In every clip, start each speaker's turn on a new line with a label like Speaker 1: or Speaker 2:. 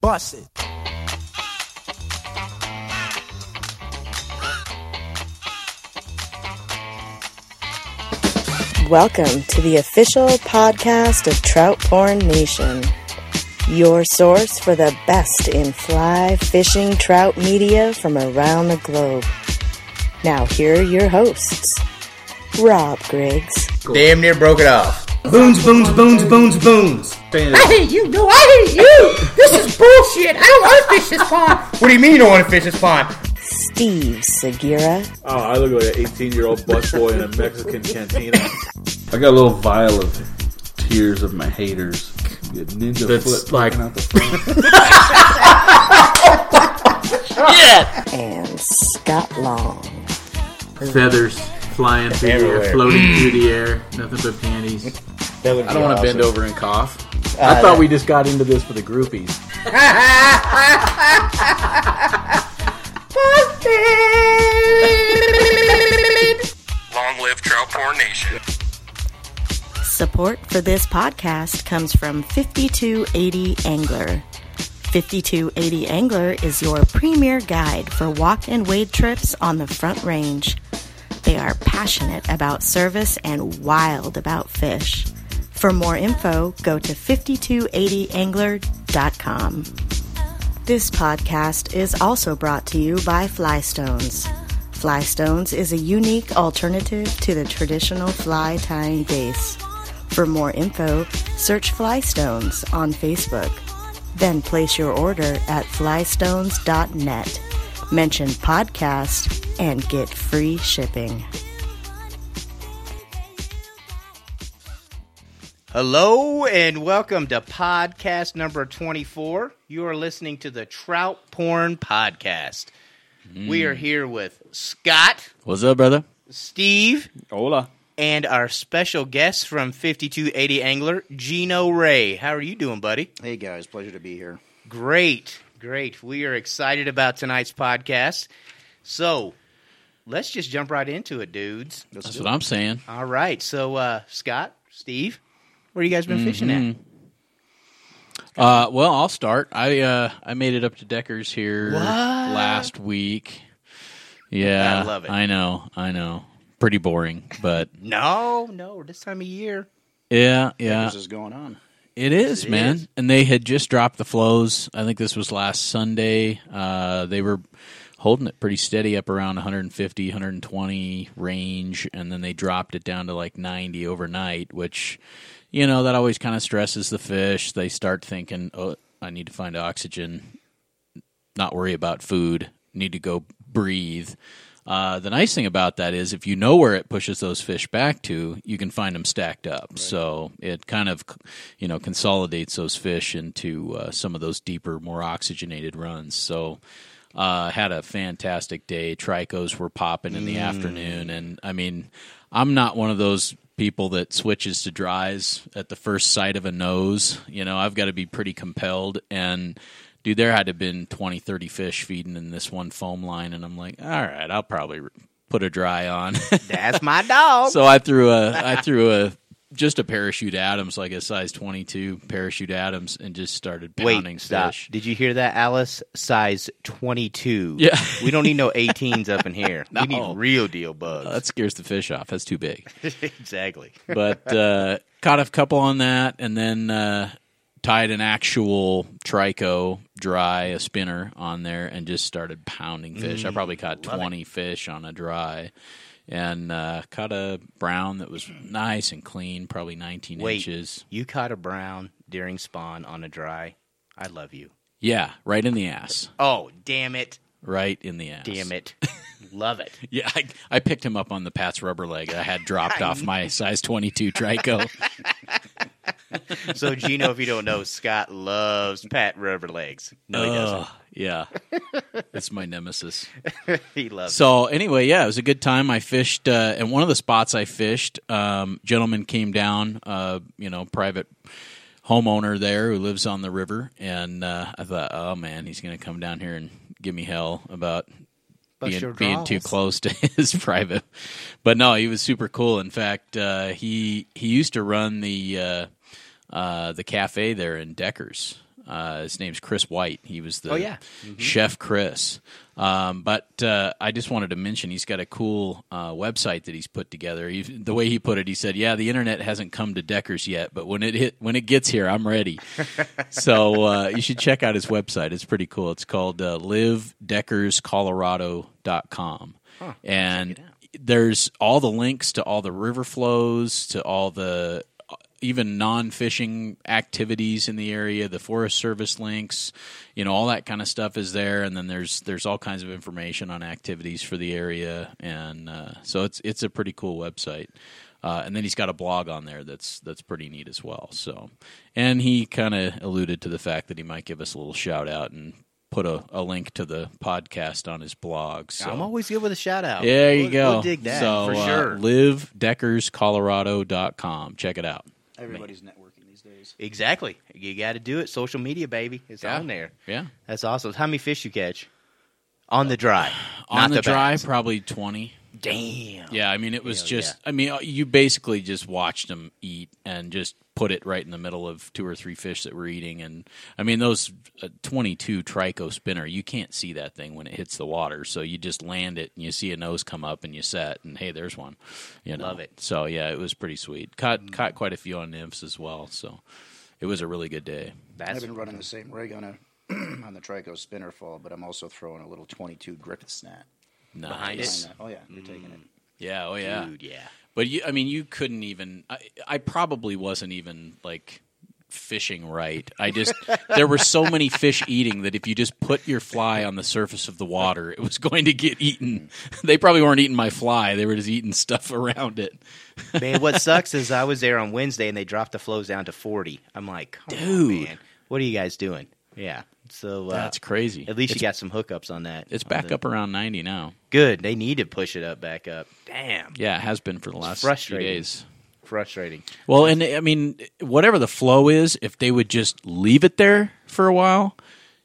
Speaker 1: bust it.
Speaker 2: Welcome to the official podcast of Trout Porn Nation, your source for the best in fly fishing trout media from around the globe. Now, here are your hosts Rob Griggs,
Speaker 3: Damn near broke it off.
Speaker 4: Boons, boons, boons, boons, boons.
Speaker 5: I hate you. No, I hate you. This is bullshit. I don't want to fish this pond.
Speaker 3: What do you mean you don't want to fish this pond?
Speaker 2: Steve Segura,
Speaker 6: Oh, I look like an 18 year old bus boy in a Mexican cantina.
Speaker 7: I got a little vial of tears of my haters. Get Ninja
Speaker 4: That's
Speaker 7: foot
Speaker 4: like-
Speaker 7: poking out the front.
Speaker 2: and Scott Long.
Speaker 8: feathers flying through the
Speaker 3: Everywhere.
Speaker 8: air, floating through the air, nothing but panties.
Speaker 3: That would
Speaker 4: I don't
Speaker 3: be
Speaker 4: want to
Speaker 3: awesome.
Speaker 4: bend over and cough. Uh, I thought we just got into this for the groupies.
Speaker 9: Long live Trout Porn Nation.
Speaker 2: Support for this podcast comes from 5280 Angler. 5280 Angler is your premier guide for walk and wade trips on the Front Range. They are passionate about service and wild about fish. For more info, go to 5280angler.com. This podcast is also brought to you by Flystones. Flystones is a unique alternative to the traditional fly tying base. For more info, search Flystones on Facebook. Then place your order at flystones.net. Mention podcast and get free shipping.
Speaker 3: Hello and welcome to podcast number 24. You are listening to the Trout Porn Podcast. We are here with Scott,
Speaker 4: Hmm. What's up, brother?
Speaker 3: Steve,
Speaker 4: Hola.
Speaker 3: and our special guest from 5280 Angler, Gino Ray. How are you doing, buddy?
Speaker 1: Hey guys, pleasure to be here.
Speaker 3: Great, great. We are excited about tonight's podcast. So let's just jump right into it, dudes.
Speaker 1: Let's
Speaker 4: That's
Speaker 1: do
Speaker 4: what I'm saying.
Speaker 3: All right. So, uh, Scott, Steve, where you guys been fishing at?
Speaker 4: Mm-hmm. Uh, well, I'll start. I uh, I made it up to Deckers here
Speaker 3: Uh,
Speaker 4: last week. Yeah,
Speaker 3: I love it.
Speaker 4: I know, I know. Pretty boring, but
Speaker 3: No, no, this time of year.
Speaker 4: yeah, yeah.
Speaker 1: This is going on.
Speaker 4: It is, man. And they had just dropped the flows. I think this was last Sunday. Uh, they were holding it pretty steady up around 150, 120 range, and then they dropped it down to like 90 overnight, which, you know, that always kind of stresses the fish. They start thinking, oh, I need to find oxygen, not worry about food, need to go breathe. Uh, the nice thing about that is if you know where it pushes those fish back to, you can find them stacked up. So it kind of, you know, consolidates those fish into uh, some of those deeper, more oxygenated runs. So uh, had a fantastic day. Trichos were popping in the afternoon, and I mean, I'm not one of those people that switches to dries at the first sight of a nose. You know, I've got to be pretty compelled and dude, there had to have been 20, 30 fish feeding in this one foam line. And I'm like, all right, I'll probably r- put a dry on.
Speaker 3: That's my dog.
Speaker 4: so I threw a, I threw a, just a parachute Adams, like a size 22 parachute Adams, and just started pounding
Speaker 3: Wait, stop.
Speaker 4: fish.
Speaker 3: Did you hear that, Alice? Size 22.
Speaker 4: Yeah.
Speaker 3: we don't need no 18s up in here. We
Speaker 4: No.
Speaker 3: need real deal bugs.
Speaker 4: That scares the fish off. That's too big.
Speaker 3: exactly.
Speaker 4: but uh, caught a couple on that, and then uh, tied an actual trico dry, a spinner on there, and just started pounding fish.
Speaker 3: Mm.
Speaker 4: I probably caught twenty fish on a dry, and uh, caught a brown that was nice and clean, probably nineteen
Speaker 3: Wait.
Speaker 4: inches.
Speaker 3: You caught a brown during spawn on a dry. I love you.
Speaker 4: Yeah, right in the ass,
Speaker 3: Oh, damn it.
Speaker 4: right in the ass.
Speaker 3: Damn it. love it.
Speaker 4: Yeah, I, I picked him up on the Pat's rubber leg. I had dropped off my size twenty-two trico.
Speaker 3: So, Gino, if you don't know, Scott loves Pat Rubber Legs. No, he doesn't.
Speaker 4: Ugh, yeah, it's my nemesis.
Speaker 3: He loves
Speaker 4: So anyway, yeah, it was a good time. I fished, uh, and one of the spots I fished, um, gentleman came down, uh, you know, private homeowner there who lives on the river, and uh, I thought, oh man, he's going to come down here and give me hell about
Speaker 3: Bust your
Speaker 4: being, being too
Speaker 3: drawers.
Speaker 4: close to his private. But no, he was super cool. In fact, uh, he he used to run the uh, uh, the cafe there in Deckers. Uh, his name's Chris White. He was the
Speaker 3: Oh, yeah.
Speaker 4: chef Chris. Um, but uh, I just wanted to mention he's got a cool uh, website that he's put together. He, the way he put it, he said, "Yeah, the internet hasn't come to Deckers yet, but when it hit, when it gets here, I'm ready." so uh, you should check out his website. It's pretty cool. It's called uh, livedeckerscolorado.com, and there's all the links to all the river flows, to all the uh, even non-fishing activities in the area the forest service links you know all that kind of stuff is there and then there's there's all kinds of information on activities for the area and uh, so it's it's a pretty cool website uh, and then he's got a blog on there that's that's pretty neat as well so and he kind of alluded to the fact that he might give us a little shout out and put a, a link to the podcast on his blog so
Speaker 3: I'm always good with a shout out.
Speaker 4: there you
Speaker 3: We'll-
Speaker 4: go
Speaker 3: We'll dig that
Speaker 4: so
Speaker 3: for
Speaker 4: uh,
Speaker 3: sure.
Speaker 4: livedeckerscolorado.com check it out
Speaker 1: Everybody's networking these days.
Speaker 3: exactly. You got to do it. Social media, baby. It's
Speaker 4: Yeah.
Speaker 3: on there.
Speaker 4: yeah
Speaker 3: That's awesome. How many fish you catch on the dry?
Speaker 4: on
Speaker 3: Not
Speaker 4: the, dry
Speaker 3: bass.
Speaker 4: probably 20
Speaker 3: Damn.
Speaker 4: yeah i mean it was
Speaker 3: Hell
Speaker 4: just i mean uh, you basically just watched them eat and just put it right in the middle of two or three fish that were eating and i mean those uh, 22 trico spinner you can't see that thing when it hits the water so you just land it and you see a nose come up and you set and hey there's one you know?
Speaker 3: Love it.
Speaker 4: so yeah it was pretty sweet caught caught quite a few on nymphs as well so it was a really good day
Speaker 3: That's
Speaker 1: I've been running the same rig on a on the Trico spinner fall, but I'm also throwing a little 22 Griffith snat.
Speaker 3: Behind
Speaker 4: nice
Speaker 3: it.
Speaker 1: Oh yeah, you're taking it.
Speaker 4: yeah oh yeah
Speaker 3: dude. Yeah.
Speaker 4: But you, I mean, you couldn't even. I, I probably wasn't even like fishing right. I just there were so many fish eating that if you just put your fly on the surface of the water, it was going to get eaten. They probably weren't eating my fly; they were just eating stuff around it.
Speaker 3: man, what sucks is I was there on Wednesday and they dropped the flows down to 40. I'm like, come on,
Speaker 4: Dude.
Speaker 3: man. what are you guys doing? Yeah. So uh,
Speaker 4: That's crazy.
Speaker 3: At least
Speaker 4: it's,
Speaker 3: you got some hookups on that.
Speaker 4: it's
Speaker 3: on
Speaker 4: back
Speaker 3: the-
Speaker 4: up around ninety now.
Speaker 3: Good. They need to push it up back up. Damn.
Speaker 4: Yeah, it has been for the last few
Speaker 3: frustrating.
Speaker 4: days.
Speaker 3: Frustrating.
Speaker 4: Well, and I mean, whatever the flow is, if they would just leave it there for a while,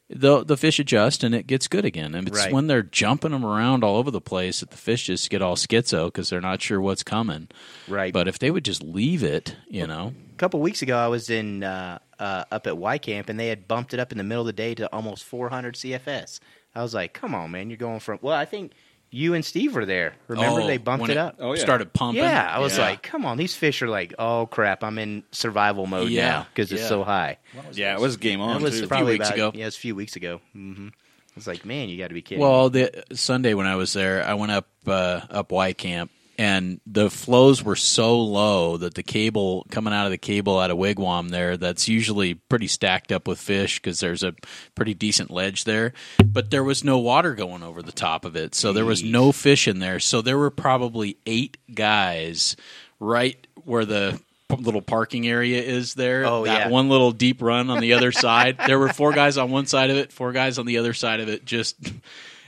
Speaker 4: the the fish adjust and it gets good again. And it's
Speaker 3: Right.
Speaker 4: when they're jumping them around all over the place that the fish just get all schizo because they're not sure what's coming.
Speaker 3: Right.
Speaker 4: But if they would just leave it, you know,
Speaker 3: a couple weeks ago, I was in uh, uh, up at Y Camp and they had bumped it up in the middle of the day to almost 400 CFS. I was like, come on, man. You're going from, well, I think you and Steve were there. Remember,
Speaker 4: Oh,
Speaker 3: they bumped
Speaker 4: when
Speaker 3: it, up.
Speaker 7: Oh, yeah.
Speaker 4: Started pumping.
Speaker 3: Yeah, I was like, come on, these fish are like, oh crap, I'm in survival mode
Speaker 4: Yeah,
Speaker 3: now because
Speaker 4: yeah.
Speaker 3: it's so high.
Speaker 7: Yeah, it was game on.
Speaker 3: That was
Speaker 7: too.
Speaker 3: probably
Speaker 4: weeks
Speaker 3: about-
Speaker 4: ago.
Speaker 3: Yeah, it was a few weeks ago. hmm I was like, man, you got to be kidding.
Speaker 4: Well, the Sunday when I was there, I went up uh, up Y Camp, and the flows were so low that the cable coming out of the cable out of Wigwam there, that's usually pretty stacked up with fish because there's a pretty decent ledge there, but there was no water going over the top of it, so there was no fish in there. So there were probably eight guys right where the p- little parking area is there
Speaker 3: Oh,
Speaker 4: that
Speaker 3: yeah.
Speaker 4: one little deep run on the other side there were four guys on one side of it four guys on the other side of it just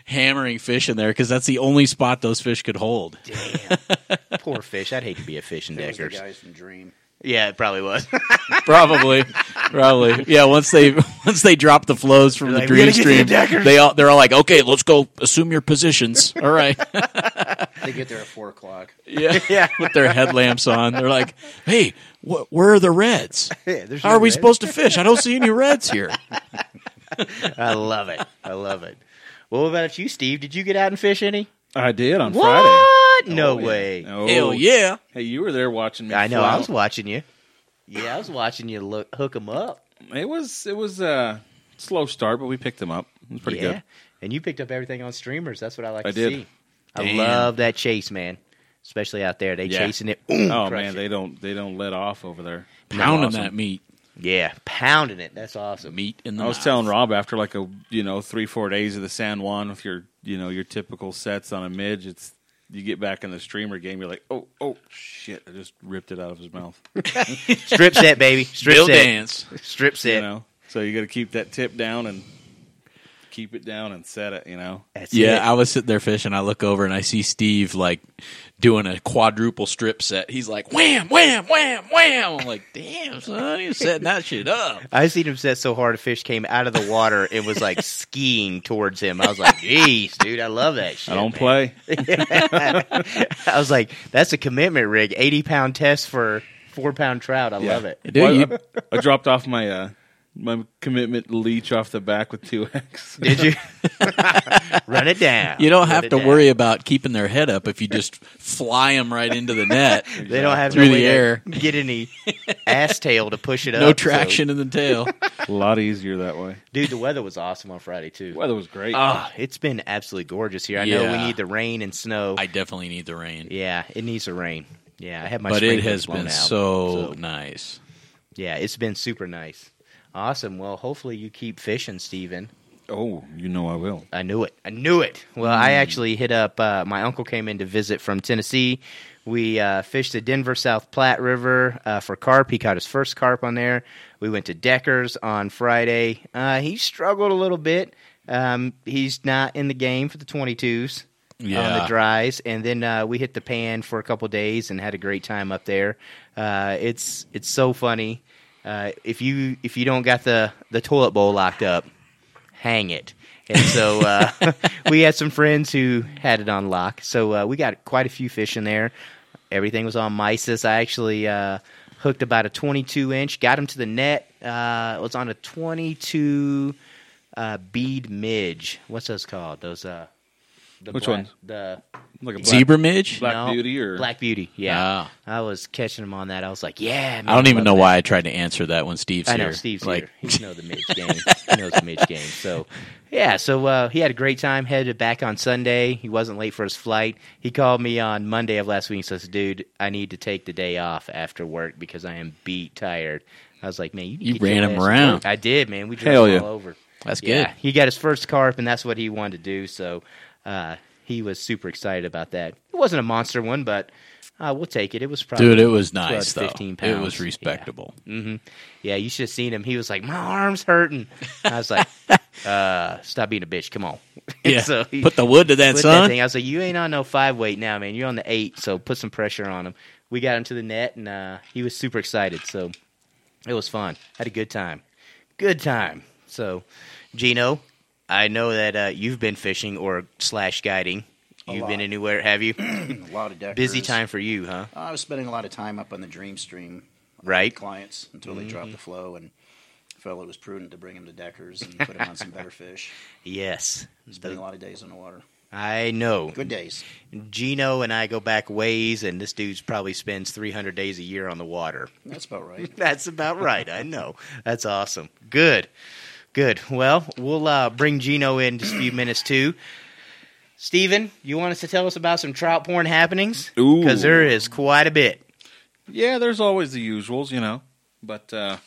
Speaker 4: hammering fish in there because that's the only spot those fish could hold.
Speaker 3: me. poor fish. I'd hate to be a fishing
Speaker 1: It was the
Speaker 3: deckers.
Speaker 1: guys from Dream.
Speaker 3: Yeah, it probably was.
Speaker 4: probably, probably. Yeah, once they once they drop the flows from the
Speaker 3: like, "We
Speaker 4: dream
Speaker 3: gotta get to the
Speaker 4: stream,
Speaker 3: Deckers."
Speaker 4: they all they're all like, okay, let's go assume your positions. All right,
Speaker 1: They get there at four o'clock.
Speaker 4: yeah,
Speaker 3: Yeah.
Speaker 4: With their headlamps on, they're like, hey, wh- where are the reds?
Speaker 3: There's
Speaker 4: How
Speaker 3: no
Speaker 4: are we
Speaker 3: red.
Speaker 4: supposed to fish? I don't see any reds here.
Speaker 3: I love it. I love it. Well, what about you, Steve? Did you get out and fish any?
Speaker 7: I did on Friday.
Speaker 3: What? No
Speaker 7: Oh, yeah.
Speaker 3: way.
Speaker 7: No.
Speaker 4: Hell yeah!
Speaker 7: Hey, you were there watching me.
Speaker 3: I know. I
Speaker 7: flout.
Speaker 3: was watching you. Yeah, I was watching you look, hook them up.
Speaker 7: It was it was a slow start, but we picked them up. It was pretty
Speaker 3: yeah.
Speaker 7: good.
Speaker 3: And you picked up everything on streamers. That's what I like
Speaker 7: I
Speaker 3: to
Speaker 7: did.
Speaker 3: see. I
Speaker 4: Damn.
Speaker 3: love that chase, man. Especially out there. They
Speaker 7: Yeah.
Speaker 3: chasing it. Boom,
Speaker 7: Oh
Speaker 3: crush
Speaker 7: man,
Speaker 3: it.
Speaker 7: they don't they don't let off over there.
Speaker 4: Pounding
Speaker 7: Awesome.
Speaker 4: that meat,
Speaker 3: Yeah, pounding it. That's awesome.
Speaker 4: meat in the.
Speaker 7: I was
Speaker 4: mouth.
Speaker 7: telling Rob after like a you know three four days of the San Juan with your you know your typical sets on a midge, it's you get back in the streamer game, you're like, oh oh shit, I just ripped it out of his mouth.
Speaker 3: Strip set, baby. Strip
Speaker 4: Bill
Speaker 3: set.
Speaker 4: dance.
Speaker 3: Strip set.
Speaker 7: You know, so you got to keep that tip down and keep it down and set it. You know,
Speaker 3: That's
Speaker 4: Yeah, I
Speaker 3: it.
Speaker 4: was sitting there fishing. I look over and I see Steve like doing a quadruple strip set. He's like, wham, wham, wham, wham. I'm like, damn, son, you're setting that shit up.
Speaker 3: I seen him set so hard a fish came out of the water and was like skiing towards him. I was like, "Jeez, dude, I love that shit."
Speaker 7: I don't
Speaker 3: man.
Speaker 7: play.
Speaker 3: I was like, "That's a commitment rig, eighty pound test for four pound trout." I love it.
Speaker 4: Dude,
Speaker 7: Well,
Speaker 4: you-
Speaker 7: I, I dropped off my uh, my commitment leech off the back with two X.
Speaker 3: Did you run it down?
Speaker 4: You don't
Speaker 3: Run
Speaker 4: have
Speaker 3: it
Speaker 4: to
Speaker 3: down.
Speaker 4: worry about keeping their head up if you just fly them right into the net.
Speaker 3: They don't have
Speaker 4: Through
Speaker 3: no
Speaker 4: the
Speaker 3: way to
Speaker 4: air.
Speaker 3: get any ass tail to push it up.
Speaker 4: No
Speaker 3: so-
Speaker 4: traction in the tail.
Speaker 7: a lot easier that way.
Speaker 3: dude. The weather was awesome on Friday too.
Speaker 7: Weather was great.
Speaker 3: Ah, it's been absolutely gorgeous here. I know we
Speaker 4: Yeah.
Speaker 3: need the rain and snow.
Speaker 4: I definitely need the rain.
Speaker 3: yeah, it needs the rain. Yeah, I had my
Speaker 4: but it
Speaker 3: sprinklers
Speaker 4: has
Speaker 3: blown
Speaker 4: been
Speaker 3: out,
Speaker 4: so, nice.
Speaker 3: yeah, it's been super nice. Awesome. Well, hopefully you keep fishing, Steven.
Speaker 7: oh, you know I will.
Speaker 3: I knew it. I knew it. Well, I actually hit up. Uh, my uncle came in to visit from Tennessee. We uh, fished the Denver South Platte River uh, for carp. He caught his first carp on there. We went to Decker's on Friday. Uh, he struggled a little bit. Um, he's not in the game for the 22s on the
Speaker 4: Yeah.
Speaker 3: dries, and then uh, we hit the pan for a couple days and had a great time up there. Uh, it's it's so funny. Uh, if you if you don't got the the toilet bowl locked up, hang it. And so uh, we had some friends who had it on lock. So uh, we got quite a few fish in there. Everything was on mysis. I actually uh, hooked about a 22 inch, got him to the net. Uh, it was on a 22 uh, bead midge. What's those called? Those uh, the
Speaker 7: Which
Speaker 3: black-
Speaker 7: ones?
Speaker 3: The
Speaker 7: Like a black,
Speaker 4: Zebra midge?
Speaker 7: Black Beauty or
Speaker 3: Black Beauty? Yeah,
Speaker 4: Ah.
Speaker 3: I was catching him on that. I was like, yeah. Man,
Speaker 4: I don't even
Speaker 3: love
Speaker 4: know
Speaker 3: that.
Speaker 4: why I tried to answer that when Steve's
Speaker 3: I
Speaker 4: here.
Speaker 3: know Steve's
Speaker 4: like,
Speaker 3: here. He knows the Midge game. He knows the Midge game. So yeah, so uh, he had a great time. Headed back on Sunday. He wasn't late for his flight. He called me on Monday of last week. and says, "Dude, I need to take the day off after work because I am beat tired." I was like, "Man, you, need
Speaker 4: You
Speaker 3: to get your
Speaker 4: ran him
Speaker 3: ass to
Speaker 4: around.
Speaker 3: work." I did, man. We drove
Speaker 7: Hell
Speaker 3: all
Speaker 7: yeah.
Speaker 3: over.
Speaker 4: That's
Speaker 3: Yeah,
Speaker 4: good.
Speaker 3: he got his first carp, and that's what he wanted to do. So uh, he was super excited about that. It wasn't a monster one, but uh, we'll take it. It was probably
Speaker 4: Dude, it was
Speaker 3: 12
Speaker 4: nice, though.
Speaker 3: 15
Speaker 4: It
Speaker 3: pounds.
Speaker 4: was
Speaker 3: Yeah.
Speaker 4: respectable.
Speaker 3: Yeah, you should have seen him. He was like, "My arm's hurting." I was like, uh, "Stop being a bitch, come on."
Speaker 4: Yeah.
Speaker 3: so he
Speaker 4: Put the wood to that,
Speaker 3: put
Speaker 4: son.
Speaker 3: thing. I was like, "You ain't on no five weight now, man. You're on the eight, so put some pressure on him." We got him to the net, and uh, he was super excited. So it was fun. Had a good time. Good time. So, Gino, I know that uh, you've been fishing or slash guiding. You've been
Speaker 1: lot.
Speaker 3: anywhere, have you?
Speaker 1: A lot of deckers.
Speaker 3: Busy time for you, huh?
Speaker 1: I was spending a lot of time up on the Dream Stream
Speaker 3: Right.
Speaker 1: clients until they dropped the flow and felt it was prudent to bring him to Deckers and put him on some better fish.
Speaker 3: Yes.
Speaker 1: Spending a lot of days on the water.
Speaker 3: I know.
Speaker 1: Good days.
Speaker 3: Gino and I go back ways, and this dude's probably spends 300 days a year on the water.
Speaker 1: That's about right.
Speaker 3: That's about right. I know. That's awesome. Good. Good. Well, we'll uh, bring Gino in just a few minutes, too. Steven, you want us to tell us about some trout porn happenings?
Speaker 7: Ooh.
Speaker 3: Because there is quite a bit.
Speaker 7: Yeah, there's always the usuals, you know. But uh,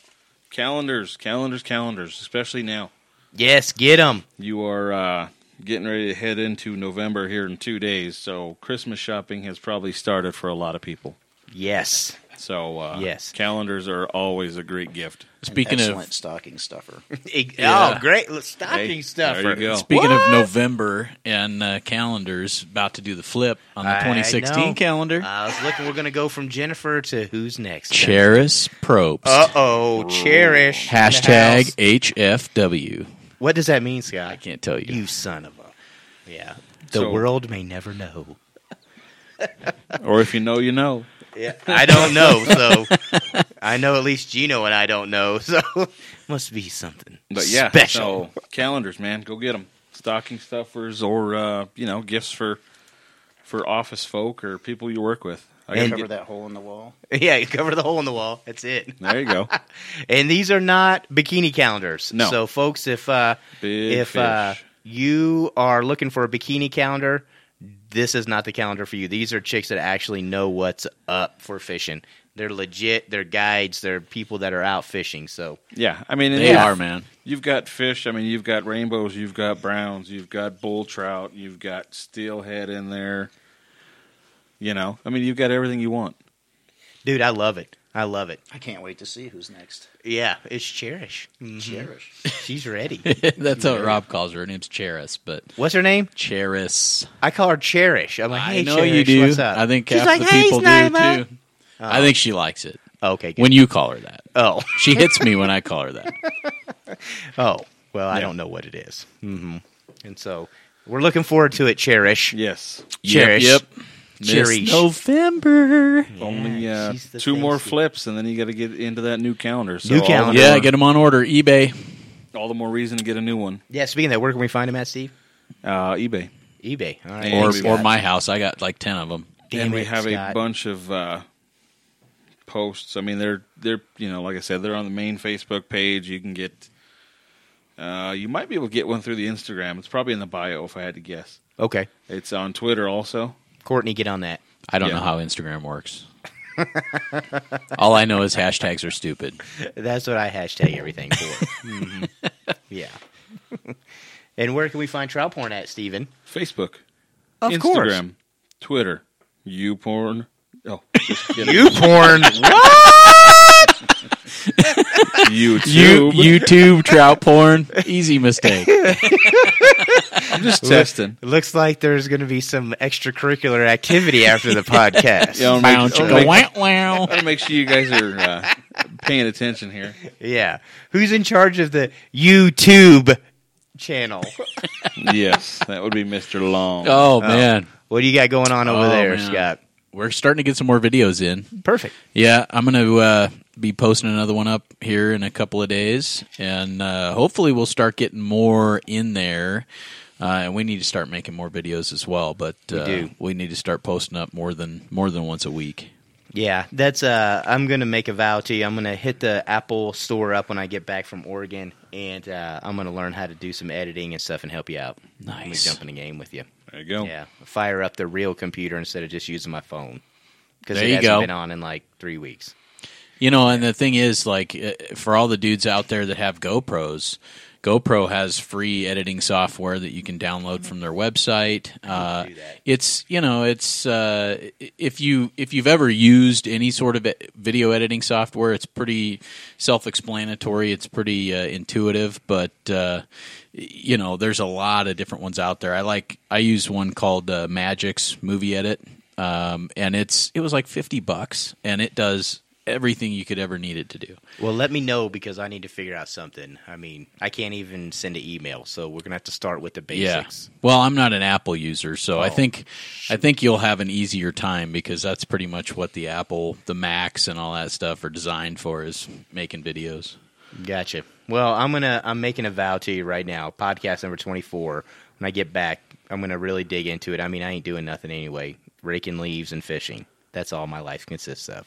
Speaker 7: calendars, calendars, calendars, especially now.
Speaker 3: Yes, get 'em.
Speaker 7: You are uh, getting ready to head into November here in two days, so Christmas shopping has probably started for a lot of people.
Speaker 3: Yes.
Speaker 7: So uh,
Speaker 3: Yes.
Speaker 7: calendars are always a great gift.
Speaker 4: Speaking
Speaker 1: excellent
Speaker 4: of
Speaker 1: stocking stuffer.
Speaker 3: Ig-
Speaker 4: Yeah.
Speaker 3: Oh, great. Look, Stocking
Speaker 7: Hey,
Speaker 3: stuffer.
Speaker 7: There you go.
Speaker 4: speaking of November and uh, calendars, about to do the flip on the
Speaker 3: I
Speaker 4: 2016
Speaker 3: know. Uh,
Speaker 4: calendar.
Speaker 3: I was looking. We're going to go from Jennifer to who's next.
Speaker 4: Cheris Probst.
Speaker 3: Uh oh. Cherish. in the house.
Speaker 4: Hashtag HFW.
Speaker 3: What does that mean, Scott?
Speaker 4: I can't tell you.
Speaker 3: You son of a. Yeah. The
Speaker 7: So-
Speaker 3: world may never know.
Speaker 7: or if you know, you know.
Speaker 3: Yeah. I don't know, so I know at least Gino and I don't know, so must be something.
Speaker 7: But yeah,
Speaker 3: special.
Speaker 7: so calendars, man, go get them. Stocking stuffers, or uh, you know, gifts for for office folk or people you work with. I gotta
Speaker 1: Cover
Speaker 7: get-
Speaker 1: that hole in the wall.
Speaker 3: Yeah, you cover the hole in the wall. That's it.
Speaker 7: There you go.
Speaker 3: And these are not bikini calendars.
Speaker 7: No.
Speaker 3: So folks, if uh
Speaker 7: Big
Speaker 3: if uh
Speaker 7: fish.
Speaker 3: you are looking for a bikini calendar, this is not the calendar for you. These are chicks that actually know what's up for fishing. They're legit, they're guides, they're people that are out fishing. So
Speaker 7: Yeah, I mean, and
Speaker 4: They
Speaker 7: you've-
Speaker 4: are, man.
Speaker 7: You've got fish. I mean, you've got rainbows. You've got browns. You've got bull trout. You've got steelhead in there. You know, I mean, you've got everything you want.
Speaker 3: dude, I love it. I love it.
Speaker 1: I can't wait to see who's next.
Speaker 3: Yeah, it's Cherish.
Speaker 1: Cherish.
Speaker 3: She's ready.
Speaker 4: That's what Rob calls her. Her name's Cheris, but
Speaker 3: What's her name?
Speaker 4: Cheris.
Speaker 3: I call her Cherish. I'm like, hey,
Speaker 4: I know
Speaker 3: Cherish,
Speaker 4: you do.
Speaker 3: What's up?
Speaker 4: I think
Speaker 3: She's
Speaker 4: half
Speaker 3: like,
Speaker 4: the
Speaker 3: hey,
Speaker 4: people do
Speaker 3: Snyma.
Speaker 4: too. I think she likes it
Speaker 3: Oh, Okay. Good.
Speaker 4: when you call her that.
Speaker 3: oh,
Speaker 4: She hits me when I call her that.
Speaker 3: oh. Well, I don't know what it is. Mm-hmm. And so we're looking forward to it, Cherish.
Speaker 7: Yes.
Speaker 3: Cherish.
Speaker 4: Yep.
Speaker 3: Cherry.
Speaker 4: Miss November.
Speaker 7: Only
Speaker 3: Yeah,
Speaker 7: uh,
Speaker 3: she's the
Speaker 7: two
Speaker 3: thing
Speaker 7: more
Speaker 3: she-
Speaker 7: flips, and then you got to get into that new calendar. So
Speaker 3: New
Speaker 7: all
Speaker 3: calendar.
Speaker 4: Yeah, get them on order. eBay.
Speaker 7: The, all the more reason to get a new one.
Speaker 3: Yeah, speaking of that, where can we find him at, Steve?
Speaker 7: Uh, eBay.
Speaker 3: eBay. All right.
Speaker 7: Or-
Speaker 4: Or,
Speaker 7: Thanks,
Speaker 4: or
Speaker 7: Scott.
Speaker 4: my house. I got like 10 of them.
Speaker 3: Damn
Speaker 7: and we
Speaker 3: it,
Speaker 7: have
Speaker 3: Scott.
Speaker 7: a bunch of uh, posts. I mean, they're they're you know, like I said, they're on the main Facebook page. You can get. Uh, you might be able to get one through the Instagram. It's probably in the bio if I had to guess.
Speaker 3: Okay.
Speaker 7: It's on Twitter also.
Speaker 3: Courtney, get on that.
Speaker 4: I don't
Speaker 7: Yeah.
Speaker 4: know how Instagram works. All I know is hashtags are stupid.
Speaker 3: That's what I hashtag everything for. Mhm. Yeah. and where can we find trout porn at, Steven?
Speaker 7: Facebook,
Speaker 3: Of
Speaker 7: Instagram,
Speaker 3: course.
Speaker 7: Twitter, YouPorn. Oh, just kidding.
Speaker 3: You porn.
Speaker 7: YouTube.
Speaker 4: YouTube trout porn. Easy mistake.
Speaker 7: I'm just testing.
Speaker 3: Looks like there's going to be some extracurricular activity after the podcast.
Speaker 7: Yeah, I'll make,
Speaker 4: Bow,
Speaker 7: I'll
Speaker 4: chicka,
Speaker 7: make,
Speaker 4: wow, wow.
Speaker 7: I'll make sure you guys are uh, paying attention here.
Speaker 3: Yeah. Who's in charge of the YouTube channel?
Speaker 7: Yes, that would be Mr. Long.
Speaker 4: Oh man,
Speaker 3: What do you got going on over
Speaker 4: Oh,
Speaker 3: there,
Speaker 4: man.
Speaker 3: Scott?
Speaker 4: we're starting to get some more videos in.
Speaker 3: Perfect.
Speaker 4: Yeah, I'm going to uh, be posting another one up here in a couple of days, and uh, hopefully we'll start getting more in there. Uh, and we need to start making more videos as well, but uh,
Speaker 3: do.
Speaker 4: we need to start posting up more than more than once a week.
Speaker 3: Yeah, that's uh I'm going to make a vow to you. I'm going to hit the Apple store up when I get back from Oregon and uh, I'm going to learn how to do some editing and stuff and help you out. I'm going to
Speaker 4: Nice.
Speaker 3: jump in the game with you.
Speaker 7: There you go.
Speaker 3: Yeah, fire up the real computer instead of just using my phone. Cuz
Speaker 4: There
Speaker 3: it
Speaker 4: you
Speaker 3: hasn't
Speaker 4: go.
Speaker 3: been on in like 3 weeks.
Speaker 4: You know, and the thing is, like, uh, for all the dudes out there that have GoPros, GoPro has free editing software that you can download from their website. Uh, it's you know, it's uh, if you if you've ever used any sort of e- video editing software, it's pretty self-explanatory. It's pretty uh, intuitive, but uh, you know, there's a lot of different ones out there. I like I use one called uh, Magic's Movie Edit, um, and it's it was like fifty bucks, and it does everything you could ever need it to do.
Speaker 3: Well, let me know because I need to figure out something. I mean, I can't even send an email, so we're going to have to start with the basics.
Speaker 4: Yeah. Well, I'm not an Apple user, so I think I think you'll have an easier time because that's pretty much what the Apple, the Macs, and all that stuff are designed for is making videos.
Speaker 3: Gotcha. Well, I'm gonna I'm making a vow to you right now. Podcast number 24. When I get back, I'm gonna really dig into it. I mean, I ain't doing nothing anyway. Raking leaves and fishing. That's all my life consists of.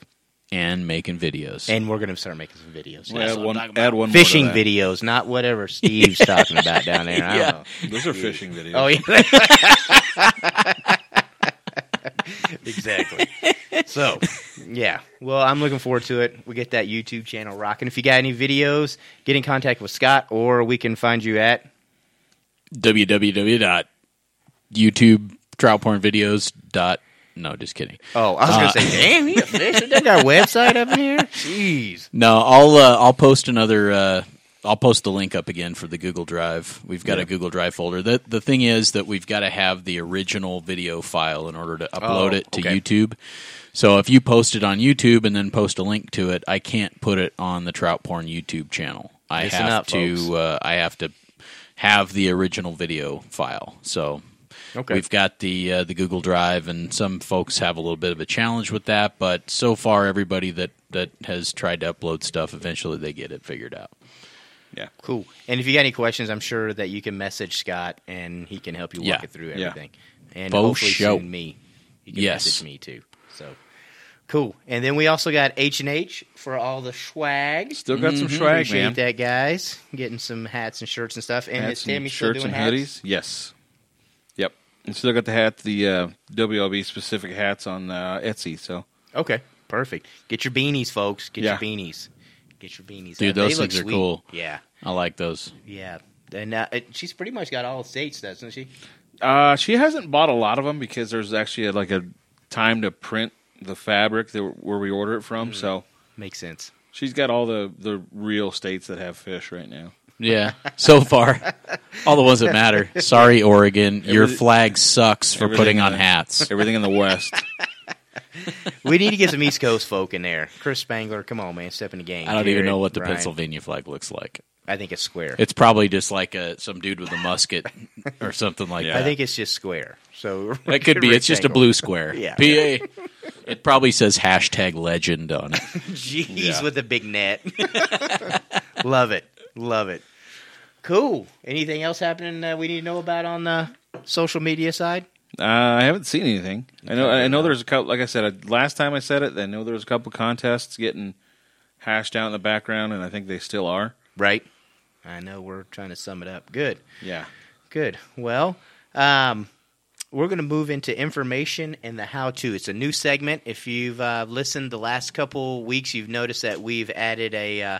Speaker 4: And making videos.
Speaker 3: And we're gonna start making some videos.
Speaker 7: Well, add one, add one more to
Speaker 3: fishing
Speaker 7: that.
Speaker 3: videos, not whatever Steve's talking about down there. I don't know.
Speaker 7: Those are fishing videos.
Speaker 3: Oh yeah. exactly. So, yeah. Well, I'm looking forward to it. We get that YouTube channel rocking. If you got any videos, get in contact with Scott, or we can find you at.
Speaker 4: www.youtubetrialpornvideos. No, just kidding.
Speaker 3: Oh, I was gonna say, damn, he official. They got a website up in here. Jeez.
Speaker 4: No, I'll uh, I'll post another. Uh, I'll post the link up again for the Google Drive. We've got a Google Drive folder. The the thing is that we've got to have the original video file in order to upload
Speaker 3: Oh,
Speaker 4: it to
Speaker 3: okay.
Speaker 4: YouTube. So if you post it on YouTube and then post a link to it, I can't put it on the Trout Porn YouTube channel. I
Speaker 3: Listen
Speaker 4: have
Speaker 3: up, folks.
Speaker 4: to. Uh, I have to have the original video file. So
Speaker 3: Okay.
Speaker 4: We've got the uh, the Google Drive, and some folks have a little bit of a challenge with that. But so far, everybody that that has tried to upload stuff, eventually they get it figured out.
Speaker 7: Yeah.
Speaker 3: Cool. And if you got any questions, I'm sure that you can message Scott, and he can help you walk
Speaker 4: Yeah.
Speaker 3: it through
Speaker 7: Yeah.
Speaker 3: everything. And
Speaker 4: Fo
Speaker 3: hopefully
Speaker 4: show.
Speaker 3: soon me. You can
Speaker 4: Yes.
Speaker 3: message me too. So cool. And then we also got H and H for all the swag.
Speaker 7: Still got
Speaker 3: Mm-hmm.
Speaker 7: some swag,
Speaker 3: Appreciate
Speaker 7: man.
Speaker 3: that, guys. Getting some hats and shirts and stuff. And is
Speaker 7: Hats
Speaker 3: Tammy
Speaker 7: and
Speaker 3: still
Speaker 7: shirts
Speaker 3: doing
Speaker 7: and
Speaker 3: hats?
Speaker 7: hoodies. Yes. Yep. And still got the hat, the uh, WLB specific hats on uh, Etsy. So
Speaker 3: Okay, perfect. Get your beanies, folks. Get
Speaker 7: Yeah.
Speaker 3: your beanies. Get your beanies.
Speaker 4: Dude,
Speaker 3: They
Speaker 4: those
Speaker 3: look
Speaker 4: things are
Speaker 3: sweet.
Speaker 4: cool.
Speaker 3: Yeah,
Speaker 4: I like those.
Speaker 3: yeah. And uh, it- she's pretty much got all the states, doesn't she?
Speaker 7: uh, she hasn't bought a lot of them because there's actually like a time to print the fabric that, where we order it
Speaker 3: Hmm.
Speaker 7: from. So
Speaker 3: Makes sense.
Speaker 7: she's got all the, the real states that have fish right now.
Speaker 4: Yeah, so far, all the ones that matter. Sorry, Oregon, your
Speaker 7: Everyth-
Speaker 4: flag sucks for
Speaker 7: everything
Speaker 4: putting
Speaker 7: in
Speaker 4: on
Speaker 7: the-
Speaker 4: hats.
Speaker 7: Everything in the West.
Speaker 3: We need to get some East Coast folk in there. Chris Spangler, come on, man, step in the game.
Speaker 4: I don't even
Speaker 3: Garrett,
Speaker 4: know what the
Speaker 3: Brian.
Speaker 4: Pennsylvania flag looks like.
Speaker 3: I think it's square.
Speaker 4: It's probably just like a some dude with a musket or something like that.
Speaker 3: I think it's just square. So
Speaker 4: that could be. It's just a
Speaker 3: rectangle.
Speaker 4: blue square.
Speaker 3: Yeah.
Speaker 4: PA. It probably says hashtag legend on it.
Speaker 3: Jeez, with the big net. Love it. Love it. Cool. Anything else happening that we need to know about on the social media side?
Speaker 7: Uh, I haven't seen anything. I know. I know there's a couple. Like I said, I, last time I said it, I know there was a couple contests getting hashed out in the background, and I think they still are.
Speaker 3: Right. I know we're trying to sum it up. Good.
Speaker 7: Yeah.
Speaker 3: Good. Well, um, we're going to move into information and the how to. It's a new segment. If you've uh, listened the last couple weeks, you've noticed that we've added a uh,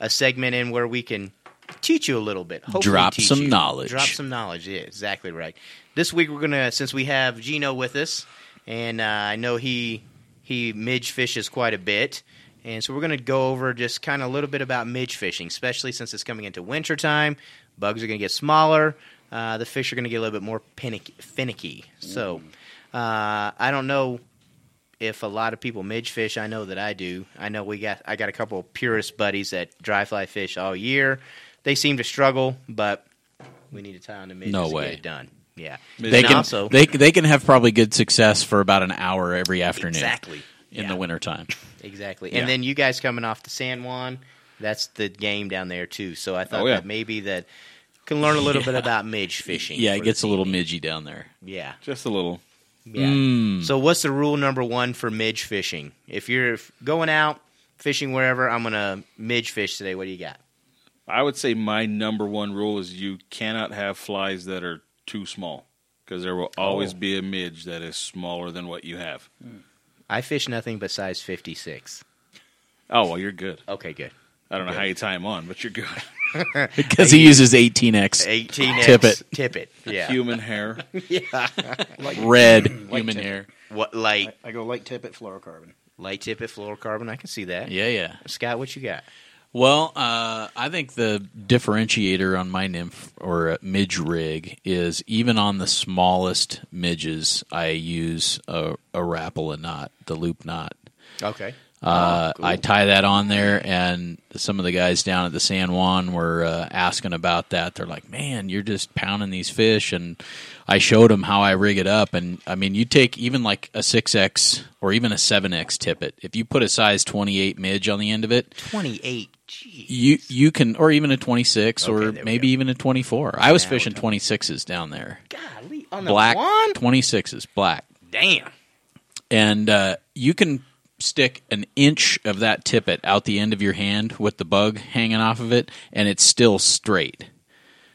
Speaker 3: a segment in where we can teach you a little bit. Hopefully
Speaker 4: Drop
Speaker 3: teach
Speaker 4: some
Speaker 3: you.
Speaker 4: knowledge.
Speaker 3: Drop some knowledge. Yeah, exactly right. This week we're going to since we have Gino with us, and uh, I know he he midge fishes quite a bit. And so we're going to go over just kind of a little bit about midge fishing, especially since it's coming into winter time. Bugs are going to get smaller. Uh, the fish are going to get a little bit more finicky. finicky. So uh, I don't know if a lot of people midge fish. I know that I do. I know we got I got a couple of purist buddies that dry fly fish all year. They seem to struggle, but we need to tie on the midges
Speaker 4: No
Speaker 3: to
Speaker 4: way.
Speaker 3: get it done. Yeah,
Speaker 4: They
Speaker 3: And
Speaker 4: can
Speaker 3: also
Speaker 4: they they can have probably good success for about an hour every afternoon
Speaker 3: exactly
Speaker 4: in
Speaker 3: Yeah.
Speaker 4: the wintertime.
Speaker 3: Exactly. And then you guys coming off the San Juan, that's the game down there too. So I thought
Speaker 7: Oh, yeah.
Speaker 3: that maybe that can learn a little bit about midge fishing.
Speaker 4: Yeah, it
Speaker 3: for
Speaker 4: gets
Speaker 3: the
Speaker 4: a little
Speaker 3: team.
Speaker 4: midgy down there.
Speaker 3: Yeah.
Speaker 7: Just a little.
Speaker 3: Yeah.
Speaker 4: Mm.
Speaker 3: So what's the rule number 1 for midge fishing? If you're f- going out fishing wherever, I'm going to midge fish today. What do you got?
Speaker 7: I would say my number one rule is you cannot have flies that are too small because there will
Speaker 1: Oh.
Speaker 7: always be a midge that is smaller than what you have.
Speaker 3: I fish nothing but size 56.
Speaker 7: Oh well, you're good.
Speaker 3: Okay, good.
Speaker 7: I don't know how you tie them on, but you're good.
Speaker 4: Because he uses 18x
Speaker 3: 18
Speaker 4: Tippet.
Speaker 3: Tippet. Yeah.
Speaker 7: Human hair.
Speaker 4: red human hair.
Speaker 3: What light
Speaker 1: I go light tippet fluorocarbon.
Speaker 3: light tippet fluorocarbon? I can see that.
Speaker 4: Yeah, yeah.
Speaker 3: Scott, what you got?
Speaker 4: Well, uh, I think the differentiator on my nymph or uh, midge rig is even on the smallest midges, I use a, a rapala knot, the loop knot.
Speaker 3: Okay.
Speaker 4: Uh,
Speaker 3: Oh,
Speaker 4: I tie that on there, and some of the guys down at the San Juan were uh, asking about that. They're like, "Man, you're just pounding these fish," and I showed them how I rig it up. And I mean, you take even like a six x or even a seven x tippet. If you put a size twenty eight midge on the end of it,
Speaker 3: 28. Jeez.
Speaker 4: you you can, or even a twenty six,
Speaker 3: Okay,
Speaker 4: or
Speaker 3: there we
Speaker 4: maybe
Speaker 3: go.
Speaker 4: even a twenty four. I was fishing twenty sixes down there,
Speaker 3: Golly, on the
Speaker 4: black
Speaker 3: one?
Speaker 4: twenty sixes, black
Speaker 3: Damn.
Speaker 4: and uh, you can stick an inch of that tippet out the end of your hand with the bug hanging off of it, and it's still straight.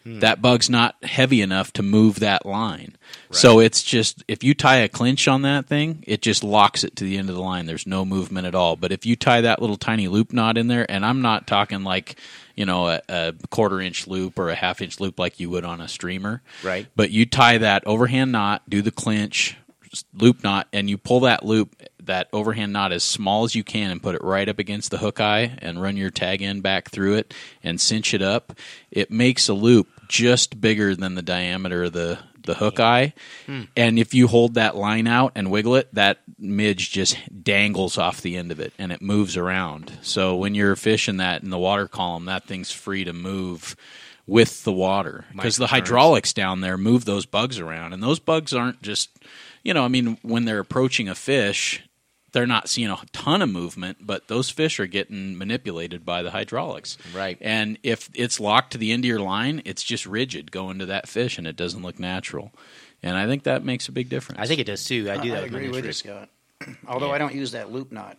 Speaker 4: That bug's not heavy enough to move that line. So it's just, if you tie a clinch on that thing, it just locks it to the end of the line. There's no movement at all. But if you tie that little tiny loop knot in there, and I'm not talking like, you know, a, a quarter inch loop or a half inch loop like you would on a streamer.
Speaker 3: Right.
Speaker 4: But you tie that overhand knot, do the clinch, loop knot, and you pull that loop, that overhand knot, as small as you can and put it right up against the hook eye and run your tag end back through it and cinch it up. It makes a loop just bigger than the diameter of the, the hook eye. And if you hold that line out and wiggle it, that midge just dangles off the end of it and it moves around. So when you're fishing that in the water column, that thing's free to move with the water because the hydraulics down there move those bugs around and those bugs aren't just you know i mean when they're approaching a fish they're not seeing a ton of movement but those fish are getting manipulated by the hydraulics
Speaker 3: Right.
Speaker 4: and if it's locked to the end of your line it's just rigid going to that fish and it doesn't look natural and i think that makes a big difference
Speaker 3: I think it does too. I do that
Speaker 1: I
Speaker 3: with my
Speaker 1: agree
Speaker 3: next
Speaker 1: with you,
Speaker 3: rig.
Speaker 1: Scott. Although I don't use that loop knot,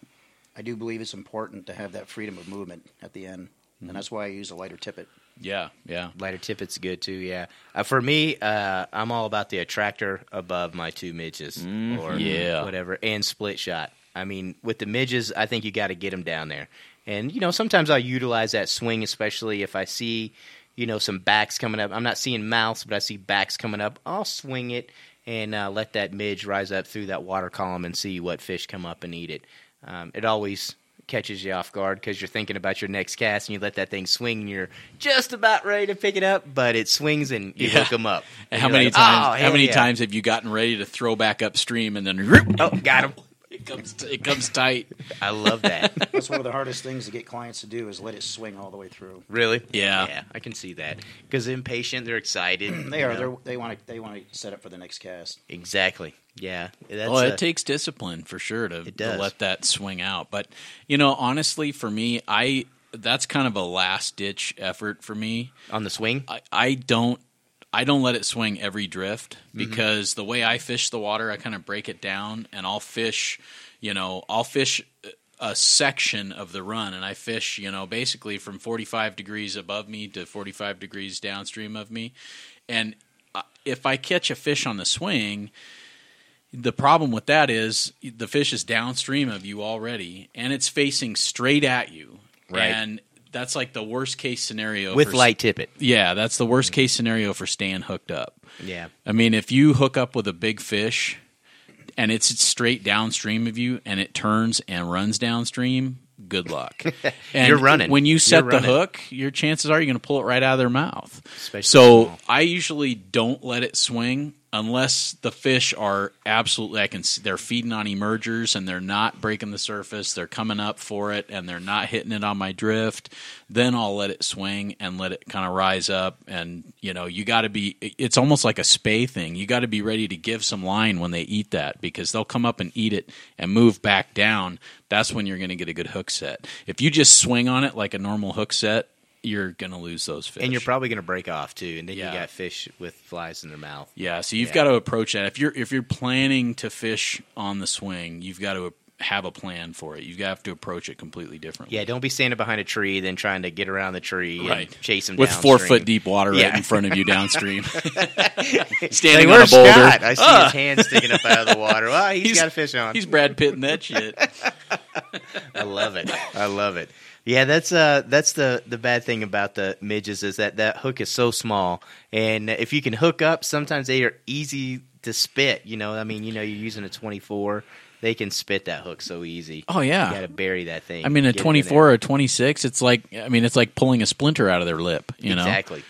Speaker 1: I do believe it's important to have that freedom of movement at the end,
Speaker 3: Mm-hmm.
Speaker 1: and that's why I use a lighter tippet.
Speaker 4: yeah yeah
Speaker 3: Lighter tippet's good too, yeah. Uh, for me, uh, I'm all about the attractor above my two midges or
Speaker 4: Mm, Yeah.
Speaker 3: whatever, and split shot. I mean, with the midges, I think you got to get them down there. And, you know, sometimes I'll utilize that swing, especially if I see, you know, some backs coming up. I'm not seeing mouths, but I see backs coming up. I'll swing it and uh, let that midge rise up through that water column and see what fish come up and eat it. Um, it always catches you off guard because you're thinking about your next cast and you let that thing swing and you're just about ready to pick it up, but it swings and you
Speaker 4: Yeah.
Speaker 3: hook them up.
Speaker 4: And
Speaker 3: And
Speaker 4: how
Speaker 3: you're
Speaker 4: many
Speaker 3: like,
Speaker 4: times
Speaker 3: "Oh,
Speaker 4: how
Speaker 3: hell
Speaker 4: many
Speaker 3: yeah."
Speaker 4: times have you gotten ready to throw back upstream and then
Speaker 3: Oh, got him.
Speaker 4: It comes it comes tight.
Speaker 3: I love that.
Speaker 1: That's one of the hardest things to get clients to do is let it swing all the way through.
Speaker 3: really?
Speaker 4: Yeah.
Speaker 3: Yeah, I can see that. Because impatient, they're excited.
Speaker 1: They
Speaker 3: you
Speaker 1: are.
Speaker 3: know?
Speaker 1: They're, they want to. They want to set up for the next cast.
Speaker 3: Exactly. Yeah. That's uh,
Speaker 4: well,
Speaker 3: a-
Speaker 4: it takes discipline for sure to,
Speaker 3: It
Speaker 4: to
Speaker 3: does.
Speaker 4: let that swing out. But you know, honestly, for me, I that's kind of a last ditch effort for me.
Speaker 3: on the swing.
Speaker 4: I, I don't I don't let it swing every drift
Speaker 3: Mm-hmm.
Speaker 4: because the way I fish the water, I kind of break it down and I'll fish, you know, I'll fish a section of the run and I fish, you know, basically from 45 degrees above me to 45 degrees downstream of me. And uh, if I catch a fish on the swing, the problem with that is the fish is downstream of you already and it's facing straight at you.
Speaker 3: Right.
Speaker 4: And that's like the worst case scenario
Speaker 3: with
Speaker 4: for-
Speaker 3: light tippet.
Speaker 4: yeah, that's the worst case scenario for staying hooked up.
Speaker 3: Yeah.
Speaker 4: I mean, if you hook up with a big fish and it's straight downstream of you and it turns and runs downstream, good luck. And
Speaker 3: You're running.
Speaker 4: When you
Speaker 3: You're
Speaker 4: set the
Speaker 3: running.
Speaker 4: hook, your chances are you're going to pull it right out of their mouth.
Speaker 3: Especially
Speaker 4: so
Speaker 3: small.
Speaker 4: I usually don't let it swing unless the fish are absolutely I can see they're feeding on emergers and they're not breaking the surface, they're coming up for it and they're not hitting it on my drift, then I'll let it swing and let it kind of rise up and you know, you got to be it's almost like a spay thing. You got to be ready to give some line when they eat that because they'll come up and eat it and move back down. That's when you're going to get a good hook set. If you just swing on it like a normal hook set, you're going to lose those fish.
Speaker 3: And you're probably going to break off too, and then
Speaker 4: Yeah.
Speaker 3: you got fish with flies in their mouth.
Speaker 4: Yeah, so you've
Speaker 3: Yeah.
Speaker 4: got to approach that if you're if you're planning to fish on the swing, you've got to have a plan for it. You've got to approach it completely differently.
Speaker 3: Yeah, don't be standing behind a tree, then trying to get around the tree
Speaker 4: right.
Speaker 3: and chase them
Speaker 4: with
Speaker 3: downstream.
Speaker 4: four foot deep water right
Speaker 3: Yeah.
Speaker 4: in front of you downstream,
Speaker 3: Like,
Speaker 4: standing on a
Speaker 3: where's
Speaker 4: boulder.
Speaker 3: Scott? I see his hand sticking up out of the water. Well, he's
Speaker 4: He's-
Speaker 3: got a fish on.
Speaker 4: He's Brad Pitt in that shit.
Speaker 3: I love it. I love it. Yeah, that's uh that's the the bad thing about the midges is that that hook is so small, and if you can hook up, sometimes they are easy to spit. You know, I mean, you know, you're using a 24, they can spit that hook so easy.
Speaker 4: Oh, yeah.
Speaker 3: you got to bury that thing.
Speaker 4: I mean, a
Speaker 3: Get it in
Speaker 4: twenty four or a twenty six, it's like I mean, it's like pulling a splinter out of their lip. You
Speaker 3: there.
Speaker 4: know,
Speaker 3: exactly.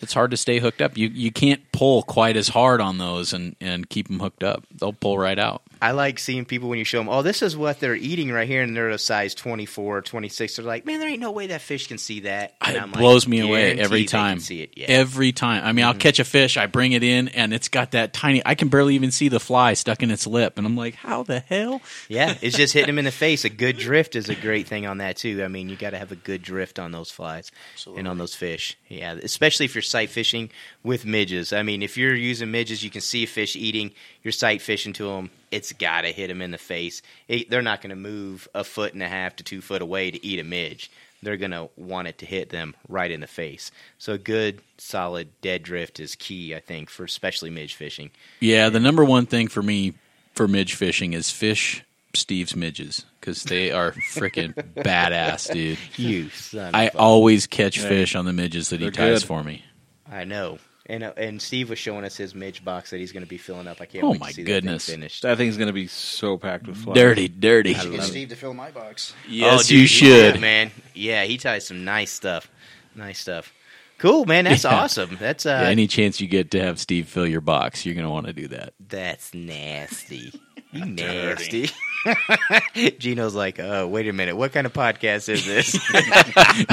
Speaker 4: it's hard to stay hooked up. You you can't pull quite as hard on those and and keep them hooked up. They'll pull right out.
Speaker 3: I like seeing people when you show them, oh, this is what they're eating right here, and they're a size 24 or 26. They're like, man, there ain't no way that fish can see that. And
Speaker 4: it
Speaker 3: I'm like,
Speaker 4: blows me away
Speaker 3: "Guarantee
Speaker 4: every
Speaker 3: they can
Speaker 4: time.
Speaker 3: see it, yeah. Mm-hmm.
Speaker 4: Every time. I mean, I'll catch a fish, I bring it in, and it's got that tiny. I can barely even see the fly stuck in its lip, and I'm like, how the hell?
Speaker 3: yeah, it's just hitting them in the face. A good drift is a great thing on that too. I mean, you got to have a good drift on those flies and on those fish. Yeah, especially if you're sight fishing with midges. I mean, if you're using midges, you can see a fish eating. You're sight fishing to them. It's got to hit them in the face. It, they're not going to move a foot and a half to two foot away to eat a midge. They're going to want it to hit them right in the face. So a good, solid dead drift is key, I think, for especially midge fishing.
Speaker 4: Yeah, the number one thing for me for midge fishing is fish Steve's midges because they are freaking badass, dude.
Speaker 3: You son of
Speaker 4: I
Speaker 3: a-
Speaker 4: always catch fish on the midges that he
Speaker 7: They're
Speaker 4: ties
Speaker 7: good.
Speaker 4: for me.
Speaker 3: I know. And uh, and Steve was showing us his midge box that he's going to be filling up. I can't
Speaker 4: Oh
Speaker 3: wait
Speaker 4: my
Speaker 3: to see
Speaker 4: goodness.
Speaker 3: that thing finished.
Speaker 7: That thing's gonna be so packed with flies.
Speaker 4: Dirty, dirty.
Speaker 1: Should get Steve to fill my box.
Speaker 4: Yes,
Speaker 3: Oh,
Speaker 4: you
Speaker 3: dude, he did,
Speaker 4: should.
Speaker 3: man. Yeah, he ties some nice stuff. Nice stuff. Cool, man. That's
Speaker 4: Yeah.
Speaker 3: awesome. That's uh,
Speaker 4: Yeah, any chance you get to have Steve fill your box, you're going to want to do that.
Speaker 3: that's nasty. You nasty. Gino's like, oh, wait a minute. What kind of podcast is this?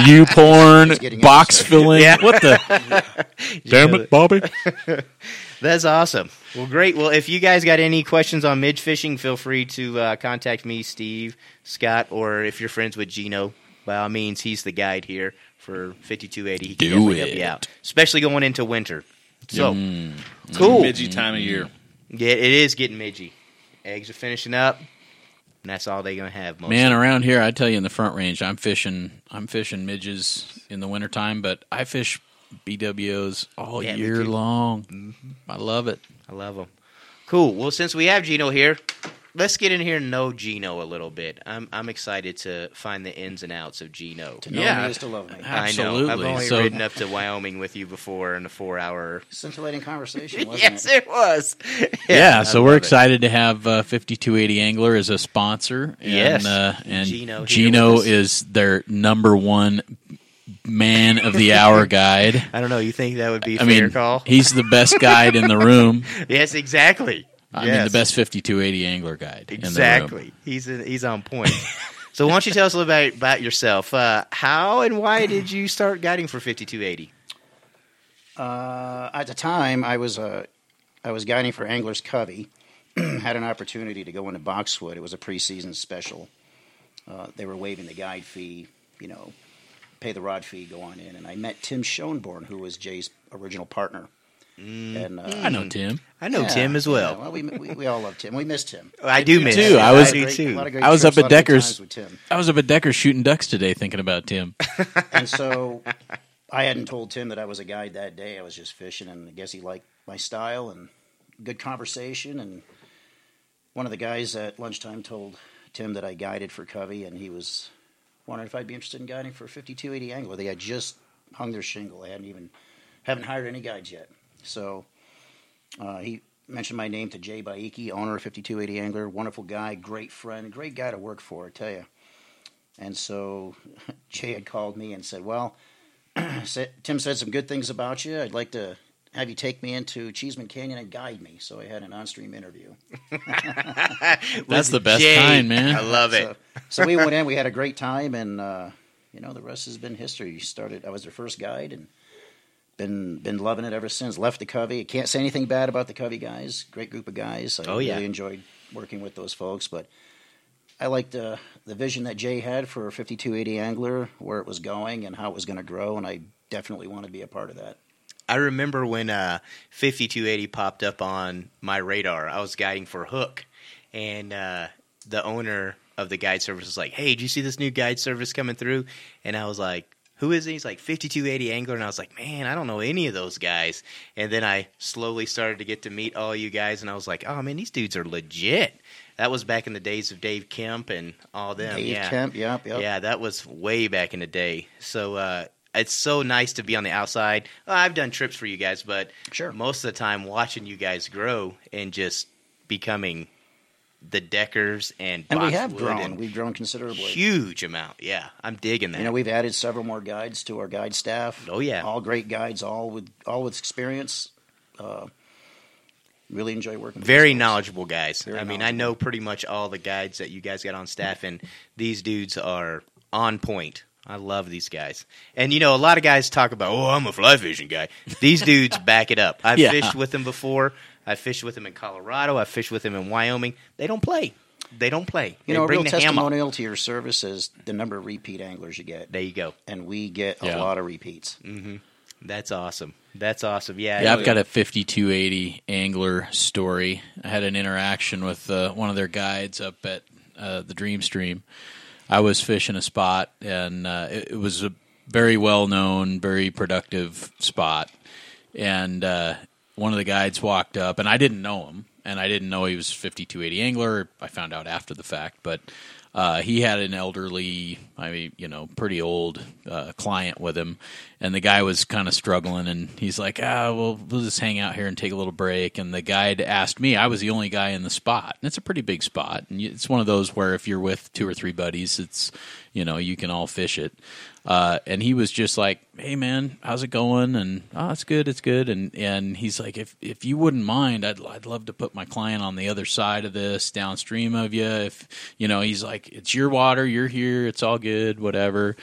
Speaker 4: You porn,
Speaker 1: getting
Speaker 4: box filling. What the? Damn it, Bobby.
Speaker 3: That's awesome. Well, great. Well, if you guys got any questions on midge fishing, feel free to uh, contact me, Steve, Scott, or if you're friends with Gino, by all means, he's the guide here for 5280. He can
Speaker 4: Do
Speaker 3: definitely help
Speaker 4: it. Mm.
Speaker 3: you out, especially going into winter. So Mm. cool.
Speaker 7: midgy time of year.
Speaker 1: Mm-hmm.
Speaker 3: Yeah, it is getting midgy. Eggs are finishing up, and that's all they're gonna have. Mostly.
Speaker 4: Man, around here, I tell you, in the front range, I'm fishing. I'm fishing midges in the wintertime, but I fish BWOs all
Speaker 3: Yeah, me
Speaker 4: year
Speaker 3: too. Mm-hmm.
Speaker 4: long. I love it.
Speaker 3: I love them. Cool. Well, since we have Gino here, let's get in here and know Gino a little bit. I'm I'm excited to find the ins and outs of Gino.
Speaker 1: To know
Speaker 4: Yeah.
Speaker 1: me is to love me.
Speaker 3: I know.
Speaker 4: Absolutely.
Speaker 3: I've only
Speaker 4: So-
Speaker 3: ridden up to Wyoming with you before in a four hour.
Speaker 1: Scintillating conversation, wasn't
Speaker 3: yes,
Speaker 1: it?
Speaker 3: it was.
Speaker 4: Yeah,
Speaker 3: I
Speaker 4: so we're
Speaker 3: love it.
Speaker 4: excited to have uh, 5280 Angler as a sponsor. And,
Speaker 3: Yes.
Speaker 4: uh, and
Speaker 3: Gino here
Speaker 4: Gino,
Speaker 3: with us.
Speaker 4: is their number one man of the hour guide.
Speaker 3: I don't know. You think that would be a
Speaker 4: I
Speaker 3: fair
Speaker 4: mean,
Speaker 3: call?
Speaker 4: he's the best guide in the room.
Speaker 3: yes, exactly.
Speaker 4: I mean,
Speaker 3: Yes.
Speaker 4: the best 5280 angler guide. in the room.
Speaker 3: Exactly. He's in, he's on point. so why don't you tell us a little bit about yourself? Uh, how and why did you start guiding for 5280?
Speaker 1: Uh, at the time, I was uh, I was guiding for Anglers Covey. Had an opportunity to go into Boxwood. It was a preseason special. Uh, they were waiving the guide fee, you know, pay the rod fee, go on in. And I met Tim Schoenborn, who was Jay's original partner. and uh,
Speaker 4: I know Tim.
Speaker 3: I know
Speaker 1: yeah,
Speaker 3: Tim as
Speaker 1: yeah,
Speaker 3: well.
Speaker 1: well, we, we we all love Tim. We missed Tim.
Speaker 3: I do miss
Speaker 4: too.
Speaker 3: him.
Speaker 4: I was-
Speaker 3: do
Speaker 1: Great-
Speaker 3: too.
Speaker 1: a lot of great
Speaker 4: I was
Speaker 1: trips,
Speaker 4: up at
Speaker 1: a lot of good
Speaker 4: Decker's.
Speaker 1: times with Tim.
Speaker 4: I was up at Decker shooting ducks today thinking about Tim.
Speaker 1: And so I hadn't told Tim that I was a guide that day. I was just fishing, and I guess he liked my style and good conversation. And one of the guys at lunchtime told Tim that I guided for Covey, and he was wondering if I'd be interested in guiding for 5280 Angler. They had just hung their shingle. They hadn't even haven't hired any guides yet. So uh, he mentioned my name to Jay Baiki, owner of 5280 Angler. Wonderful guy, great friend, great guy to work for. I tell you. And so Jay had called me and said, "Well, said, Tim said some good things about you. I'd like to have you take me into Cheeseman Canyon and guide me." So I had an on-stream interview.
Speaker 4: That's the best
Speaker 3: Jay.
Speaker 4: kind, man.
Speaker 3: I love it.
Speaker 1: So, so we went in. We had a great time, and uh, you know the rest has been history. You started. I was their first guide, and been been loving it ever since. Left the Covey. I can't say anything bad about the Covey guys. Great group of guys. I
Speaker 3: Oh, yeah.
Speaker 1: really enjoyed working with those folks, but. I liked uh, the vision that Jay had for 5280 Angler, where it was going and how it was going to grow, and I definitely want to be a part of that.
Speaker 3: I remember when uh, 5280 popped up on my radar. I was guiding for Hook, and uh, the owner of the guide service was like, "Hey, did you see this new guide service coming through?" And I was like, "Who is it?" He's like, "5280 Angler," and I was like, "Man, I don't know any of those guys." And then I slowly started to get to meet all you guys, and I was like, "Oh man, these dudes are legit." That was back in the days of Dave Kemp and all them.
Speaker 1: Dave
Speaker 3: yeah.
Speaker 1: Kemp, yep, yep.
Speaker 3: Yeah, that was way back in the day. So uh, it's so nice to be on the outside. Uh, I've done trips for you guys, but
Speaker 1: Sure.
Speaker 3: most of the time watching you guys grow and just becoming the Deckers and
Speaker 1: And we have
Speaker 3: Boxwood
Speaker 1: grown.
Speaker 3: and
Speaker 1: We've grown considerably.
Speaker 3: huge amount. Yeah, I'm digging that.
Speaker 1: You know, we've added several more guides to our guide staff.
Speaker 3: Oh, yeah.
Speaker 1: all great guides, all with all with experience. Uh, really enjoy working. with
Speaker 3: very
Speaker 1: these folks.
Speaker 3: knowledgeable guys. I mean, I
Speaker 1: knowledgeable.
Speaker 3: know pretty much all the guides that you guys got on staff, and these dudes are on point. I love these guys. And, you know, a lot of guys talk about, oh, I'm a fly fishing guy. These dudes back it up. I've
Speaker 4: Yeah.
Speaker 3: fished with them before. I fished with them in Colorado. I fished with them in Wyoming. They don't play. They don't play.
Speaker 1: You
Speaker 3: They
Speaker 1: know, a
Speaker 3: bring
Speaker 1: real
Speaker 3: the hammer.
Speaker 1: testimonial to your service is the number of repeat anglers you get,
Speaker 3: There you go.
Speaker 1: and we get
Speaker 4: Yeah.
Speaker 1: a lot of repeats.
Speaker 3: That's awesome. That's awesome. Yeah.
Speaker 4: Yeah, I've got a 5280 angler story. I had an interaction with uh, one of their guides up at uh, the Dream Stream. I was fishing a spot, and uh, it, it was a very well known, very productive spot. And uh, one of the guides walked up, and I didn't know him, and I didn't know he was 5280 angler. I found out after the fact, but uh, he had an elderly, I mean, you know, pretty old uh, client with him, and the guy was kind of struggling, and he's like, "Ah, well, we'll just hang out here and take a little break." And the guide asked me, I was the only guy in the spot, and it's a pretty big spot, and you- it's one of those where if you're with two or three buddies, it's you know you can all fish it. Uh, and he was just like, "Hey, man, how's it going?" And oh, it's good, it's good. And and he's like, "If if you wouldn't mind, I'd I'd love to put my client on the other side of this, downstream of you. If you know, he's like, it's your water, you're here, it's all good, whatever."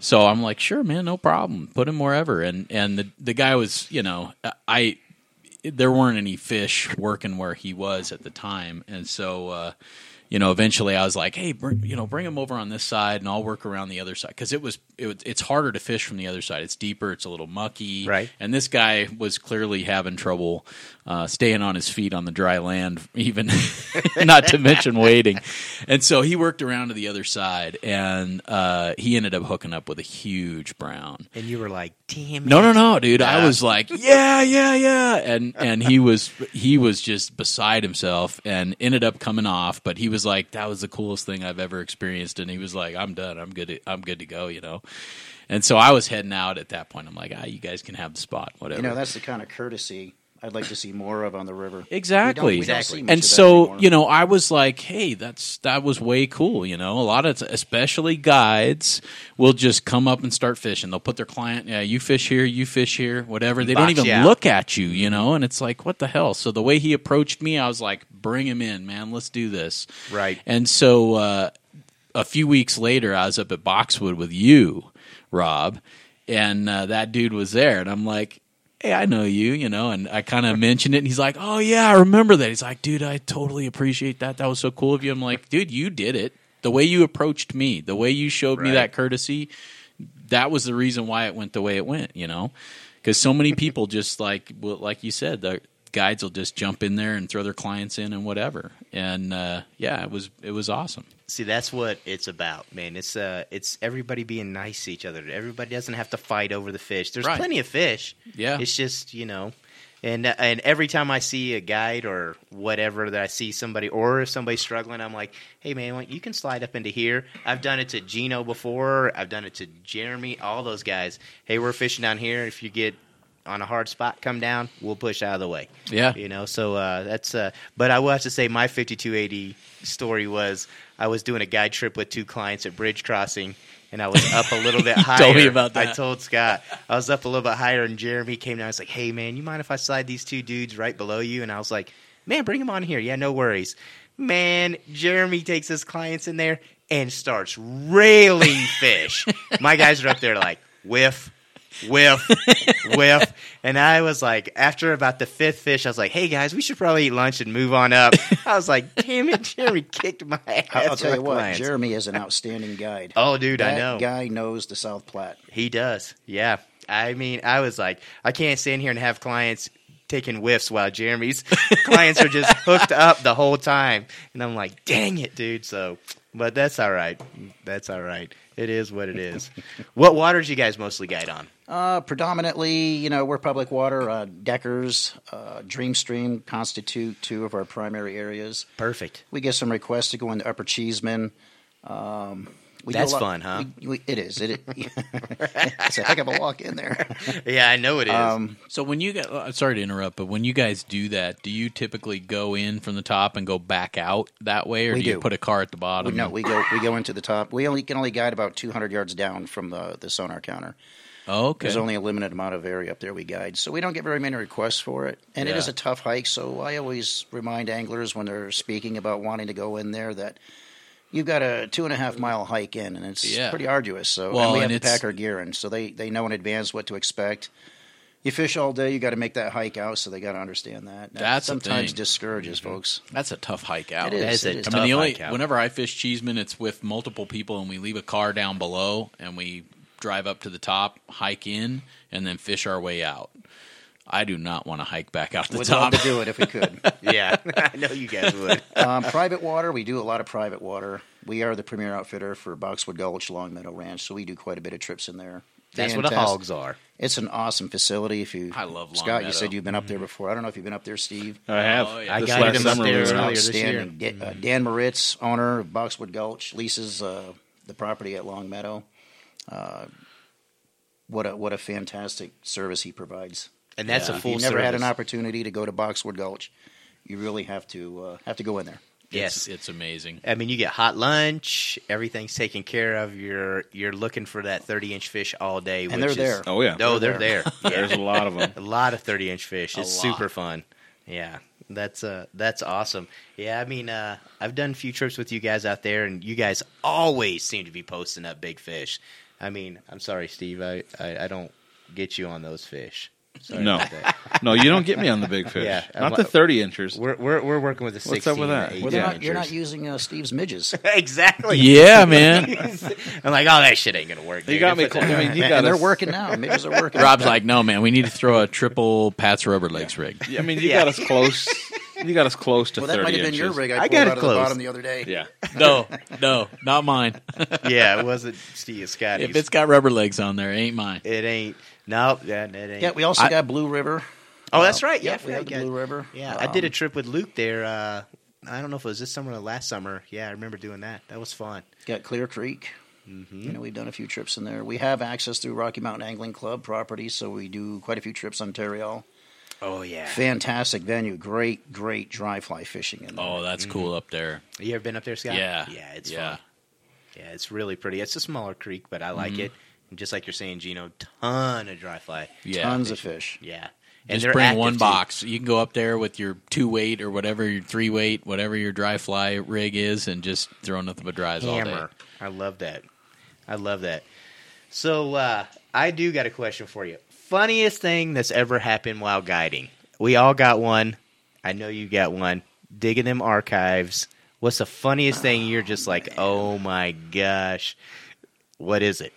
Speaker 4: So I'm like, "Sure, man, no problem. Put him wherever." And and the the guy was, you know, I there weren't any fish working where he was at the time, and so uh, you know, eventually I was like, hey, bring, you know, bring him over on this side, and I'll work around the other side because it was it, was- it's harder to fish from the other side. It's deeper, it's a little mucky,
Speaker 3: Right.
Speaker 4: And this guy was clearly having trouble uh, staying on his feet on the dry land, even not to mention wading. And so he worked around to the other side, and uh, he ended up hooking up with a huge brown.
Speaker 3: And you were like, damn
Speaker 4: No,
Speaker 3: it.
Speaker 4: no, no, dude. I was like, yeah, yeah, yeah, and and he was he was just beside himself and ended up coming off. But he was like, that was the coolest thing I've ever experienced, and he was like, I'm done. I'm good. To, I'm good to go. You know. And so I was heading out at that point. I'm like, ah, you guys can have the spot, whatever.
Speaker 1: You know, that's the kind of courtesy I'd like to see more of on the river.
Speaker 4: Exactly.
Speaker 1: We don't- we don't see much of
Speaker 4: And
Speaker 1: that
Speaker 4: so,
Speaker 1: anymore.
Speaker 4: you know, I was like, hey, that's that was way cool, you know. A lot of especially guides will just come up and start fishing. They'll put their client, yeah, you fish here, you fish here, whatever. They don't
Speaker 3: Box
Speaker 4: even
Speaker 3: you out.
Speaker 4: look at you, you know, and it's like, what the hell? So the way he approached me, I was like, bring him in, man. Let's do this.
Speaker 3: Right.
Speaker 4: And so uh a few weeks later, I was up at Boxwood with you, Rob, and uh, that dude was there, and I'm like, "Hey, I know you," you know, and I kind of mentioned it, and he's like, "Oh yeah, I remember that." He's like, "Dude, I totally appreciate that. That was so cool of you." I'm like, "Dude, you did it. The way you approached me, the way you showed me
Speaker 3: Right.
Speaker 4: that courtesy, that was the reason why it went the way it went, you know? Because so many people just like, well, like you said, the guides will just jump in there and throw their clients in and whatever. And uh, yeah, it was it was awesome.
Speaker 3: See, that's what it's about, man. It's uh, it's everybody being nice to each other. Everybody doesn't have to fight over the fish. There's
Speaker 4: Right.
Speaker 3: plenty of fish.
Speaker 4: Yeah.
Speaker 3: it's just you know, and and every time I see a guide or whatever that I see somebody or if somebody's struggling, I'm like, hey man, like, you can slide up into here. I've done it to Gino before. I've done it to Jeremy. All those guys. Hey, we're fishing down here. If you get on a hard spot, come down. We'll push out of the way
Speaker 4: Yeah.
Speaker 3: you know so uh, that's uh, but i will have to say my 5280 story was i was doing a guide trip with two clients at bridge crossing and i was up a little bit higher
Speaker 4: told me about
Speaker 3: i
Speaker 4: that.
Speaker 3: told scott i was up a little bit higher and jeremy came down and was like hey man you mind if i slide these two dudes right below you and i was like man bring them on here yeah no worries man jeremy takes his clients in there and starts railing fish my guys are up there like whiff whiff, whiff. And I was like, after about the fifth fish, I was like, hey guys, we should probably eat lunch and move on up. I was like, damn it, Jeremy kicked my ass.
Speaker 1: I'll, I'll tell
Speaker 3: with
Speaker 1: you what,
Speaker 3: lions.
Speaker 1: Jeremy is an outstanding guide.
Speaker 3: Oh, dude,
Speaker 1: that
Speaker 3: I know.
Speaker 1: guy knows the South Platte.
Speaker 3: He does. Yeah. I mean, I was like, I can't stand here and have clients taking whiffs while Jeremy's clients are just hooked up the whole time. And I'm like, dang it, dude. So, but that's all right. That's all right. It is what it is. what waters you guys mostly guide on?
Speaker 1: Uh, predominantly, you know, we're public water. Uh, Deckers, uh, Dreamstream constitute two of our primary areas.
Speaker 3: Perfect.
Speaker 1: We get some requests to go into Upper Cheeseman. Um, we do a
Speaker 3: That's fun, huh?
Speaker 1: we- we- it is. It, it, it's a heck of a walk in there.
Speaker 3: Yeah, I know it is.
Speaker 1: Um,
Speaker 4: So when you got, uh, sorry to interrupt, but when you guys do that, do you typically go in from the top and go back out that way, or
Speaker 1: We
Speaker 4: do you
Speaker 1: do.
Speaker 4: put a car at the
Speaker 1: we,
Speaker 4: bottom?
Speaker 1: no, we go we go into the top. We only can only guide about 200 yards down from the, the sonar counter.
Speaker 4: Oh, okay.
Speaker 1: There's only a limited amount of area up there we guide, so we don't get very many requests for it. And it
Speaker 4: Yeah.
Speaker 1: is a tough hike, so I always remind anglers when they're speaking about wanting to go in there that you've got a two and a half mile hike in, and it's
Speaker 4: Yeah.
Speaker 1: pretty arduous. So and
Speaker 4: Well,
Speaker 1: we
Speaker 4: and
Speaker 1: have to
Speaker 4: it's-
Speaker 1: pack our gear in, so they they know in advance what to expect. You fish all day, you got to make that hike out, so they got to understand that. That
Speaker 4: That's the
Speaker 1: sometimes
Speaker 4: thing. Mm-hmm.
Speaker 1: discourages folks.
Speaker 4: That's a tough hike out.
Speaker 1: It is.
Speaker 3: That is a
Speaker 1: it is.
Speaker 4: I
Speaker 3: tough
Speaker 4: mean, the only
Speaker 3: hike out.
Speaker 4: whenever I fish Cheeseman, it's with multiple people, and we leave a car down below, and we drive up to the top, hike in, and then fish our way out. I do not want to hike back out the
Speaker 1: We'd
Speaker 4: top.
Speaker 1: love to do it if we could.
Speaker 3: yeah, I know you guys would.
Speaker 1: um, private water, we do a lot of private water. We are the premier outfitter for Boxwood Gulch, Long Meadow Ranch, so we do quite a bit of trips in there.
Speaker 3: That's what the
Speaker 1: Fantastic.
Speaker 3: hogs are.
Speaker 1: It's an awesome facility. If you,
Speaker 4: I love Long
Speaker 1: Scott. You
Speaker 4: Meadow.
Speaker 1: said you've been up there before. I don't know if you've been up there, Steve.
Speaker 7: I have.
Speaker 4: Oh, yeah.
Speaker 3: I
Speaker 7: This
Speaker 3: guided
Speaker 7: last
Speaker 3: him Mm-hmm. up
Speaker 7: summer
Speaker 3: there
Speaker 7: we
Speaker 1: It's
Speaker 7: were
Speaker 3: earlier
Speaker 7: out.
Speaker 3: this year. Mm-hmm.
Speaker 1: outstanding. Da- uh, Dan Moritz, owner of Boxwood Gulch, leases uh, the property at Long Meadow. Uh, what a what a fantastic service he provides.
Speaker 3: And that's
Speaker 1: Uh,
Speaker 3: a
Speaker 1: if
Speaker 3: full
Speaker 1: you never had an
Speaker 3: service.
Speaker 1: opportunity to go to Boxwood Gulch. You really have to uh, have to go in there.
Speaker 3: Yes.
Speaker 4: It's, it's amazing.
Speaker 3: I mean, you get hot lunch. Everything's taken care of. You're you're looking for that thirty inch fish all day,
Speaker 1: And
Speaker 3: which
Speaker 1: they're
Speaker 3: is-
Speaker 1: there.
Speaker 7: Oh, yeah.
Speaker 3: no, they're, there.
Speaker 7: There's a lot of them.
Speaker 3: a lot of thirty inch fish. It's
Speaker 4: lot.
Speaker 3: super fun. Yeah, that's uh that's awesome. Yeah, I mean, uh, I've done a few trips with you guys out there, and you guys always seem to be posting up big fish. I mean, I'm sorry, Steve. I I, I don't get you on those fish. Sorry
Speaker 7: No.
Speaker 3: about that.
Speaker 7: No, you don't get me on the big fish.
Speaker 3: Yeah.
Speaker 7: Not the 30 inchers.
Speaker 3: We're, we're, we're working with a 16.
Speaker 7: What's up with that?
Speaker 3: and
Speaker 7: Well,
Speaker 3: 18
Speaker 7: they're
Speaker 1: You're not, you're not
Speaker 3: inchers.
Speaker 1: using uh, Steve's midges.
Speaker 3: exactly.
Speaker 4: Yeah, man.
Speaker 3: I'm like, oh, that shit ain't gonna work.
Speaker 7: They
Speaker 3: dude.
Speaker 7: got me.
Speaker 3: Put
Speaker 7: Cl-
Speaker 3: that
Speaker 7: I
Speaker 3: on.
Speaker 7: mean, you
Speaker 1: And-
Speaker 7: got
Speaker 1: and they're
Speaker 7: us-
Speaker 1: working now. Midges are working.
Speaker 4: Rob's like, no, man, we need to throw a triple Pat's Rubber Legs rig.
Speaker 7: I mean, you
Speaker 3: Yeah.
Speaker 7: got us close. You got us close to
Speaker 1: well,
Speaker 7: 30
Speaker 1: that might have been
Speaker 7: inches.
Speaker 1: your rig. I,
Speaker 3: I
Speaker 1: pulled
Speaker 3: got it
Speaker 1: out of
Speaker 3: close.
Speaker 1: the bottom the other day.
Speaker 7: Yeah.
Speaker 4: No, no, not mine.
Speaker 3: yeah, it wasn't Steve Scotty.
Speaker 4: if it's got rubber legs on there, it ain't mine.
Speaker 3: it ain't. No, yeah, that ain't.
Speaker 1: Yeah, we also
Speaker 4: I-
Speaker 1: got Blue River.
Speaker 3: oh, that's right. Yeah,
Speaker 1: Yep, we have the
Speaker 3: got-
Speaker 1: Blue River.
Speaker 3: Yeah, I did a
Speaker 1: Um,
Speaker 3: trip with Luke there. Uh, I don't know if it was this summer or last summer. Yeah, I remember doing that. That was fun.
Speaker 1: Got Clear Creek.
Speaker 3: Mm-hmm.
Speaker 1: You know, we've done a few trips in there. We have access through Rocky Mountain Angling Club property, so we do quite a few trips on Terreal.
Speaker 3: Oh yeah.
Speaker 1: Fantastic venue. Great, great dry fly fishing in there.
Speaker 4: Oh, that's cool up there.
Speaker 3: You ever been up there, Scott?
Speaker 4: Yeah.
Speaker 3: Mm-hmm. Yeah, it's
Speaker 4: Yeah.
Speaker 3: fun. Yeah, it's really pretty. It's a smaller creek, but I like it. And just like you're saying, Gino, ton of dry fly.
Speaker 4: Yeah.
Speaker 1: Tons of fish.
Speaker 3: Yeah.
Speaker 4: just bring
Speaker 3: active,
Speaker 4: one
Speaker 3: too.
Speaker 4: box. You can go up there with your two weight or whatever your three weight, whatever your dry fly rig is, and just throw nothing but dries all
Speaker 3: Hammer.
Speaker 4: day.
Speaker 3: I love that. I love that. So uh, I do got a question for you. Funniest thing that's ever happened while guiding. We all got one. I know you got one. Digging them archives. What's the funniest thing you're just like, oh my gosh, what is it?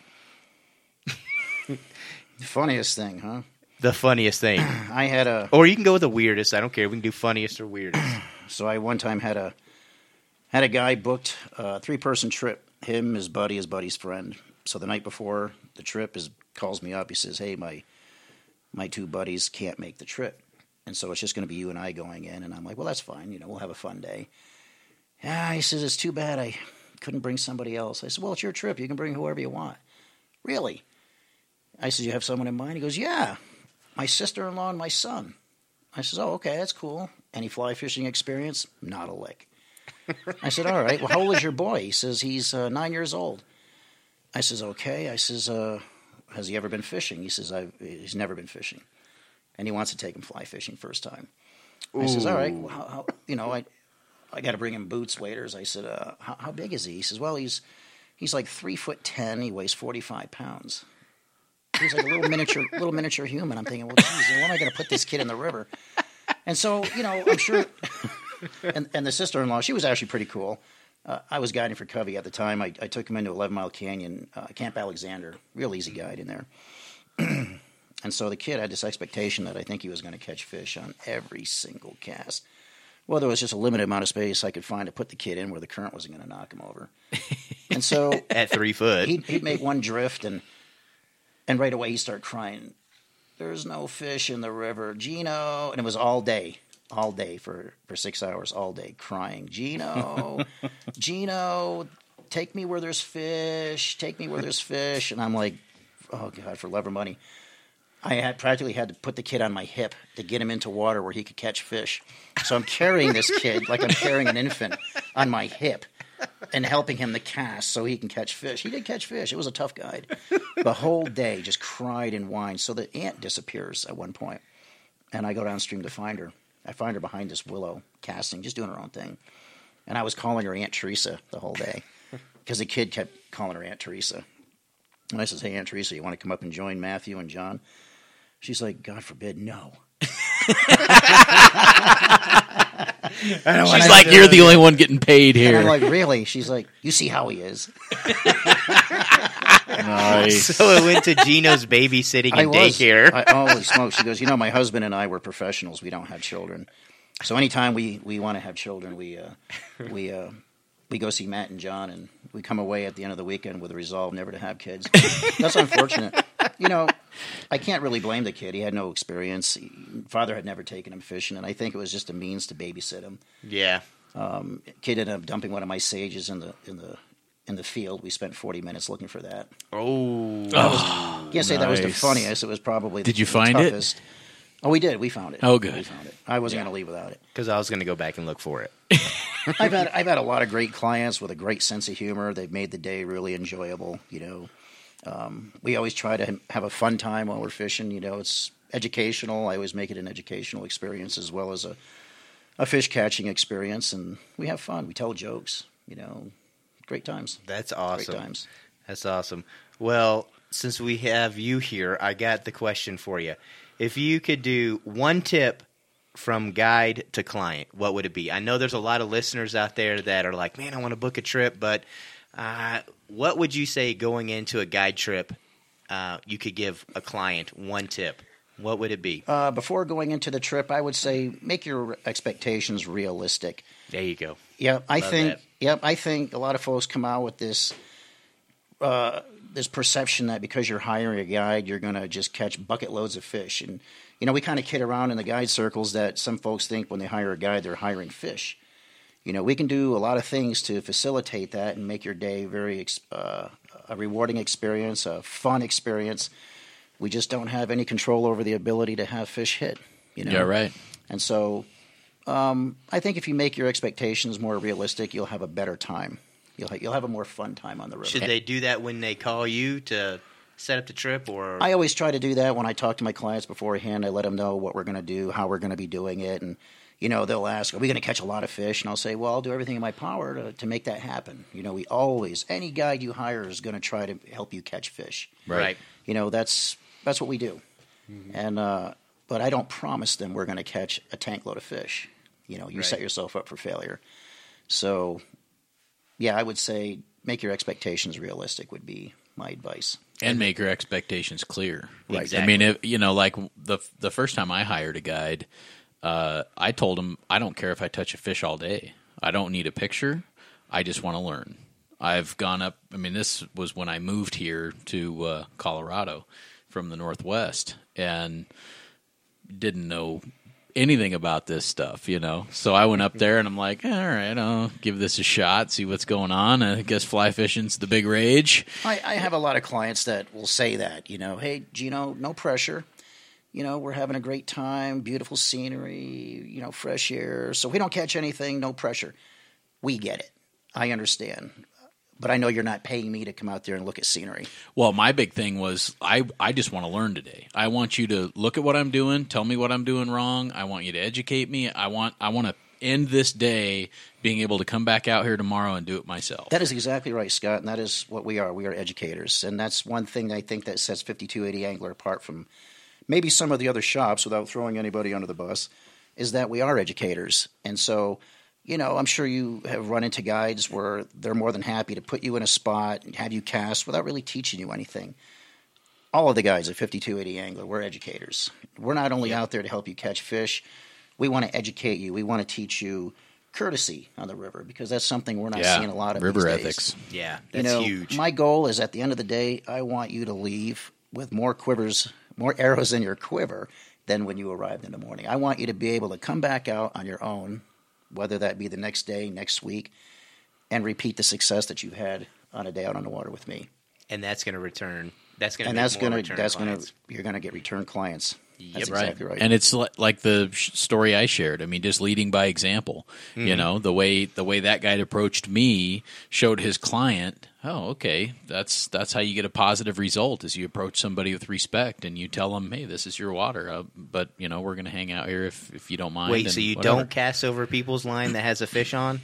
Speaker 1: Funniest thing, huh?
Speaker 3: The funniest thing.
Speaker 1: I had a
Speaker 3: Or you can go with the weirdest. I don't care. We can do funniest or weirdest.
Speaker 1: So I one time had a had a guy booked a three person trip. Him, his buddy, his buddy's friend. So the night before the trip, is calls me up. He says, "Hey, my my two buddies can't make the trip, and so it's just going to be you and I going in." And I'm like, "Well, that's fine. You know, we'll have a fun day." Yeah, he says, "It's too bad I couldn't bring somebody else." I said, "Well, it's your trip. You can bring whoever you want." Really? I said, "You have someone in mind?" He goes, "Yeah, my sister in law and my son." I says, "Oh, okay, that's cool." Any fly fishing experience? Not a lick. I said, "All right. Well, how old is your boy?" He says, "He's uh, nine years old." I says, "Okay." I says, uh, "Has he ever been fishing?" He says, I've, "He's never been fishing," and he wants to take him fly fishing first time. I says, "All right. Well, how, how, you know, I I got to bring him boots, waders." I said, uh, how, "How big is he?" He says, "Well, he's he's like three foot ten. He weighs forty five pounds." He's like a little miniature little miniature human. I'm thinking, well, geez, when am I going to put this kid in the river? And so, you know, I'm sure. and, and the sister in law, she was actually pretty cool. Uh, I was guiding for Covey at the time. I, I took him into 11 Mile Canyon, uh, Camp Alexander, real easy guide in there. and so the kid had this expectation that I think he was going to catch fish on every single cast. Well, there was just a limited amount of space I could find to put the kid in where the current wasn't going to knock him over. And so
Speaker 3: At three foot.
Speaker 1: he'd, he'd make one drift and and right away he'd start crying there's no fish in the river gino and it was all day all day for for six hours all day crying gino gino take me where there's fish take me where there's fish and i'm like oh god for love or money I had practically had to put the kid on my hip to get him into water where he could catch fish. So I'm carrying this kid like I'm carrying an infant on my hip and helping him to cast so he can catch fish. He did catch fish. It was a tough guide. The whole day just cried and whined. So the aunt disappears at one point, and I go downstream to find her. I find her behind this willow casting, just doing her own thing. And I was calling her Aunt Teresa the whole day because the kid kept calling her Aunt Teresa. And I says, "Hey, Aunt Teresa, you want to come up and join Matthew and John?" She's like, "God forbid, no."
Speaker 4: She's like, you're the only one getting paid
Speaker 1: And
Speaker 4: here.
Speaker 1: I'm like, "Really?" She's like, "You see how he is."
Speaker 4: Nice.
Speaker 3: So it went to Gino's babysitting
Speaker 1: I
Speaker 3: and
Speaker 1: was.
Speaker 3: daycare.
Speaker 1: I always smoke. She goes, you know, my husband and I were professionals. We don't have children, so anytime we we want to have children, we uh, we uh, we go see Matt and John, and we come away at the end of the weekend with a resolve never to have kids. That's unfortunate. You know, I can't really blame the kid. He had no experience. He- Father had never taken him fishing, and I think it was just a means to babysit him
Speaker 3: yeah.
Speaker 1: kid ended up dumping one of my sages in the in the in the field. We spent forty minutes looking for that.
Speaker 3: Oh.
Speaker 1: I can't say that was the
Speaker 4: nice.
Speaker 1: funniest. It was probably
Speaker 4: Did
Speaker 1: the,
Speaker 4: you
Speaker 1: the
Speaker 4: find it?
Speaker 1: toughest. Oh, we did. We found it.
Speaker 4: Oh, good.
Speaker 1: We found it. I wasn't going to leave without it.
Speaker 3: Because I was going to go back and look for it.
Speaker 1: I've had I've had a lot of great clients with a great sense of humor. They've made the day really enjoyable. You know, um, we always try to have a fun time while we're fishing. You know, it's educational. I always make it an educational experience as well as a a fish catching experience, and we have fun. We tell jokes. You know, great times.
Speaker 3: That's awesome.
Speaker 1: Great times.
Speaker 3: That's awesome. Well, since we have you here, I got the question for you. If you could do one tip from guide to client, what would it be? I know there's a lot of listeners out there that are like, man, I want to book a trip, but uh, what would you say going into a guide trip uh, you could give a client one tip? What would it be?
Speaker 1: Uh, before going into the trip, I would say make your expectations realistic.
Speaker 3: there you go.
Speaker 1: Yep, I
Speaker 3: Love
Speaker 1: think.
Speaker 3: that.
Speaker 1: Yep, I think a lot of folks come out with this uh, this perception that because you're hiring a guide, you're going to just catch bucket loads of fish, and you know we kind of kid around in the guide circles that some folks think when they hire a guide, they're hiring fish. You know, we can do a lot of things to facilitate that and make your day very ex- uh, a rewarding experience, a fun experience. We just don't have any control over the ability to have fish hit. You know?
Speaker 4: Yeah, right.
Speaker 1: And so um, I think if you make your expectations more realistic, you'll have a better time. You'll, ha- you'll have a more fun time on the road.
Speaker 3: Should they do that when they call you to set up the trip, or
Speaker 1: I always try to do that when I talk to my clients beforehand. I let them know what we're going to do, how we're going to be doing it, and you know they'll ask, "Are we going to catch a lot of fish?" And I'll say, "Well, I'll do everything in my power to, to make that happen." You know, we always any guide you hire is going to try to help you catch fish.
Speaker 3: right? Mm-hmm.
Speaker 1: You know, that's that's what we do. And uh, but I don't promise them we're going to catch a tank load of fish. You know, you
Speaker 3: Right.
Speaker 1: set yourself up for failure. So, yeah, I would say make your expectations realistic would be my advice.
Speaker 4: and make your expectations clear.
Speaker 3: Right.
Speaker 4: I mean, if, you know, like the the first time I hired a guide, uh, I told him I don't care if I touch a fish all day. I don't need a picture. I just want to learn. I've gone up. I mean, this was when I moved here to uh, Colorado from the Northwest, and didn't know anything about this stuff, you know. So I went up there and I'm like, all right, I'll give this a shot, see what's going on. I guess fly fishing's the big rage.
Speaker 1: I, I have a lot of clients that will say that, you know, hey, Gino, no pressure. You know, we're having a great time, beautiful scenery, you know, fresh air. So we don't catch anything, no pressure. We get it. I understand. But I know you're not paying me to come out there and look at scenery.
Speaker 4: Well, my big thing was I, I just want to learn today. I want you to look at what I'm doing, tell me what I'm doing wrong. I want you to educate me. I want I want to end this day being able to come back out here tomorrow and do it myself.
Speaker 1: That is exactly right, Scott, and that is what we are. We are educators, and that's one thing I think that sets 5280 Angler apart from maybe some of the other shops. Without throwing anybody under the bus, is that we are educators, and so you know I'm sure you have run into guides where they're more than happy to put you in a spot and have you cast without really teaching you anything. All of the guides at 5280 Angler, we're educators. We're not only out there to help you catch fish, we want to educate you. We want to teach you courtesy on the river because that's something we're not seeing a lot of
Speaker 4: river
Speaker 1: these days.
Speaker 4: ethics.
Speaker 3: Yeah,
Speaker 1: You
Speaker 3: that's
Speaker 1: know,
Speaker 3: huge.
Speaker 1: My goal is at the end of the day, I want you to leave with more quivers, more arrows in your quiver than when you arrived in the morning. I want you to be able to come back out on your own, whether that be the next day, next week, and repeat the success that you had on a day out on the water with me.
Speaker 3: and that's going to return. That's going to
Speaker 1: And that's
Speaker 3: going
Speaker 1: gonna
Speaker 3: to
Speaker 1: that's gonna you're gonna get return clients. That's exactly right.
Speaker 4: And it's li- like the sh- story I shared. I mean, just leading by example.
Speaker 3: Mm-hmm.
Speaker 4: You know, the way the way that guy approached me showed his client, "Oh, okay, that's that's how you get a positive result is you approach somebody with respect and you tell them, "Hey, this is your water, uh, but you know, we're going to hang out here if if you don't mind."
Speaker 3: Wait,
Speaker 4: and
Speaker 3: so you
Speaker 4: whatever."
Speaker 3: don't cast over people's line that has a fish on?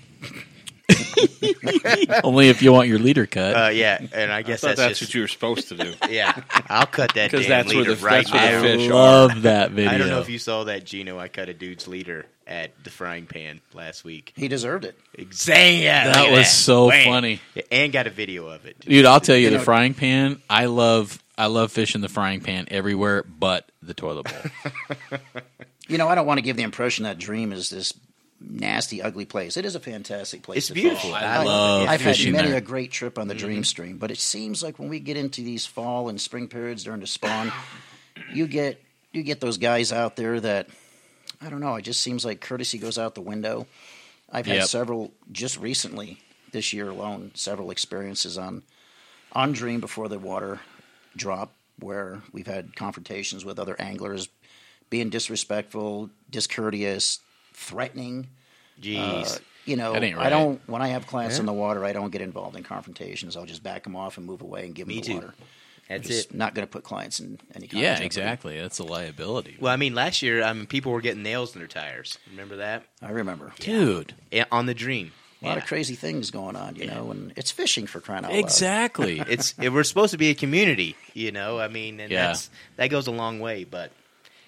Speaker 4: only if you want your leader cut.
Speaker 3: Uh, yeah, and I guess
Speaker 7: I
Speaker 3: that's,
Speaker 7: thought that's
Speaker 3: just
Speaker 7: what you were supposed to do.
Speaker 3: yeah. I'll cut that damn
Speaker 7: Because that's where
Speaker 3: leader
Speaker 7: the-
Speaker 3: right
Speaker 7: that's where the
Speaker 3: now.
Speaker 7: fish-
Speaker 4: I
Speaker 7: are.
Speaker 4: love that video.
Speaker 3: I don't know if you saw that, Gino. I cut a dude's leader at the frying pan last week.
Speaker 1: he deserved it.
Speaker 3: Exactly.
Speaker 4: That was so funny.
Speaker 3: and got a video of it.
Speaker 4: Dude, I'll tell you, the
Speaker 1: know-
Speaker 4: frying pan. I love, I love fish in the frying pan everywhere, but the toilet bowl.
Speaker 1: You know, I don't want to give the impression that Dream is this nasty, ugly place. It is a fantastic place.
Speaker 3: It's
Speaker 1: to
Speaker 3: beautiful.
Speaker 1: Fish.
Speaker 3: I love
Speaker 1: I've had
Speaker 4: fishing
Speaker 1: many
Speaker 4: there. Mm-hmm.
Speaker 1: a great trip on the Dream Stream, but it seems like when we get into these fall and spring periods during the spawn, you get you get those guys out there that I don't know. It just seems like courtesy goes out the window. I've had
Speaker 4: Yep.
Speaker 1: several just recently this year alone, several experiences on on Dream before the water drop, where we've had confrontations with other anglers being disrespectful, discourteous, threatening.
Speaker 3: Jeez.
Speaker 1: Uh, You know,
Speaker 4: That ain't
Speaker 1: I
Speaker 4: right.
Speaker 1: don't. When I have clients in the water, I don't get involved in confrontations. I'll just back them off and move away and give them
Speaker 3: Me
Speaker 1: the
Speaker 3: too.
Speaker 1: water.
Speaker 3: that's
Speaker 1: Just
Speaker 3: it.
Speaker 1: not going to put clients in any. Kind of
Speaker 4: yeah,
Speaker 1: jeopardy.
Speaker 4: exactly. That's a liability,
Speaker 3: Well, I mean, last year, I mean, people were getting nails in their tires. Remember that?
Speaker 1: I remember
Speaker 4: dude.
Speaker 3: Yeah, on the dream.
Speaker 1: a lot
Speaker 3: Yeah.
Speaker 1: of crazy things going on, you know, and it's fishing for crying out loud.
Speaker 4: Exactly.
Speaker 3: it's it, we're supposed to be a community, you know. I mean, and
Speaker 4: Yeah.
Speaker 3: that's that goes a long way, but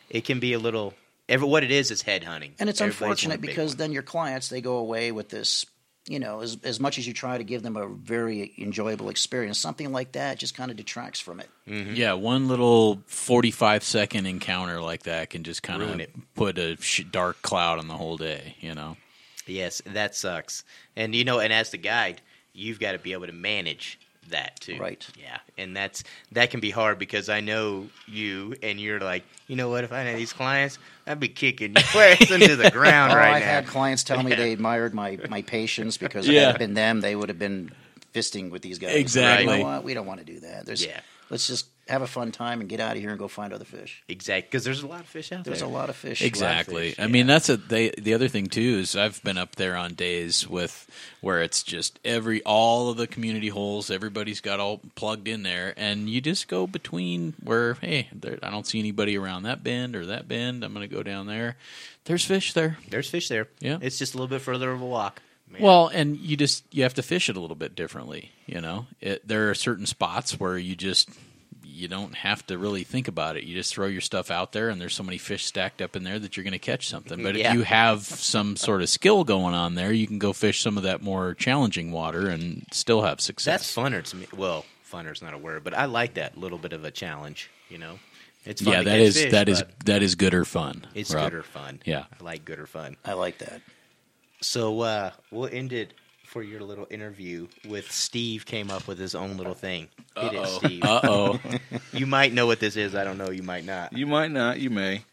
Speaker 3: it can be a little. Every, what it is is head hunting,
Speaker 1: And it's
Speaker 3: Everybody's wanting a
Speaker 1: unfortunate
Speaker 3: big
Speaker 1: because
Speaker 3: one.
Speaker 1: then your clients they go away with this, you know, as as much as you try to give them a very enjoyable experience, something like that just kind of detracts from it.
Speaker 3: Mm-hmm.
Speaker 4: yeah, one little forty-five second encounter like that can just kind
Speaker 3: Ruin
Speaker 4: of
Speaker 3: it.
Speaker 4: put a sh- dark cloud on the whole day. You know.
Speaker 3: yes, that sucks. And you know, and as the guide, you've got to be able to manage that too,
Speaker 1: Right.
Speaker 3: Yeah, and that's that can be hard because I know you, and you're like, you know what? If I had these clients, I'd be kicking your ass into the ground
Speaker 1: Oh,
Speaker 3: right
Speaker 1: I've
Speaker 3: now.
Speaker 1: had clients tell me they admired my my patience because if it
Speaker 4: Yeah.
Speaker 1: had been them, they would have been fisting with these guys.
Speaker 4: Exactly.
Speaker 1: You know what? We don't want to do that. There's,
Speaker 3: Yeah.
Speaker 1: Let's just have a fun time and get out of here and go find other fish.
Speaker 3: Exactly, because there's a lot of fish out
Speaker 1: There's
Speaker 3: there.
Speaker 1: a lot of fish.
Speaker 4: Exactly.
Speaker 3: fish,
Speaker 4: I mean, that's a they, the other thing too is I've been up there on days with where it's just every all of the community holes, everybody's got all plugged in there, and you just go between where hey, there, I don't see anybody around that bend or that bend. I'm going to go down there. There's fish there.
Speaker 3: There's fish there.
Speaker 4: Yeah.
Speaker 3: it's just a little bit further of a walk. Man.
Speaker 4: Well, and you just you have to fish it a little bit differently. You know, it, there are certain spots where you just you don't have to really think about it. You just throw your stuff out there, and there's so many fish stacked up in there that you're going to catch something. But
Speaker 3: Yeah.
Speaker 4: if you have some sort of skill going on there, you can go fish some of that more challenging water and still have
Speaker 3: that's
Speaker 4: success.
Speaker 3: funner to me. Well, funner's not a word, but I like that little bit of a challenge. You know, it's fun
Speaker 4: yeah,
Speaker 3: to
Speaker 4: that
Speaker 3: catch
Speaker 4: is
Speaker 3: fish,
Speaker 4: that is
Speaker 3: but
Speaker 4: that is good or fun.
Speaker 3: it's
Speaker 4: Rob.
Speaker 3: good or fun.
Speaker 4: Yeah.
Speaker 3: I like good or fun.
Speaker 1: I like that.
Speaker 3: So uh, we'll end it for your little interview with Steve. Came up with his own little thing. Hit it, Steve.
Speaker 4: Uh oh.
Speaker 3: You might know what this is. I don't know. You might not.
Speaker 7: You might not. You may.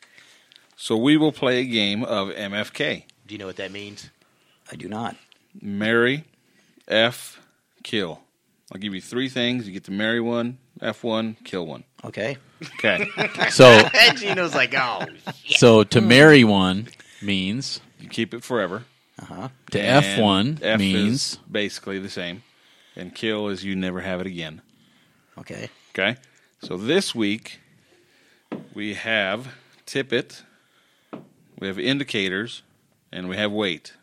Speaker 7: So we will play a game of MFK.
Speaker 3: Do you know what that means?
Speaker 1: I do not.
Speaker 7: Marry, F, kill. I'll give you three things. You get to marry one, F one, kill one.
Speaker 1: Okay.
Speaker 7: Okay.
Speaker 4: so
Speaker 3: And Gino's like, oh,
Speaker 4: so to marry one means
Speaker 7: you keep it forever.
Speaker 4: to
Speaker 7: And
Speaker 4: f one
Speaker 7: F
Speaker 4: means
Speaker 7: is basically the same. And kill is you never have it again.
Speaker 1: Okay.
Speaker 7: Okay. So this week we have tippet, we have indicators, and we have weight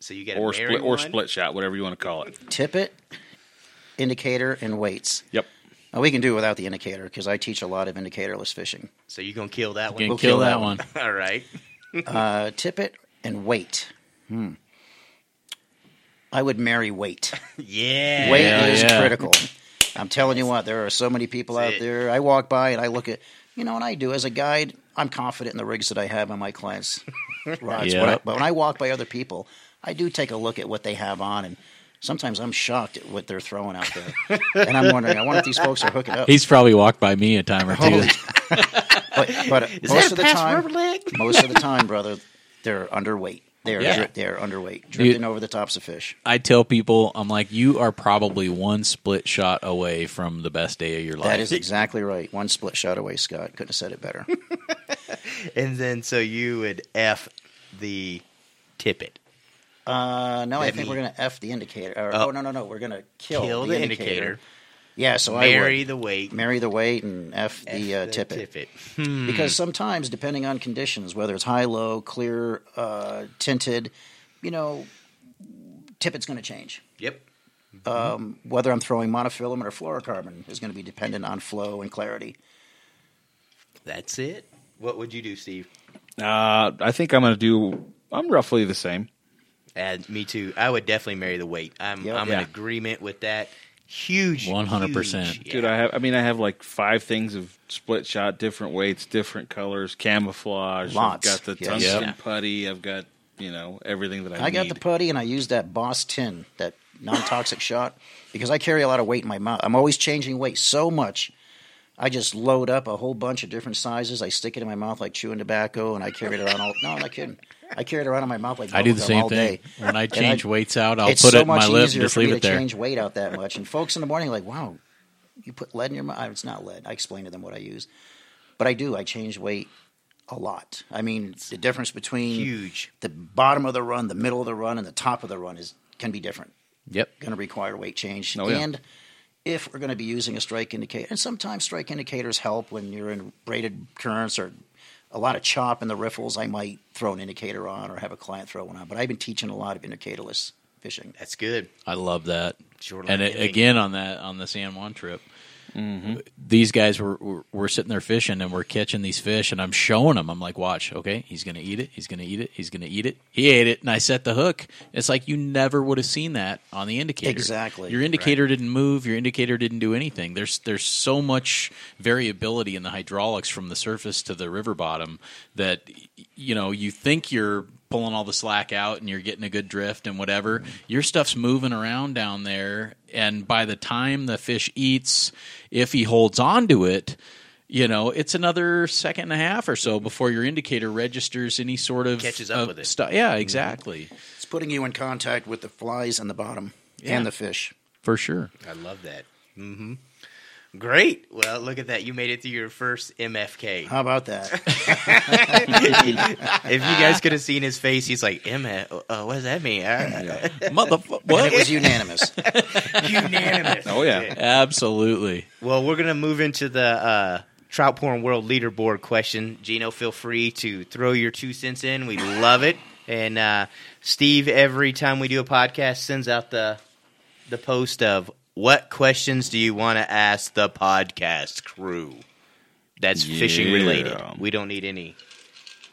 Speaker 3: so you got to
Speaker 7: or
Speaker 3: marry
Speaker 7: split or
Speaker 3: one?
Speaker 7: split shot, whatever you want to call it.
Speaker 1: Tippet, indicator, and weights.
Speaker 7: Yep.
Speaker 1: Now we can do without the indicator because I teach a lot of indicatorless fishing.
Speaker 3: So you gonna kill that
Speaker 4: gonna
Speaker 3: one?
Speaker 4: kill that one.
Speaker 3: All right.
Speaker 1: Uh, tippet and weight. Hmm. I would marry weight.
Speaker 3: Yeah.
Speaker 1: Weight
Speaker 4: Yeah,
Speaker 1: is
Speaker 4: yeah.
Speaker 1: critical. I'm telling you what, there are so many people
Speaker 3: That's
Speaker 1: out
Speaker 3: it.
Speaker 1: there. I walk by and I look at, you know, and I do as a guide. I'm confident in the rigs that I have on my clients' rods. But, I,
Speaker 4: Yep.
Speaker 1: but when I walk by other people, I do take a look at what they have on, and sometimes I'm shocked at what they're throwing out there. and I'm wondering, I wonder if these folks are hooking up.
Speaker 4: he's probably walked by me a time or two.
Speaker 1: but but
Speaker 3: Is
Speaker 1: most of
Speaker 3: that a
Speaker 1: the
Speaker 3: past
Speaker 1: time,
Speaker 3: rubber leg?
Speaker 1: most of the time, brother, they're underweight. They're
Speaker 4: Yeah.
Speaker 1: dri- they're underweight, drifting over the tops of fish.
Speaker 4: I tell people, I'm like, you are probably one split shot away from the best day of your life.
Speaker 1: That is exactly right. One split shot away, Scott. Couldn't have said it better.
Speaker 3: And then so you would f the tippet.
Speaker 1: Uh, no, I
Speaker 3: That
Speaker 1: think we're
Speaker 3: mean-
Speaker 1: gonna f the indicator. Or,
Speaker 3: Oh.
Speaker 1: oh no, no, no, we're gonna kill,
Speaker 3: Kill, the, indicator.
Speaker 1: Yeah, so
Speaker 3: marry
Speaker 1: I
Speaker 3: the weight.
Speaker 1: would marry the weight and f the, uh,
Speaker 3: F
Speaker 1: tippet. because sometimes depending on conditions, whether it's high, low, clear, uh, tinted, you know, tippet's gonna change.
Speaker 3: Yep.
Speaker 1: Whether I'm throwing monofilament or fluorocarbon is gonna be dependent on flow and clarity.
Speaker 3: That's it. What would you do, Steve?
Speaker 7: Uh, I think I'm going to do. I'm roughly the same.
Speaker 3: And me too. I would definitely marry the weight. I'm
Speaker 1: Yep.
Speaker 3: I'm
Speaker 1: Yeah.
Speaker 3: in agreement with that. Huge,
Speaker 4: 100%.
Speaker 3: huge,
Speaker 7: Dude, I have. I mean, I have like five things of split shot, different weights, different colors, camouflage.
Speaker 1: Lots.
Speaker 7: I've got the
Speaker 1: Yes.
Speaker 7: tungsten
Speaker 4: Yep.
Speaker 7: putty. I've got you know everything that I,
Speaker 1: I, got
Speaker 7: need.
Speaker 1: the putty and I used that Boss Tin, that non toxic shot, because I carry a lot of weight in my mouth. I'm always changing weight so much. I just load up a whole bunch of different sizes. I stick it in my mouth like chewing tobacco, and I carry it around all. No, I'm not kidding. I carry it around in my mouth like
Speaker 4: I do
Speaker 1: bubblegum
Speaker 4: the same
Speaker 1: all
Speaker 4: thing.
Speaker 1: day.
Speaker 4: When I
Speaker 1: And
Speaker 4: change weights out, I'll
Speaker 1: it's
Speaker 4: put
Speaker 1: so
Speaker 4: it in my
Speaker 1: much
Speaker 4: lip and
Speaker 1: easier
Speaker 4: just
Speaker 1: for me
Speaker 4: leave it
Speaker 1: to
Speaker 4: there.
Speaker 1: Change weight out that much, and folks in the morning are like, "Wow, you put lead in your mouth." It's not lead. I explain to them what I use, but I do. I change weight a lot. I mean, the difference between
Speaker 3: huge.
Speaker 1: the bottom of the run, the middle of the run, and the top of the run is can be different.
Speaker 4: Yep.
Speaker 1: Going to require weight change,
Speaker 7: Oh, yeah.
Speaker 1: and if we're going to be using a strike indicator, and sometimes strike indicators help when you're in braided currents or a lot of chop in the riffles. I might throw an indicator on or have a client throw one on, but I've been teaching a lot of indicatorless fishing.
Speaker 3: That's good.
Speaker 4: I love that.
Speaker 3: Shoreline
Speaker 4: and it,
Speaker 3: dipping.
Speaker 4: again on that on the San Juan trip,
Speaker 1: Mm-hmm.
Speaker 4: these guys were, were were sitting there fishing and we're catching these fish and I'm showing them. I'm like, watch, okay, he's gonna eat it. He's gonna eat it. He's gonna eat it. He ate it, and I set the hook. It's like you never would have seen that on the indicator.
Speaker 1: Exactly.
Speaker 4: Your indicator didn't move. Your indicator didn't do anything. There's there's so much variability in the hydraulics from the surface to the river bottom that y- you know you think you're pulling all the slack out and you're getting a good drift and whatever.
Speaker 3: Mm-hmm.
Speaker 4: Your stuff's moving around down there, and by the time the fish eats, if he holds on to it. You know, it's another second and a half or so before your indicator registers any sort of
Speaker 3: Mm-hmm. Catches up
Speaker 4: of
Speaker 3: with it. Mm-hmm.
Speaker 4: stu- yeah, exactly,
Speaker 1: It's putting you in contact with the flies on the bottom and the fish.
Speaker 4: for sure.
Speaker 3: I love that. hmm Great. Well, look at that. You made it through your first MFK.
Speaker 1: How about that?
Speaker 3: if you guys could have seen his face, he's like, MF, uh, what does that mean? Uh,
Speaker 4: Motherfucker.
Speaker 1: And it was unanimous.
Speaker 3: Unanimous.
Speaker 7: Oh, yeah.
Speaker 4: Absolutely.
Speaker 3: Well, we're gonna move into the uh, trout porn world leaderboard question. Gino, feel free to throw your two cents in. We love it. And uh, Steve, every time we do a podcast, sends out the the post of what questions do you want to ask the podcast crew? That's fishing related.
Speaker 7: Yeah.
Speaker 3: We don't need any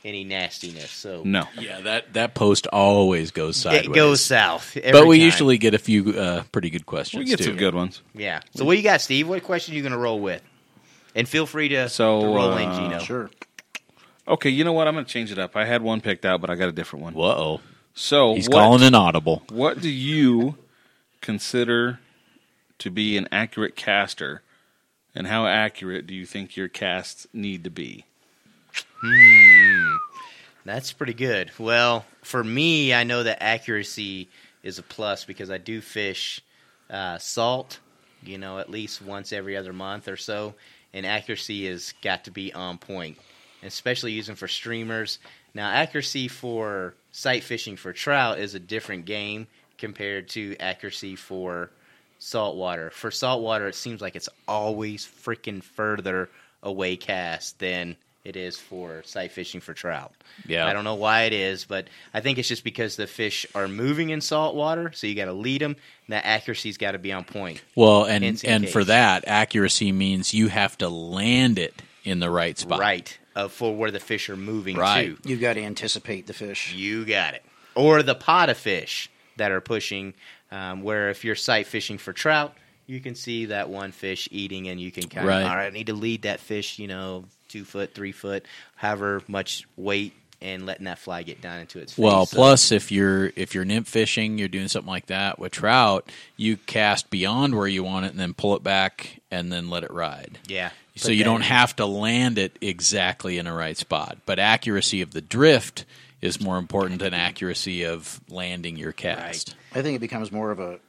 Speaker 3: any nastiness. So
Speaker 7: No.
Speaker 4: Yeah, that, that post always goes sideways.
Speaker 3: it goes south. every
Speaker 4: But we
Speaker 3: time.
Speaker 4: usually get a few uh, pretty good questions.
Speaker 7: We get
Speaker 4: too.
Speaker 7: some good ones.
Speaker 3: yeah. So what you got, Steve? What question are you gonna roll with? And feel free to,
Speaker 7: So,
Speaker 3: to roll in,
Speaker 7: uh,
Speaker 3: Gino.
Speaker 1: sure.
Speaker 7: Okay, you know what? I'm going to change it up. I had one picked out, but I got a different one.
Speaker 4: Whoa.
Speaker 7: So
Speaker 4: He's
Speaker 7: what,
Speaker 4: calling an audible.
Speaker 7: What do you consider to be an accurate caster, and how accurate do you think your casts need to be?
Speaker 3: That's pretty good. Well, for me, I know that accuracy is a plus because I do fish uh, salt, you know, at least once every other month or so, and accuracy has got to be on point, especially using for streamers. Now, accuracy for sight fishing for trout is a different game compared to accuracy for saltwater. For saltwater, it seems like it's always freaking further away cast than it is for sight fishing for trout.
Speaker 4: Yeah.
Speaker 3: I don't know why it is, but I think it's just because the fish are moving in salt water, so you got to lead them. And that accuracy's got to be on point.
Speaker 4: Well, and
Speaker 3: Hence in
Speaker 4: and
Speaker 3: case.
Speaker 4: for that, accuracy means you have to land it in the right spot.
Speaker 3: Right. Uh, for where the fish are moving
Speaker 4: Right.
Speaker 1: You've got to anticipate the fish.
Speaker 3: to. You got it. Or the pot of fish that are pushing, um, where if you're sight fishing for trout, you can see that one fish eating and you can kind
Speaker 4: Right.
Speaker 3: of, all right, I need to lead that fish, you know, two foot, three foot, however much weight, and letting that fly get down into its face.
Speaker 4: Well,
Speaker 3: So-
Speaker 4: plus if you're if you're nymph fishing, you're doing something like that with trout, you cast beyond where you want it and then pull it back and then let it ride.
Speaker 3: Yeah.
Speaker 4: So
Speaker 3: Put
Speaker 4: you
Speaker 3: that
Speaker 4: don't
Speaker 3: in.
Speaker 4: have to land it exactly in the right spot, but accuracy of the drift is more important than accuracy of landing your cast.
Speaker 1: I think it becomes more of a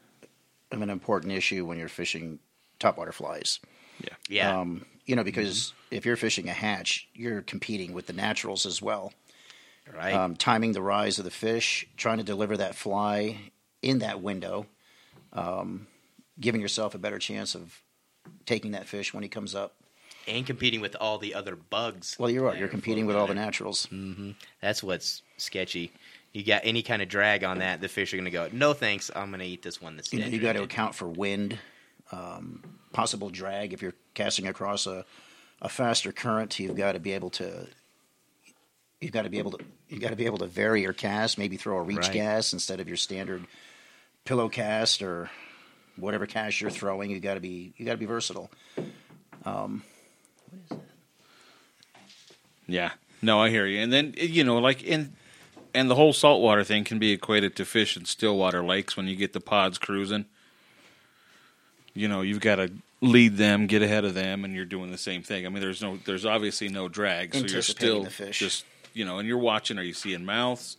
Speaker 1: of an important issue when you're fishing topwater flies.
Speaker 3: Yeah.
Speaker 1: Um, you know, because if you're fishing a hatch, you're competing with the naturals as well.
Speaker 3: right.
Speaker 1: Um, timing the rise of the fish, trying to deliver that fly in that window, um, giving yourself a better chance of taking that fish when he comes up.
Speaker 3: and competing with all the other bugs.
Speaker 1: Well, you're right.
Speaker 3: that
Speaker 1: You're
Speaker 3: are
Speaker 1: competing with
Speaker 3: floating
Speaker 1: all the
Speaker 3: out
Speaker 1: naturals.
Speaker 3: there. That's what's sketchy. You got any kind of drag on that, the fish are going to go, no thanks, I'm going to eat this one that's
Speaker 1: You,
Speaker 3: dead.
Speaker 1: got to account for wind, um, possible drag. If you're casting across a, a faster current, you've got to be able to. You've got to be able to. You've got to be able to vary your cast. Maybe throw a reach
Speaker 3: Right.
Speaker 1: cast instead of your standard pillow cast or whatever cast you're throwing. You got to be. You got to be versatile.
Speaker 7: Yeah. No, I hear you. And then you know, like in and the whole saltwater thing can be equated to fish in stillwater lakes when you get the pods cruising. You know, you've got to lead them, get ahead of them, and you're doing the same thing. I mean, there's no, there's obviously no drag, so you're
Speaker 1: Anticipating
Speaker 7: still
Speaker 1: the fish.
Speaker 7: just, you know, and you're watching. Are you seeing mouths?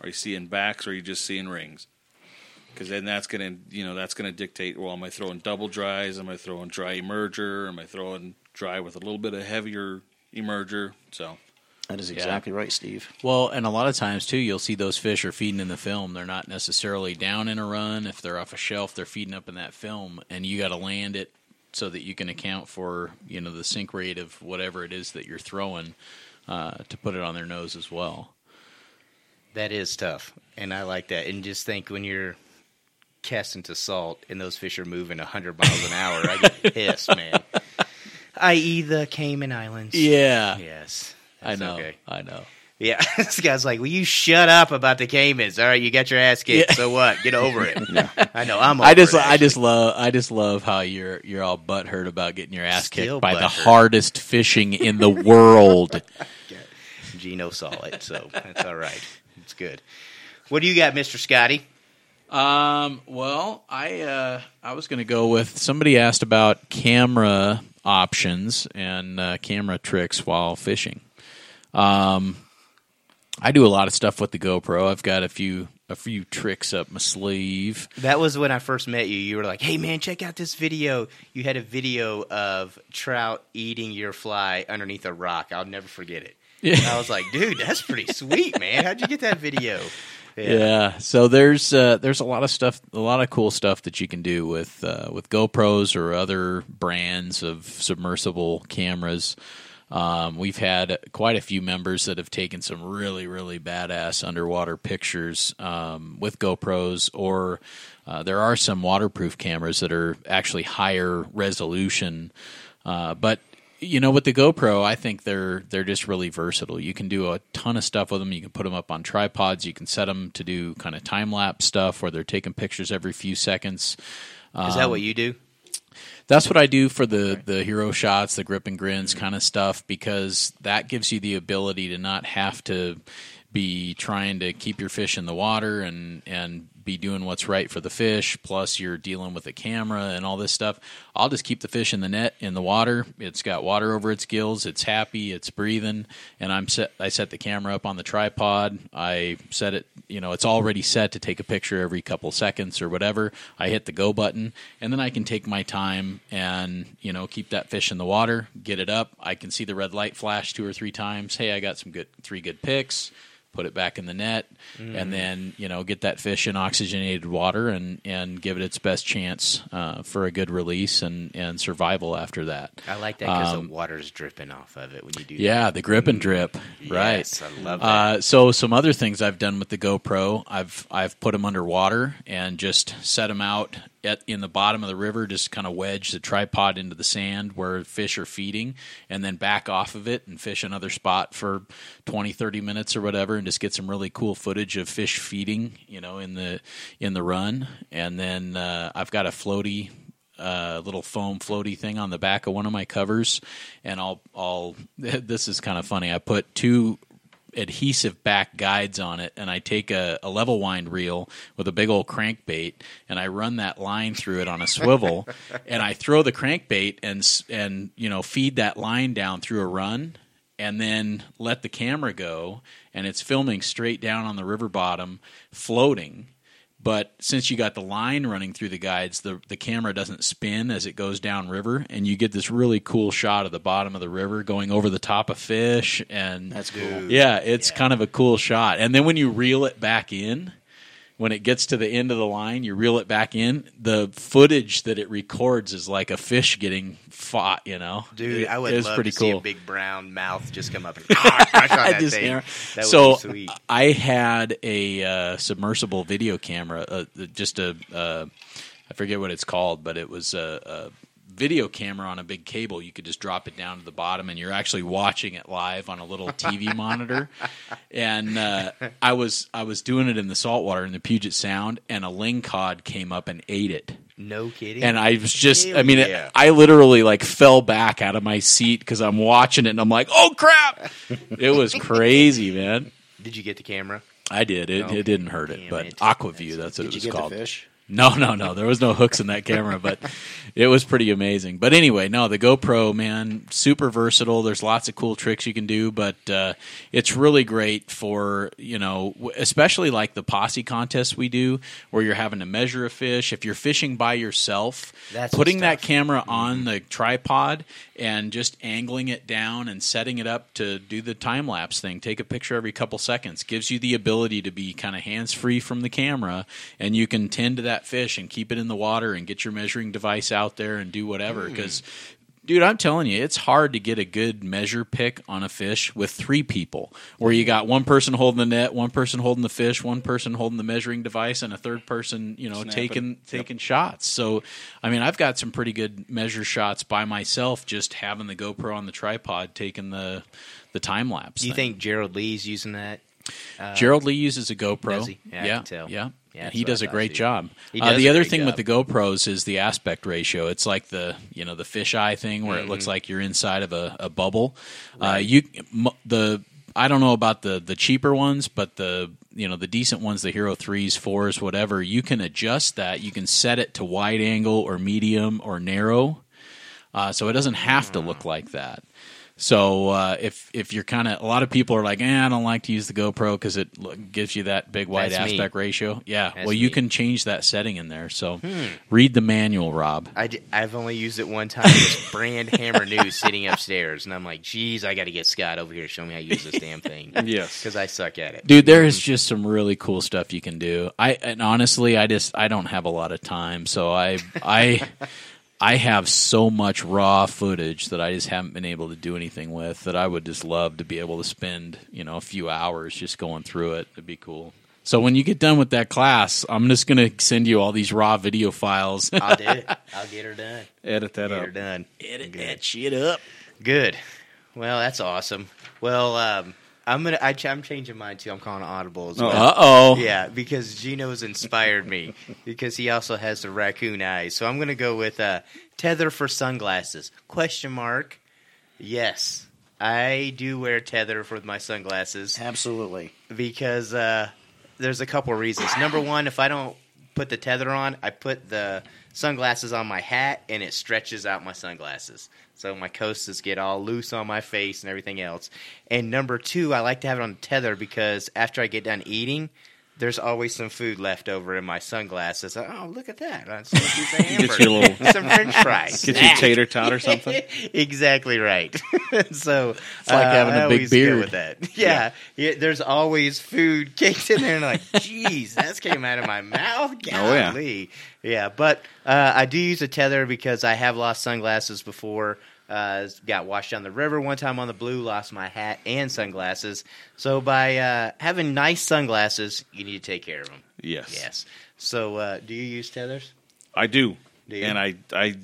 Speaker 7: Are you seeing backs? Or are you just seeing rings? Because then that's gonna, you know, that's gonna dictate. Well, am I throwing double dries? Am I throwing dry emerger? Am I throwing dry with a little bit of heavier emerger? So
Speaker 1: That is exactly right, Steve.
Speaker 4: Well, and a lot of times too, you'll see those fish are feeding in the film. They're not necessarily down in a run. If they're off a shelf, they're feeding up in that film, and you got to land it so that you can account for you know the sink rate of whatever it is that you're throwing uh, to put it on their nose as well.
Speaker 3: That is tough, and I like that. And just think when you're casting to salt and those fish are moving 100 miles an hour, I get pissed, man. I.e., the Cayman Islands.
Speaker 4: Yeah,
Speaker 3: Yes.
Speaker 4: I
Speaker 3: That's
Speaker 4: know.
Speaker 3: okay.
Speaker 4: I know.
Speaker 3: Yeah, this guy's like, "Will you shut up about the Caymans? All right, you got your ass kicked. So what? Get over it." I know. I'm. Over
Speaker 4: I just,
Speaker 3: it,
Speaker 4: I
Speaker 3: actually.
Speaker 4: just love, I just love how you're, you're all butthurt about getting your ass
Speaker 3: Still
Speaker 4: kicked by the
Speaker 3: butthurt.
Speaker 4: hardest fishing in the world.
Speaker 3: Gino saw it, so that's all right. It's good. What do you got, Mister Scotty?
Speaker 4: Um, well, I uh, I was going to go with somebody asked about camera options and uh, camera tricks while fishing. Um, I do a lot of stuff with the GoPro. I've got a few a few tricks up my sleeve.
Speaker 3: That was when I first met you. You were like, "Hey man, check out this video." You had a video of trout eating your fly underneath a rock. I'll never forget it. And I was like, "Dude, that's pretty sweet, man. How'd you get that video?"
Speaker 4: Yeah. So there's uh, there's a lot of stuff, a lot of cool stuff that you can do with uh, with GoPros or other brands of submersible cameras. Um, we've had quite a few members that have taken some really really badass underwater pictures um, with GoPros, or uh, there are some waterproof cameras that are actually higher resolution. Uh, but you know, with the GoPro, I think they're they're just really versatile. You can do a ton of stuff with them. You can put them up on tripods. You can set them to do kind of time lapse stuff where they're taking pictures every few seconds.
Speaker 3: Is that
Speaker 4: Um,
Speaker 3: what you do?
Speaker 4: That's what I do for the the hero shots, the grip and grins kind of stuff because that gives you the ability to not have to be trying to keep your fish in the water and and be doing what's right for the fish plus you're dealing with the camera and all this stuff. I'll just keep the fish in the net in the water. It's got water over its gills, it's happy, it's breathing and I'm set I set the camera up on the tripod. I set it, you know, it's already set to take a picture every couple seconds or whatever. I hit the go button and then I can take my time and, you know, keep that fish in the water, get it up. I can see the red light flash two or three times. Hey, I got some good three good picks. Put it back in the net
Speaker 3: Mm-hmm.
Speaker 4: and then, you know, get that fish in oxygenated water and, and give it its best chance uh, for a good release and, and survival after that.
Speaker 3: I like that because the water's dripping off of it when you do.
Speaker 4: um, Yeah, the grip and drip. Right.
Speaker 3: Yes, I love that.
Speaker 4: Uh, so some other things I've done with the GoPro, I've I've put them underwater and just set them out at, in the bottom of the river, just kind of wedge the tripod into the sand where fish are feeding, and then back off of it and fish another spot for 20, 30 minutes or whatever, and just get some really cool footage of fish feeding, you know, in the in the run. And then uh, I've got a floaty uh, little foam floaty thing on the back of one of my covers, and I'll I'll this is kind of funny. I put two adhesive back guides on it, and I take a, a level wind reel with a big old crankbait, and I run that line through it on a swivel, and I throw the crankbait and s- and you know feed that line down through a run. And then let the camera go, and it's filming straight down on the river bottom, floating. But since you got the line running through the guides, the, the camera doesn't spin as it goes down river, and you get this really cool shot of the bottom of the river going over the top of fish. And
Speaker 1: That's cool.
Speaker 4: Yeah, it's kind of a cool shot. And then when you reel it back in, when it gets to the end of the line, you reel it back in. The footage that it records is like a fish getting fought. You know,
Speaker 3: Dude,
Speaker 4: It-
Speaker 3: I would
Speaker 4: it's
Speaker 3: love
Speaker 4: pretty
Speaker 3: to see
Speaker 4: cool.
Speaker 3: a big brown mouth just come up and crush on that
Speaker 4: Just
Speaker 3: thing.
Speaker 4: hammer.
Speaker 3: That would
Speaker 4: so
Speaker 3: be sweet.
Speaker 4: I had a uh, submersible video camera, uh, just a uh, I forget what it's called, but it was a, a video camera on a big cable. You could just drop it down to the bottom, and you're actually watching it live on a little TV monitor. And uh, I was I was doing it in the saltwater in the Puget Sound, and a lingcod came up and ate it.
Speaker 3: No kidding.
Speaker 4: And I was just, I
Speaker 3: Hell
Speaker 4: mean,
Speaker 3: yeah.
Speaker 4: I literally like fell back out of my seat because I'm watching it and I'm like, oh crap. It was crazy, man.
Speaker 3: Did you get the camera?
Speaker 4: I did. It, it didn't hurt it,
Speaker 3: Damn
Speaker 4: but
Speaker 3: it.
Speaker 4: Aquaview, that's what
Speaker 1: Oh, Did
Speaker 4: it
Speaker 1: you get
Speaker 4: was called.
Speaker 1: the fish?
Speaker 4: No, no, no. There was no hooks in that camera, but it was pretty amazing. But anyway, no, the GoPro, man, super versatile. There's lots of cool tricks you can do, but uh, it's really great for, you know, w- especially like the posse contests we do where you're having to measure a fish. If you're fishing by yourself,
Speaker 3: That's
Speaker 4: putting
Speaker 3: the
Speaker 4: that
Speaker 3: stuff.
Speaker 4: camera on the tripod and just angling it down and setting it up to do the time lapse thing take a picture every couple seconds gives you the ability to be kind of hands free from the camera and you can tend to that fish and keep it in the water and get your measuring device out there and do whatever because Dude, I'm telling you, it's hard to get a good measure pick on a fish with three people, where you got one person holding the net, one person holding the fish, one person holding the measuring device, and a third person, you know, taking taking shots. So, I mean, I've got some pretty good measure shots by myself, just having the GoPro on the tripod, taking the the time lapse.
Speaker 3: Do you
Speaker 4: thing.
Speaker 3: think Gerald Lee's using that?
Speaker 4: Gerald Lee uses a GoPro?
Speaker 3: Uh, Does he? Yeah, I
Speaker 4: yeah,
Speaker 3: can tell.
Speaker 4: yeah.
Speaker 3: Yeah, that's
Speaker 4: he
Speaker 3: what
Speaker 4: does
Speaker 3: I
Speaker 4: a
Speaker 3: thought,
Speaker 4: great
Speaker 3: too.
Speaker 4: job.
Speaker 3: He
Speaker 4: Uh,
Speaker 3: does
Speaker 4: the
Speaker 3: a
Speaker 4: other
Speaker 3: great
Speaker 4: thing with
Speaker 3: job.
Speaker 4: the GoPros is the aspect ratio. It's like the you know the fisheye thing where it looks
Speaker 3: Mm-hmm.
Speaker 4: like you're inside of a, a bubble. Uh, you m- the I don't know about the the cheaper ones, but the you know the decent ones, the Hero threes, fours, whatever. You can adjust that. You can set it to wide
Speaker 3: Hmm.
Speaker 4: angle or medium or narrow, uh, so it doesn't have to look like that. So uh, if if you're kind of a lot of people are like, eh, I don't like to use the GoPro because it l- gives you that big wide
Speaker 3: That's me.
Speaker 4: aspect ratio. Yeah,
Speaker 3: That's
Speaker 4: well, you
Speaker 3: me. Hmm.
Speaker 4: can change that setting in there. So read the manual, Rob.
Speaker 3: I d- I've only used it one time. It's brand hammer new sitting upstairs, and I'm like, "Geez, I got to get Scott over here to show me how to use this damn thing."
Speaker 7: Yes.
Speaker 3: because I suck at it.
Speaker 4: dude there is just some really cool stuff you can do i and honestly i just i don't have a lot of time so i i i have so much raw footage that i just haven't been able to do anything with that i would just love to be able to spend you know a few hours just going through it it'd be cool so when you get done with that class i'm just going to send you all these raw video files
Speaker 3: I'll do it. I'll get her done.
Speaker 7: Edit that
Speaker 3: Get her
Speaker 7: up.
Speaker 3: done.
Speaker 4: edit that shit up
Speaker 3: Good. Well, that's awesome. Well, um, I'm gonna. I, ch- I'm changing mine too. I'm calling audible as well.
Speaker 4: uh-oh
Speaker 3: Yeah, because Gino's inspired me because he also has the raccoon eyes. So I'm going to go with uh, tether for sunglasses? Question mark. Yes, I do wear tether for my sunglasses
Speaker 1: Absolutely.
Speaker 3: because uh, there's a couple reasons. Number one, if I don't put the tether on, I put the sunglasses on my hat, and it stretches out my sunglasses, so my coasters get all loose on my face and everything else. And number two, I like to have it on the tether because after I get done eating. There's always some food left over in my sunglasses. Oh, look at that! That's a piece of
Speaker 7: Get you a
Speaker 3: hamburger.
Speaker 7: little-
Speaker 3: some French fries.
Speaker 7: Get you a tater tot or something.
Speaker 3: exactly right. so uh, it's
Speaker 4: like having a
Speaker 3: a
Speaker 4: big beard.
Speaker 3: with that. Yeah. Yeah, there's always food caked in there, and like, geez, that came out of my mouth.
Speaker 7: Oh, yeah.
Speaker 3: Golly. yeah, But uh, I do use a tether because I have lost sunglasses before. Uh, got washed down the river one time on the blue, lost my hat and sunglasses. So by uh, having nice sunglasses, you need to take care of them.
Speaker 7: Yes.
Speaker 3: Yes. So uh, do you use tethers?
Speaker 7: I do.
Speaker 3: Do you?
Speaker 7: And I, I,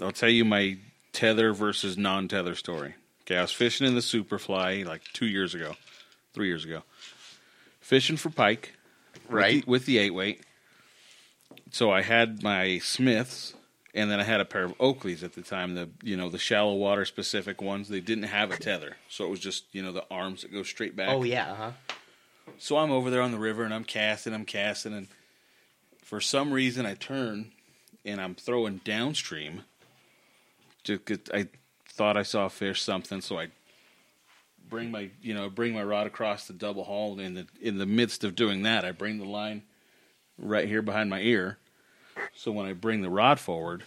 Speaker 7: I'll tell you my tether versus non-tether story. Okay, I was fishing in the Superfly like two years ago, three years ago, fishing for pike, with
Speaker 3: Right.
Speaker 7: the- with the eight weight. So I had my Smiths, and then I had a pair of Oakleys at the time. The you know the shallow water specific ones. They didn't have a tether, so it was just you know the arms that go straight back.
Speaker 3: Oh yeah. Uh huh.
Speaker 7: So I'm over there on the river and I'm casting, I'm casting, and for some reason I turn and I'm throwing downstream. Just 'cause I thought I saw a fish, something. So I bring my you know bring my rod across the double haul, and in the in the midst of doing that, I bring the line right here behind my ear. So when I bring the rod forward,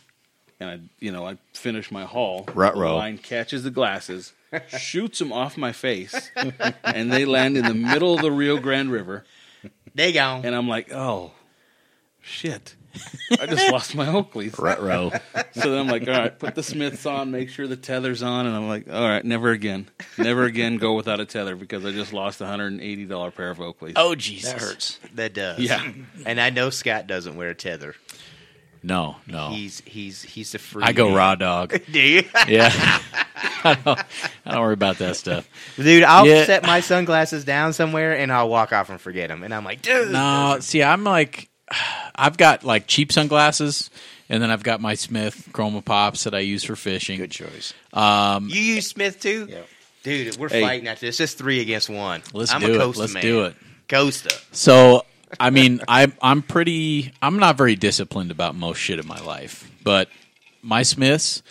Speaker 7: and I you know I finish my haul,
Speaker 4: Rut
Speaker 7: the
Speaker 4: row.
Speaker 7: line catches the glasses, shoots them off my face, and they land in the middle of the Rio Grande River.
Speaker 3: They gone.
Speaker 7: And I'm like, oh, shit. I just lost my Oakleys.
Speaker 4: row
Speaker 7: So then I'm like, all right, put the Smiths on, make sure the tether's on. And I'm like, all right, never again. Never again go without a tether because I just lost a $180 pair of Oakleys.
Speaker 4: oh jesus
Speaker 1: That hurts.
Speaker 3: That does.
Speaker 7: Yeah.
Speaker 3: And I know Scott doesn't wear a tether.
Speaker 4: no no
Speaker 3: He's he's he's a free.
Speaker 4: Oh. i go
Speaker 3: man.
Speaker 4: raw dog
Speaker 3: Do you?
Speaker 4: yeah I, don't, I don't worry about that stuff
Speaker 3: Dude, I'll
Speaker 4: Yeah.
Speaker 3: set my sunglasses down somewhere and I'll walk off and forget them. And I'm like, dude.
Speaker 4: No, see, I'm like, I've got like cheap sunglasses, and then I've got my Smith Chroma Pops that I use for fishing.
Speaker 1: Good choice.
Speaker 4: um,
Speaker 3: You use Smith too?
Speaker 1: Yeah.
Speaker 3: Dude, we're
Speaker 7: Hey.
Speaker 3: fighting after this. It's three against one.
Speaker 4: Let's
Speaker 3: I'm
Speaker 4: do
Speaker 3: a
Speaker 4: it.
Speaker 3: Costa
Speaker 4: Let's
Speaker 3: man.
Speaker 4: do it.
Speaker 3: Costa.
Speaker 4: So, I mean, I'm I'm pretty. I'm not very disciplined about most shit in my life, but my Smiths.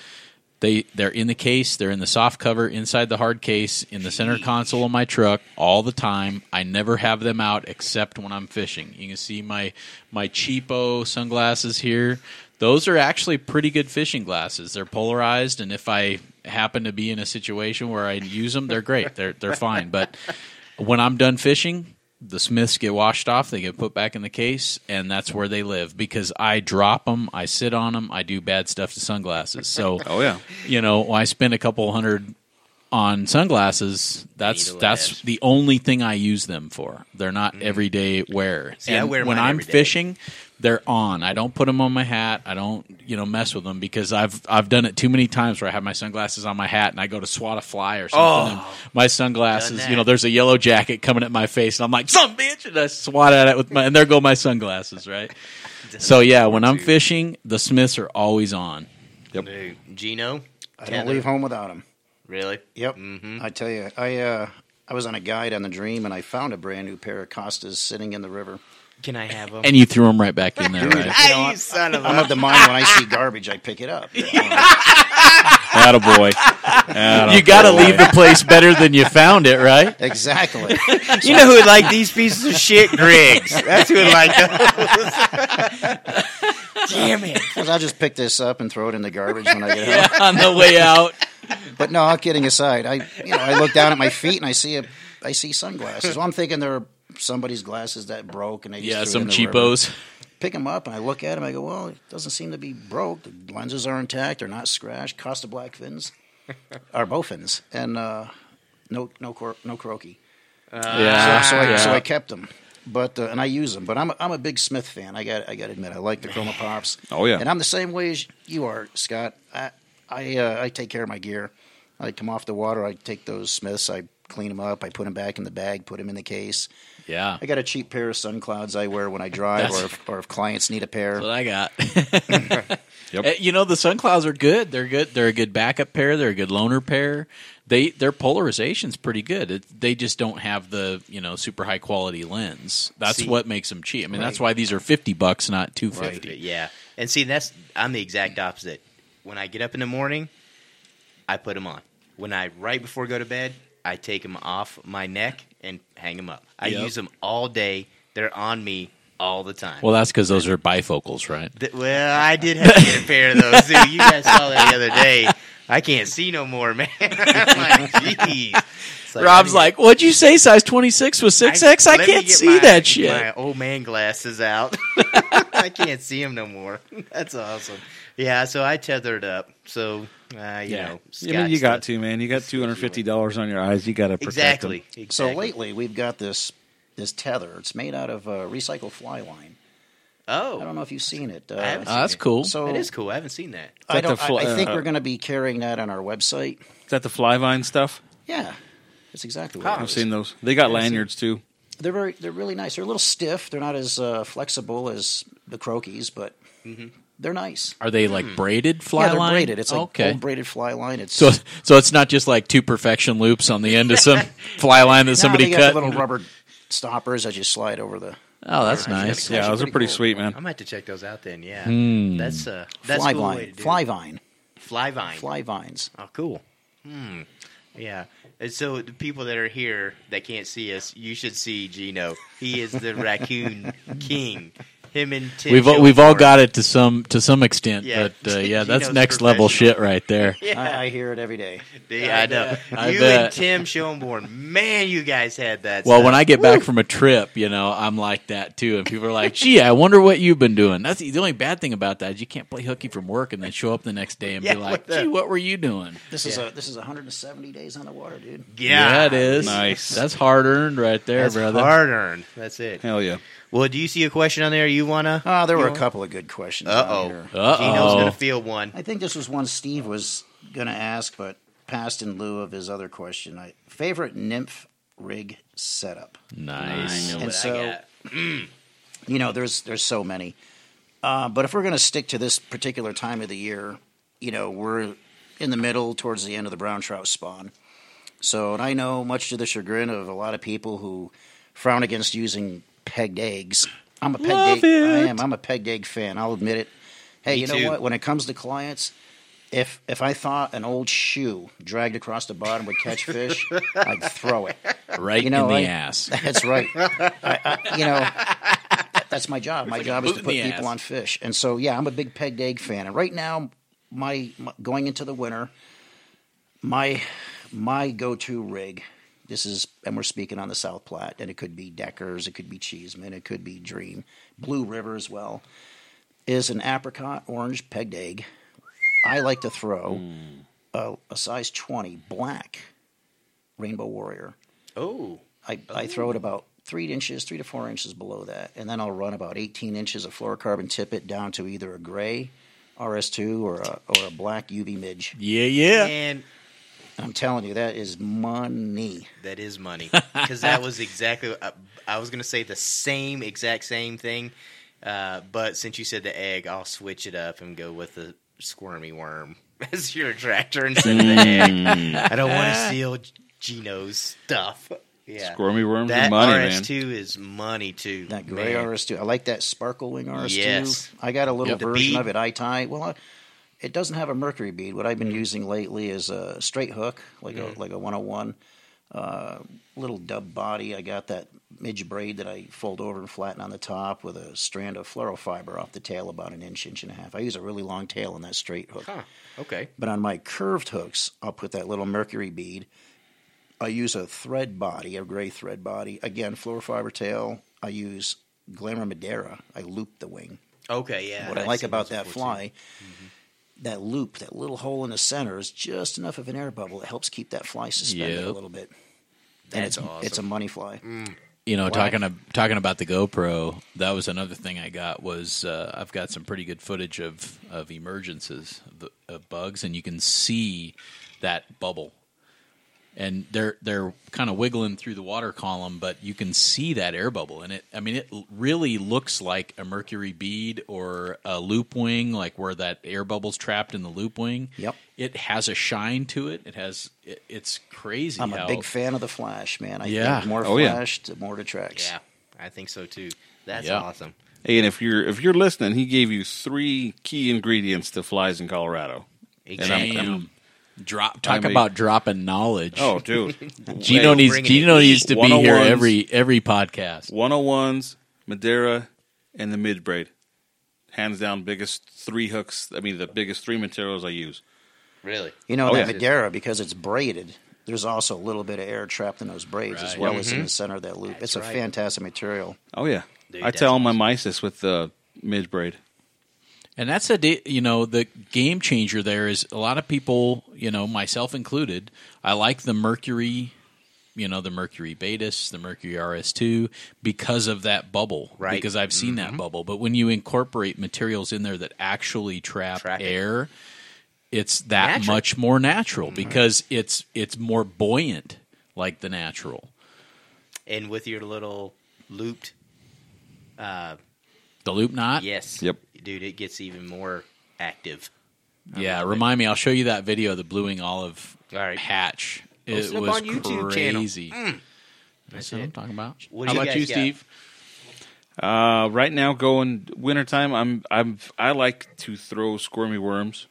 Speaker 4: They, they're in the case. They're in the soft cover, inside the hard case, in the center console of my truck all the time. I never have them out except when I'm fishing. You can see my my cheapo sunglasses here. Those are actually pretty good fishing glasses. They're polarized, and if I happen to be in a situation where I use them, they're great. They're they're fine. But when I'm done fishing, the Smiths get washed off, they get put back in the case, and that's where they live because I drop them, I sit on them, I do bad stuff to sunglasses. So,
Speaker 7: Oh, yeah.
Speaker 4: you know, I spend a couple hundred on sunglasses. That's
Speaker 3: Need to
Speaker 4: that's
Speaker 3: live.
Speaker 4: the only thing I use them for. They're not everyday wear.
Speaker 3: Mm. See, I wear
Speaker 4: when
Speaker 3: mine
Speaker 4: I'm
Speaker 3: every day.
Speaker 4: fishing, they're on. I don't put them on my hat. I don't, you know, mess with them because I've I've done it too many times where I have my sunglasses on my hat and I go to swat a fly or something. and
Speaker 3: Oh.
Speaker 4: my
Speaker 3: Done
Speaker 4: sunglasses,
Speaker 3: that.
Speaker 4: you know, there's a yellow jacket coming at my face and I'm like, "Some bitch," and I swat at it with my and there go my sunglasses, right? so yeah, when I'm fishing, the Smiths are always on.
Speaker 3: Dude, Gino?
Speaker 1: I
Speaker 3: Tether. Mm-hmm.
Speaker 1: don't leave home without him.
Speaker 3: Really?
Speaker 1: Yep. I tell you, I uh, I was on a guide on the Dream, and I found a brand new pair of Costas sitting in the river.
Speaker 3: Can I have them?
Speaker 4: And you threw them right back in there, right?
Speaker 3: Ah, you son of a.
Speaker 1: I'm of the mind when I see garbage, I pick it up.
Speaker 7: Attaboy.
Speaker 4: You got to leave the place better than you found it, right?
Speaker 1: Exactly.
Speaker 3: You know who would like these pieces of shit, Griggs. That's who would like them. Damn it!
Speaker 1: 'Cause I'll just pick this up and throw it in the garbage when I get home.
Speaker 4: On the way out.
Speaker 1: But no, all kidding aside, I you know I look down at my feet and I see a I see sunglasses. Well, I'm thinking they're somebody's glasses that broke and they just
Speaker 4: Yeah,
Speaker 1: threw it
Speaker 4: some
Speaker 1: in the river.
Speaker 4: cheapos.
Speaker 1: Pick them up and I look at them. I go, well, it doesn't seem to be broke. The lenses are intact. They're not scratched. Costa black fins, are bow fins, and uh, no no cor- no croaky.
Speaker 4: yeah.
Speaker 1: So, so, I,
Speaker 4: yeah.
Speaker 1: so I kept them, but uh, and I use them. But I'm a, I'm a big Smith fan. I got I got to admit, I like the Chroma Pops.
Speaker 7: Oh, yeah.
Speaker 1: and I'm the same way as you are, Scott. I I, uh, I take care of my gear. I come off the water. I take those Smiths. I clean them up. I put them back in the bag. Put them in the case.
Speaker 4: yeah.
Speaker 1: I got a cheap pair of sun clouds I wear when I drive, or if, or if clients need a pair.
Speaker 4: what I got.
Speaker 7: Yep.
Speaker 4: Eh, You know the Sunclouds are good. They're good. They're a good backup pair. They're a good loaner pair. They their polarization's pretty good. It, they just don't have the you know super high quality lens. That's
Speaker 3: See.
Speaker 4: what makes them cheap. I mean that's why these are fifty bucks, not two fifty.
Speaker 3: Yeah, and see, that's I'm the exact opposite. When I get up in the morning, I put them on. When I right before I go to bed, I take them off my neck and hang them up. I
Speaker 4: Yep.
Speaker 3: use them all day. They're on me all the time.
Speaker 4: Well, that's because those are bifocals, right?
Speaker 3: Th- well, I did have to get a pair of those. Too. You guys saw that the other day. I can't see no more, man. I'm like, jeez. It's I
Speaker 4: Rob's
Speaker 3: need-
Speaker 4: like, "What'd you say? Size twenty six was six X? I
Speaker 3: let me
Speaker 4: can't
Speaker 3: get
Speaker 4: see
Speaker 3: my-
Speaker 4: that shit."
Speaker 3: My old man glasses out. I can't see him no more. That's awesome. Yeah, so I tethered up. So uh, you know,
Speaker 7: I mean, you got to, man. You got two hundred fifty dollars on your eyes. You got to protect 'em.
Speaker 3: exactly, exactly.
Speaker 1: So lately, we've got this this tether. It's made out of uh, recycled fly line.
Speaker 3: oh,
Speaker 1: I don't know if you've seen it. Uh,
Speaker 3: haven't
Speaker 4: Oh, that's cool.
Speaker 1: So
Speaker 3: that is cool. I haven't seen that.
Speaker 1: I,
Speaker 7: Is that
Speaker 1: don't,
Speaker 7: the fly-
Speaker 1: I, I think
Speaker 7: uh,
Speaker 1: we're going to be carrying that on our website.
Speaker 7: Is that the Flyvine stuff?
Speaker 1: Yeah, that's exactly what
Speaker 7: I've seen those. They got lanyards too.
Speaker 1: They're very, they're really nice. They're a little stiff. They're not as uh, flexible as the croquis, but
Speaker 3: Mm-hmm.
Speaker 1: they're nice.
Speaker 4: are they like braided fly
Speaker 1: yeah, they're
Speaker 4: line?
Speaker 1: braided. It's like
Speaker 4: okay.
Speaker 1: old braided fly line. It's
Speaker 4: so, so it's not just like two perfection loops on the end of some fly line that
Speaker 1: No,
Speaker 4: somebody
Speaker 1: they got the
Speaker 4: cut.
Speaker 1: little rubber stoppers that you slide over the
Speaker 4: Oh, that's nice.
Speaker 7: Yeah, those are
Speaker 1: pretty
Speaker 7: pretty
Speaker 1: cool.
Speaker 7: sweet,
Speaker 3: I'm
Speaker 7: man.
Speaker 3: gonna have to check those out then. Yeah,
Speaker 7: Hmm.
Speaker 3: that's uh, that's a
Speaker 1: fly
Speaker 3: cool way to
Speaker 1: vine,
Speaker 3: do
Speaker 1: fly
Speaker 3: it.
Speaker 1: vine,
Speaker 3: fly vine,
Speaker 1: fly vines.
Speaker 3: Oh, cool. Hmm. Yeah. And so the people that are here that can't see us, you should see Gino. He is the raccoon king. Him and Tim.
Speaker 4: We've all, we've all got it to some to some extent,
Speaker 3: Yeah.
Speaker 4: but uh, yeah, that's
Speaker 3: Gino's
Speaker 4: next level
Speaker 3: professional.
Speaker 4: shit right there.
Speaker 3: Yeah,
Speaker 1: I, I hear it every day.
Speaker 3: yeah, I know.
Speaker 4: I
Speaker 3: you
Speaker 4: bet.
Speaker 3: and Tim Schoenborn, man, you guys had that.
Speaker 4: Well,
Speaker 3: stuff.
Speaker 4: when I get back from a trip, you know, I'm like that too, and people are like, "Gee, I wonder what you've been doing." That's the the only bad thing about that is you can't play hooky from work and then show up the next day and
Speaker 3: Yeah,
Speaker 4: be
Speaker 3: what
Speaker 4: like,
Speaker 3: the-
Speaker 4: "Gee, what were you doing?"
Speaker 1: This is a this is 170 days on the water, dude.
Speaker 3: yeah,
Speaker 4: it is.
Speaker 7: Nice.
Speaker 4: That's hard earned right there,
Speaker 3: That's
Speaker 4: brother.
Speaker 3: hard earned. That's it.
Speaker 7: Hell yeah.
Speaker 3: Well, do you see a question on there you wanna?
Speaker 1: Ah, there were a couple of good questions. on
Speaker 3: Uh oh.
Speaker 1: here.
Speaker 3: Gino's gonna
Speaker 4: Uh oh.
Speaker 3: feel one.
Speaker 1: I think this was one Steve was going to ask, but passed in lieu of his other question. I, favorite nymph rig setup.
Speaker 3: I
Speaker 4: Nice.
Speaker 3: know
Speaker 1: And
Speaker 3: what I
Speaker 1: so-
Speaker 3: got.
Speaker 1: You know, there's there's so many, uh, but if we're going to stick to this particular time of the year, you know, we're in the middle towards the end of the brown trout spawn. So, and I know, much to the chagrin of a lot of people who frown against using pegged eggs. I'm a pegged egg. I am. I'm a pegged egg fan. I'll admit it. Hey, you know
Speaker 3: too.
Speaker 1: what? When it comes to clients, if if I thought an old shoe dragged across the bottom would catch fish, I'd throw it.
Speaker 4: Right
Speaker 1: You know,
Speaker 4: in the
Speaker 1: I-
Speaker 4: ass.
Speaker 1: That's right. I, I, you know, that- that's my job. My job is
Speaker 4: boot
Speaker 1: to
Speaker 4: in
Speaker 1: put
Speaker 4: the
Speaker 1: people
Speaker 4: ass.
Speaker 1: on fish, and so yeah, I'm a big pegged egg fan. And right now, my, my going into the winter, my my go to rig. This is, and we're speaking on the South Platte, and it could be Deckers, it could be Cheeseman, it could be Dream, Blue River as well. Is an apricot orange pegged egg. I like to throw
Speaker 4: Hmm.
Speaker 1: a, a size twenty black Rainbow Warrior.
Speaker 3: Oh,
Speaker 1: I, I throw it about three inches, three to four inches below that, and then I'll run about 18 inches of fluorocarbon tippet down to either a gray RS2 or a, or a black UV midge.
Speaker 4: Yeah, yeah.
Speaker 3: and
Speaker 1: I'm telling you, that is money.
Speaker 3: That is money because that was exactly. I, I was going to say the same exact same thing, uh, but since you said the egg, I'll switch it up and go with the squirmy worm as your attractor instead
Speaker 4: Mm.
Speaker 3: of the egg. I don't want to steal Gino's stuff. Yeah,
Speaker 7: Squirmy worms
Speaker 3: that
Speaker 7: are money, man.
Speaker 3: RS2 is money too.
Speaker 1: That gray
Speaker 3: man.
Speaker 1: RS2. I like that sparkle wing RS2.
Speaker 3: Yes.
Speaker 1: I got a little
Speaker 3: Yep, the
Speaker 1: version
Speaker 3: bead.
Speaker 1: of it, I tie. Well, I, It doesn't have a mercury bead. What I've
Speaker 3: Mm.
Speaker 1: been using lately is a straight hook, like a like a 101. Uh, little dub body. I got that midge braid that I fold over and flatten on the top with a strand of fluorofiber off the tail, about an inch, inch and a half. I use a really long tail on that straight hook.
Speaker 3: Okay.
Speaker 1: But on my curved hooks, I'll put that little mercury bead. I use a thread body, a gray thread body. Again, fluorofiber tail. I use Glamour Madeira. I loop the wing.
Speaker 3: Okay. Yeah.
Speaker 1: what I like about that fly, that loop, that little hole in the center is just enough of an air bubble that helps keep that fly suspended a
Speaker 4: Yep.
Speaker 1: little bit. and it's,
Speaker 3: That's awesome.
Speaker 1: it's a money fly.
Speaker 4: you know,
Speaker 1: Whack.
Speaker 4: talking ab- talking about the GoPro, that was another thing I got was uh, I've got some pretty good footage of of emergences of, the, of bugs, and you can see that bubble, and they're they're kind of wiggling through the water column, but you can see that air bubble, and it I mean it l- really looks like a mercury bead or a loop wing, like where that air bubble's trapped in the loop wing.
Speaker 1: Yep.
Speaker 4: it has a shine to it. It has it, it's crazy.
Speaker 1: I'm a
Speaker 4: how-
Speaker 1: big fan of the flash, man. I
Speaker 4: Yeah.
Speaker 1: think more
Speaker 7: Oh, yeah.
Speaker 1: flash, the more it attracts.
Speaker 3: Yeah, I think so too. That's
Speaker 4: Yeah.
Speaker 3: awesome.
Speaker 7: Hey, and if you're if you're listening, he gave you three key ingredients to flies in Colorado. And I'm-
Speaker 4: Damn.
Speaker 7: I'm-
Speaker 4: Drop. Talk
Speaker 7: I'm a-
Speaker 4: about dropping knowledge.
Speaker 7: oh, dude,
Speaker 4: Gino
Speaker 3: Hey,
Speaker 4: needs
Speaker 3: bringing
Speaker 4: Gino
Speaker 3: it.
Speaker 4: needs to be here
Speaker 7: 101s.
Speaker 4: every every podcast.
Speaker 7: one hundred ones, Madeira, and the mid braid. Hands down, biggest three hooks. I mean, the biggest three materials I use.
Speaker 3: Really?
Speaker 1: You know,
Speaker 7: Oh,
Speaker 1: that
Speaker 7: yeah.
Speaker 1: Madeira, because it's braided, there's also a little bit of air trapped in those braids as
Speaker 4: Right.
Speaker 1: well as in the center of that loop. it's a fantastic material.
Speaker 7: Oh yeah,
Speaker 3: Dude,
Speaker 7: I
Speaker 3: that's
Speaker 7: tell my mysis with the mid braid.
Speaker 4: And that's a da- you know the game changer. There is a lot of people, you know, myself included. I like the Mercury, you know, the Mercury Betis, the Mercury RS two because of that bubble,
Speaker 3: Right.
Speaker 4: Because I've seen that bubble. But when you incorporate materials in there that actually trap,
Speaker 3: Trap it.
Speaker 4: air. It's that
Speaker 3: Natural.
Speaker 4: much more natural because it's it's more buoyant like the natural.
Speaker 3: And with your little looped,
Speaker 4: The loop knot?
Speaker 3: yes.
Speaker 7: Yep.
Speaker 3: Dude, it gets even more active.
Speaker 4: Yeah, remind me. I'll show you that video of the blueing olive
Speaker 3: All right.
Speaker 4: hatch.
Speaker 3: Post
Speaker 4: It
Speaker 3: it up
Speaker 4: was
Speaker 3: on YouTube channel. Mm.
Speaker 4: crazy. That's what I'm talking about.
Speaker 3: What do you
Speaker 4: How about
Speaker 3: guys
Speaker 4: you,
Speaker 3: got?
Speaker 4: Steve?
Speaker 7: Uh, right now, going wintertime, I'm I'm I like to throw squirmy worms.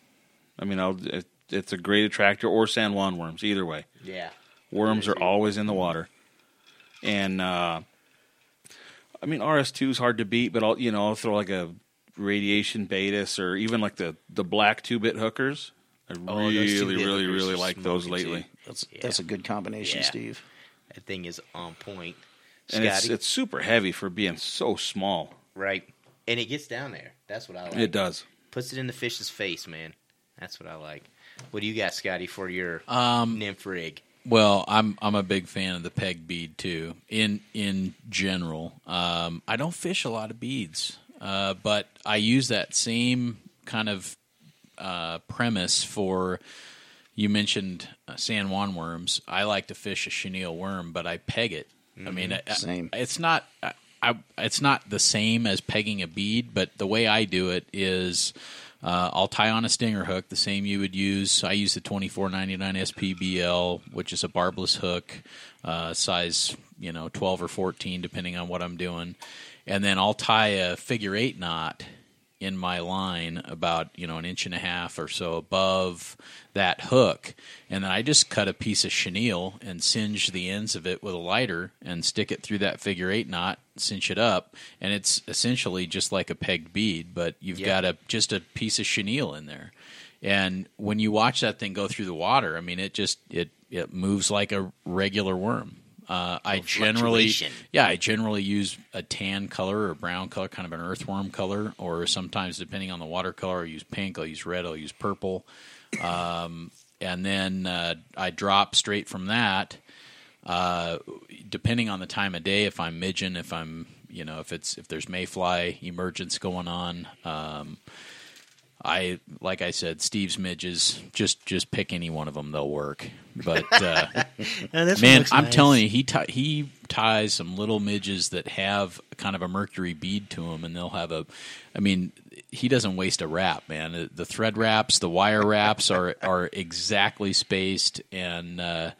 Speaker 7: I mean, I'll it, it's a great attractor or San Juan worms. Either way,
Speaker 3: Yeah.
Speaker 7: worms are always in the water, and uh, I mean RS two is hard to beat, but I'll you know I'll throw like a radiation betas or even like the the black two bit hookers. I
Speaker 3: Oh, those
Speaker 7: really,
Speaker 3: two-bit
Speaker 7: really,
Speaker 3: hookers
Speaker 7: really
Speaker 3: are
Speaker 7: like those
Speaker 3: smoking,
Speaker 7: lately.
Speaker 3: too.
Speaker 1: That's, that's a good combination,
Speaker 3: Yeah.
Speaker 1: Steve.
Speaker 3: That thing is on point.
Speaker 7: And
Speaker 3: Scotty.
Speaker 7: it's, it's super heavy for being so small.
Speaker 3: right. And it gets down there. That's what I like.
Speaker 7: It does.
Speaker 3: Puts it in the fish's face, man. That's what I like. What do you got, Scotty, for your
Speaker 4: Um,
Speaker 3: nymph rig?
Speaker 4: Well, I'm I'm a big fan of the peg bead too. In in general, um, I don't fish a lot of beads, uh, but I use that same kind of uh, premise for. You mentioned uh, San Juan worms. I like to fish a chenille worm, but I peg it. I mean, I-
Speaker 1: Same.
Speaker 4: I, it's not. I, I, it's not the same as pegging a bead, but the way I do it is uh, I'll tie on a stinger hook, the same you would use. I use the twenty four ninety nine SPBL, which is a barbless hook, uh, size you know twelve or fourteen, depending on what I'm doing, and then I'll tie a figure eight knot in my line about you know an inch and a half or so above that hook and then i just cut a piece of chenille and singe the ends of it with a lighter and stick it through that figure eight knot cinch it up and it's essentially just like a pegged bead but you've
Speaker 3: Yeah.
Speaker 4: got a just a piece of chenille in there and when you watch that thing go through the water i mean it just it it moves like a regular worm uh, I generally,
Speaker 3: fluctuation.
Speaker 4: yeah, I generally use a tan color or brown color, kind of an earthworm color, or sometimes depending on the watercolor, I use pink, I'll use red, I'll use purple, um, and then uh, I drop straight from that. Uh, depending on the time of day, if I'm midgin, if I'm you know if it's if there's mayfly emergence going on, um, I like I said, Steve's midges just just pick any one of them, they'll work. But uh, Man, I'm telling you, he ti he ties some little midges that have kind of a mercury bead to them, and they'll have a. I mean, he doesn't waste a wrap, man. The thread wraps, the wire wraps are are exactly spaced, and uh,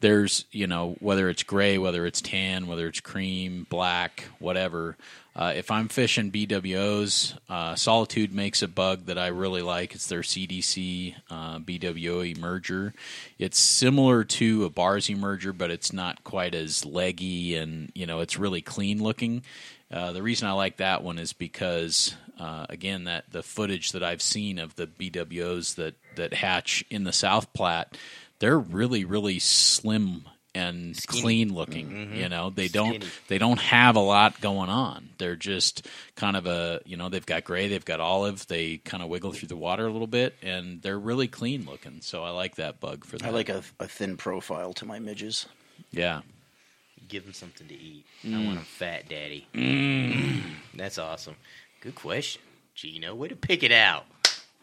Speaker 4: there's you know whether it's gray, whether it's tan, whether it's cream, black, whatever. Uh, if I'm fishing BWOs, uh, Solitude makes a bug that I really like. It's their CDC uh, BWO merger. It's similar to a Barzy merger, but it's not quite as leggy and you know it's really clean looking. Uh, the reason I like that one is because uh, again that the footage that I've seen of the BWOs that that hatch in the South Platte, they're really really slim and clean looking. You know they don't they don't have a lot going on. They're just kind of a you know they've got gray, they've got olive, they kind of wiggle through the water a little bit, and they're really clean looking. So I like that bug for that.
Speaker 1: I like a, a thin profile to my midges.
Speaker 4: yeah.
Speaker 3: Give them something to eat.
Speaker 4: Mm.
Speaker 3: I want a fat daddy. That's awesome. Good question, Gino. Way to pick it out.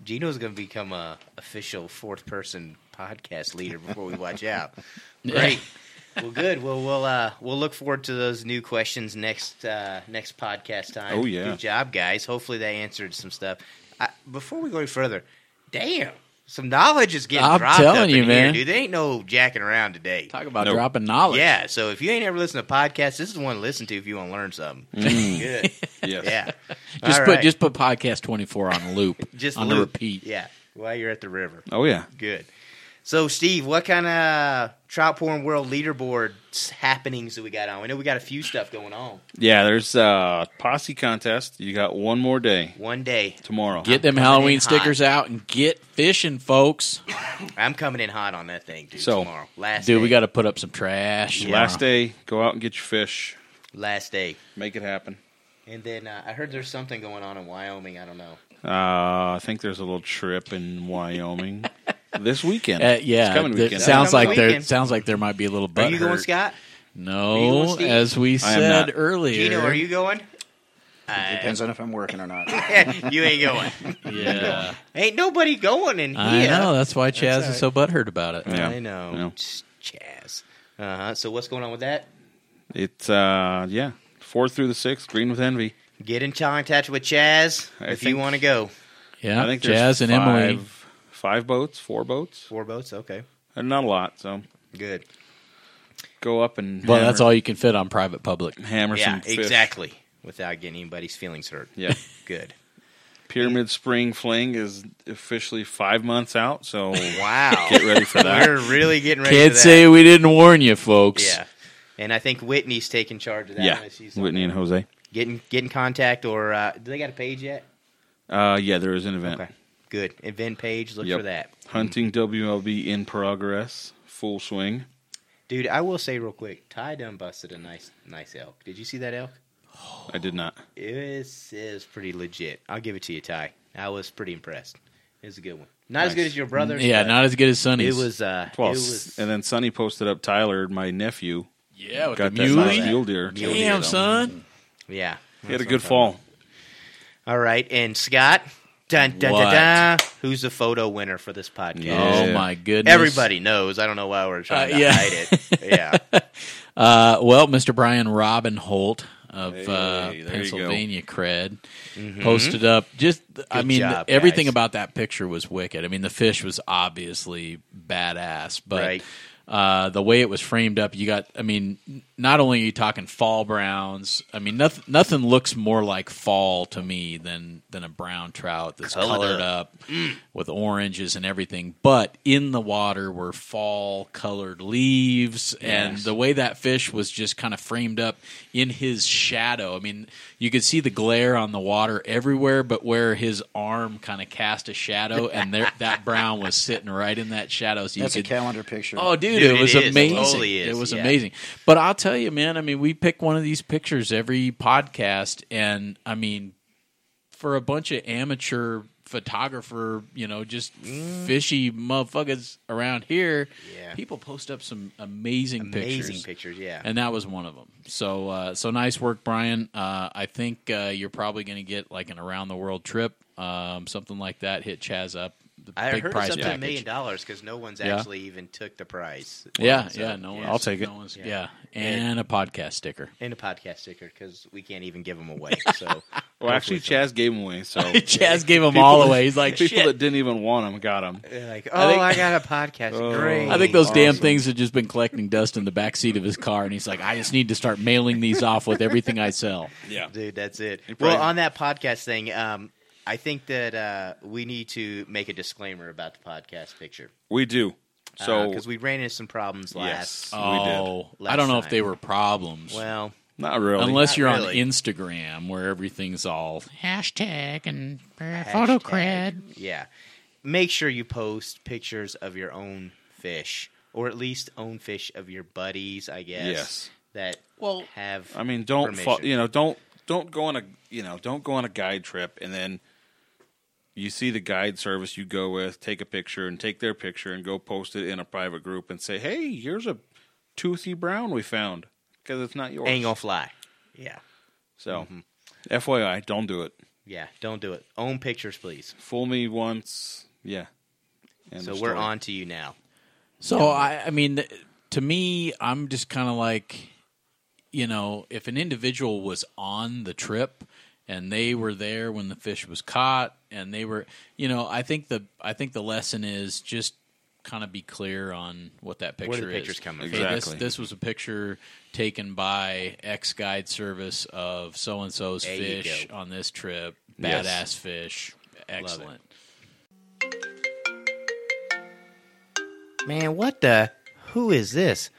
Speaker 3: Gino's going to become a official fourth person podcast leader before we watch out. Great. well, good. Well, we'll uh, we'll look forward to those new questions next uh, next podcast time.
Speaker 7: Oh, yeah.
Speaker 3: Good job, guys. Hopefully they answered some stuff. I, before we go any further, damn, some knowledge is getting
Speaker 4: I'm
Speaker 3: dropped up
Speaker 4: telling
Speaker 3: in
Speaker 4: you,
Speaker 3: here,
Speaker 4: man.
Speaker 3: dude. They ain't no jacking around today.
Speaker 4: Talk about
Speaker 7: Nope.
Speaker 4: dropping knowledge.
Speaker 3: Yeah, so if you ain't ever listened to podcasts, this is one to listen to if you want to learn something. Good.
Speaker 7: Yes.
Speaker 3: Yeah.
Speaker 4: Mm. Just
Speaker 3: All
Speaker 4: put
Speaker 3: right.
Speaker 4: just put podcast twenty four on loop.
Speaker 3: just
Speaker 4: on
Speaker 3: loop.
Speaker 4: repeat.
Speaker 3: Yeah. While you're at the river.
Speaker 7: Oh yeah.
Speaker 3: Good. So Steve, what kind of trout porn world leaderboards happenings do we got on? We know we got a few stuff going on.
Speaker 7: Yeah, there's uh posse contest. You got one more day
Speaker 3: One day,
Speaker 7: tomorrow.
Speaker 4: Get them
Speaker 3: coming in
Speaker 4: Halloween
Speaker 3: hot.
Speaker 4: stickers out and get fishing, folks.
Speaker 3: I'm coming in hot on that thing, dude.
Speaker 7: So,
Speaker 3: tomorrow, last
Speaker 4: Dude,
Speaker 3: day.
Speaker 4: we got to put up some trash.
Speaker 7: Last day, go out and get your fish.
Speaker 3: last day,
Speaker 7: Make it happen.
Speaker 3: and then uh, I heard there's something going on in Wyoming. I don't know.
Speaker 7: Uh, I think there's a little trip in Wyoming this weekend.
Speaker 4: Uh, yeah,
Speaker 7: it's coming
Speaker 4: that
Speaker 7: weekend.
Speaker 4: sounds
Speaker 3: Coming
Speaker 4: like there
Speaker 3: weekend.
Speaker 4: sounds like there might be a little butt
Speaker 3: Are you going,
Speaker 4: hurt.
Speaker 3: Scott? you going,
Speaker 4: No,
Speaker 3: Steve?
Speaker 4: as we
Speaker 7: I am
Speaker 4: said
Speaker 7: not.
Speaker 4: earlier.
Speaker 3: Gino, are you going? Uh,
Speaker 1: Depends on if I'm working or not.
Speaker 3: you ain't going.
Speaker 4: Yeah,
Speaker 3: ain't nobody going in here.
Speaker 4: I know. That's why Chaz is so butthurt about it.
Speaker 7: Yeah.
Speaker 3: I know.
Speaker 7: Yeah.
Speaker 3: Chaz. Uh huh. So what's going on with that?
Speaker 7: It's uh, yeah, fourth through the sixth, green with envy.
Speaker 3: Get in contact with Chaz
Speaker 7: I
Speaker 3: if
Speaker 7: think-
Speaker 3: you want to go.
Speaker 4: Yeah,
Speaker 7: I think there's
Speaker 4: Chaz and
Speaker 7: five,
Speaker 4: Emily.
Speaker 7: five boats, four boats,
Speaker 3: Four boats. Okay.
Speaker 7: and not a lot. So
Speaker 3: Good.
Speaker 7: go up and
Speaker 4: Well,
Speaker 7: hammer,
Speaker 4: that's all you can fit on private public.
Speaker 7: Hammer
Speaker 3: yeah,
Speaker 7: some fish.
Speaker 3: exactly. Without getting anybody's feelings hurt.
Speaker 7: Yeah,
Speaker 3: Good.
Speaker 7: Pyramid Spring Fling is officially five months out. So
Speaker 3: Wow.
Speaker 7: get ready for that.
Speaker 3: We're really getting ready
Speaker 4: Can't
Speaker 3: for that.
Speaker 4: say we didn't warn you, folks.
Speaker 3: Yeah. And I think Whitney's taking charge of that.
Speaker 7: yeah,
Speaker 3: one. She's
Speaker 7: Whitney and Jose.
Speaker 3: Get in, get in contact or uh, do they got a page yet?
Speaker 7: Uh, yeah, there is an event.
Speaker 3: Okay. Good. Event page. Look
Speaker 7: Yep.
Speaker 3: for that.
Speaker 7: Hunting WLB in progress, full swing.
Speaker 3: Dude, I will say real quick, Ty done busted a nice nice elk. Did you see that elk?
Speaker 7: I did not.
Speaker 3: This is pretty legit. I'll give it to you, Ty. I was pretty impressed. It was a good one. Not as
Speaker 7: Nice.
Speaker 3: good as your brother's.
Speaker 4: Yeah,
Speaker 3: but
Speaker 4: not as good as Sonny's.
Speaker 3: It was. Uh,
Speaker 7: Well,
Speaker 3: it was.
Speaker 7: and then Sonny posted up Tyler, my nephew,
Speaker 4: yeah, with
Speaker 7: got
Speaker 4: the
Speaker 7: that nice
Speaker 4: muley.
Speaker 7: mule deer.
Speaker 3: Mule deer,
Speaker 4: Damn,
Speaker 3: though.
Speaker 4: son.
Speaker 3: Yeah.
Speaker 7: He had a good fall.
Speaker 3: All right, and Scott. Dun, dun,
Speaker 4: What?
Speaker 3: dun, dun, who's the photo winner for this podcast?
Speaker 7: Yeah.
Speaker 4: Oh my goodness!
Speaker 3: Everybody knows. I don't know why we're trying
Speaker 4: Uh,
Speaker 3: to
Speaker 4: yeah.
Speaker 3: hide it. Yeah.
Speaker 4: Uh, well, Mr. Brian Robin Holt of uh,
Speaker 7: Hey, there you go.
Speaker 4: Pennsylvania Cred posted up just, I mean,
Speaker 3: Mm-hmm. job,
Speaker 4: everything
Speaker 3: guys.
Speaker 4: about that picture was wicked. I mean, the fish was obviously badass, but
Speaker 3: Right.
Speaker 4: uh, the way it was framed up, you got, I mean, not only are you talking fall browns, I mean, nothing, nothing looks more like fall to me than, than a brown trout that's
Speaker 3: Colored
Speaker 4: colored, up, with oranges and everything. But in the water were fall colored leaves, and the way that fish was just kind of framed up in his shadow. I mean, you could see the glare on the water everywhere, but where his arm kind of cast a shadow, and there that brown was sitting right in that shadow. So you
Speaker 1: That's a
Speaker 4: could
Speaker 1: calendar picture.
Speaker 4: Oh, dude,
Speaker 3: Dude,
Speaker 4: it
Speaker 3: it is.
Speaker 4: was
Speaker 3: It
Speaker 4: amazing.
Speaker 3: totally is,
Speaker 4: It was
Speaker 3: yeah.
Speaker 4: amazing. But I'll tell you, man. I mean, we pick one of these pictures every podcast, and I mean, for a bunch of amateur photographer, you know, just fishy motherfuckers around here,
Speaker 3: Mm-hmm. Yeah.
Speaker 4: people post up some amazing,
Speaker 3: Amazing
Speaker 4: pictures.
Speaker 3: pictures, yeah.
Speaker 4: And that was one of them. So, uh, so nice work, Brian. Uh, I think uh, you're probably going to get like an around the world trip, um, something like that. Hit Chaz up. The
Speaker 3: I
Speaker 4: big
Speaker 3: heard
Speaker 4: prize
Speaker 3: it's up to a
Speaker 4: package.
Speaker 3: million dollars because no one's
Speaker 4: Yeah.
Speaker 3: actually even took the prize.
Speaker 4: Yeah,
Speaker 3: So,
Speaker 4: yeah, no one's,
Speaker 7: I'll take it.
Speaker 4: no One's, yeah. and a podcast sticker.
Speaker 3: And a podcast sticker because we can't even give them away. So
Speaker 7: Well, actually, Chaz gave them away. So
Speaker 4: Chaz gave them
Speaker 7: People
Speaker 4: all
Speaker 7: that-
Speaker 4: away. He's like,
Speaker 7: people
Speaker 4: shit.
Speaker 7: that didn't even want them got them.
Speaker 3: They're like, oh, I,
Speaker 4: think-
Speaker 3: got a podcast.
Speaker 7: Oh.
Speaker 3: Great.
Speaker 4: I think those damn
Speaker 7: Awesome.
Speaker 4: things had just been collecting dust in the back seat of his car, and he's like, I just need to start mailing these off with everything I sell.
Speaker 7: Yeah.
Speaker 3: dude, that's it.
Speaker 7: probably-
Speaker 3: Well, on that podcast thing, um, I think that uh, we need to make a disclaimer about the podcast picture
Speaker 7: We do. So
Speaker 3: because Uh, we ran into some problems last.
Speaker 7: yes, we did.
Speaker 4: Oh,
Speaker 3: did.
Speaker 4: I don't know
Speaker 3: Last
Speaker 4: if they
Speaker 3: time.
Speaker 4: were problems.
Speaker 3: Well,
Speaker 7: Not really.
Speaker 4: Unless
Speaker 3: Not
Speaker 4: you're
Speaker 3: really.
Speaker 4: on Instagram, where everything's all hashtag and
Speaker 3: photo cred. Yeah, make sure you post pictures of your own fish, or at least own fish of your buddies. I guess.
Speaker 7: Yes.
Speaker 3: That
Speaker 4: Well,
Speaker 3: have.
Speaker 7: I mean, don't fo-
Speaker 3: permission.
Speaker 7: you know? Don't don't go on a you know don't go on a guide trip and then you see the guide service you go with, take a picture and take their picture and go post it in a private group and say, hey, here's a toothy brown we found because it's not yours.
Speaker 3: ain't gonna fly. Yeah.
Speaker 7: So, FYI, don't do it.
Speaker 3: Yeah. Don't do it. Own pictures, please.
Speaker 7: Fool me once, yeah. End
Speaker 3: so
Speaker 7: of
Speaker 3: we're
Speaker 7: story.
Speaker 3: on to you now.
Speaker 4: So I, I mean, th- to me, I'm just kind of like, you know, if an individual was on the trip and they were there when the fish was caught, and they were, you know, I think the I think the lesson is just kind of be clear on what that picture
Speaker 3: Where the
Speaker 4: is.
Speaker 3: picture's coming
Speaker 4: Hey, this,
Speaker 7: Exactly.
Speaker 4: this was a picture taken by X guide service of so and so's
Speaker 3: There you
Speaker 4: fish
Speaker 3: go.
Speaker 4: on this trip. Badass
Speaker 7: Yes.
Speaker 4: fish, excellent.
Speaker 3: Man, what the? Who is this?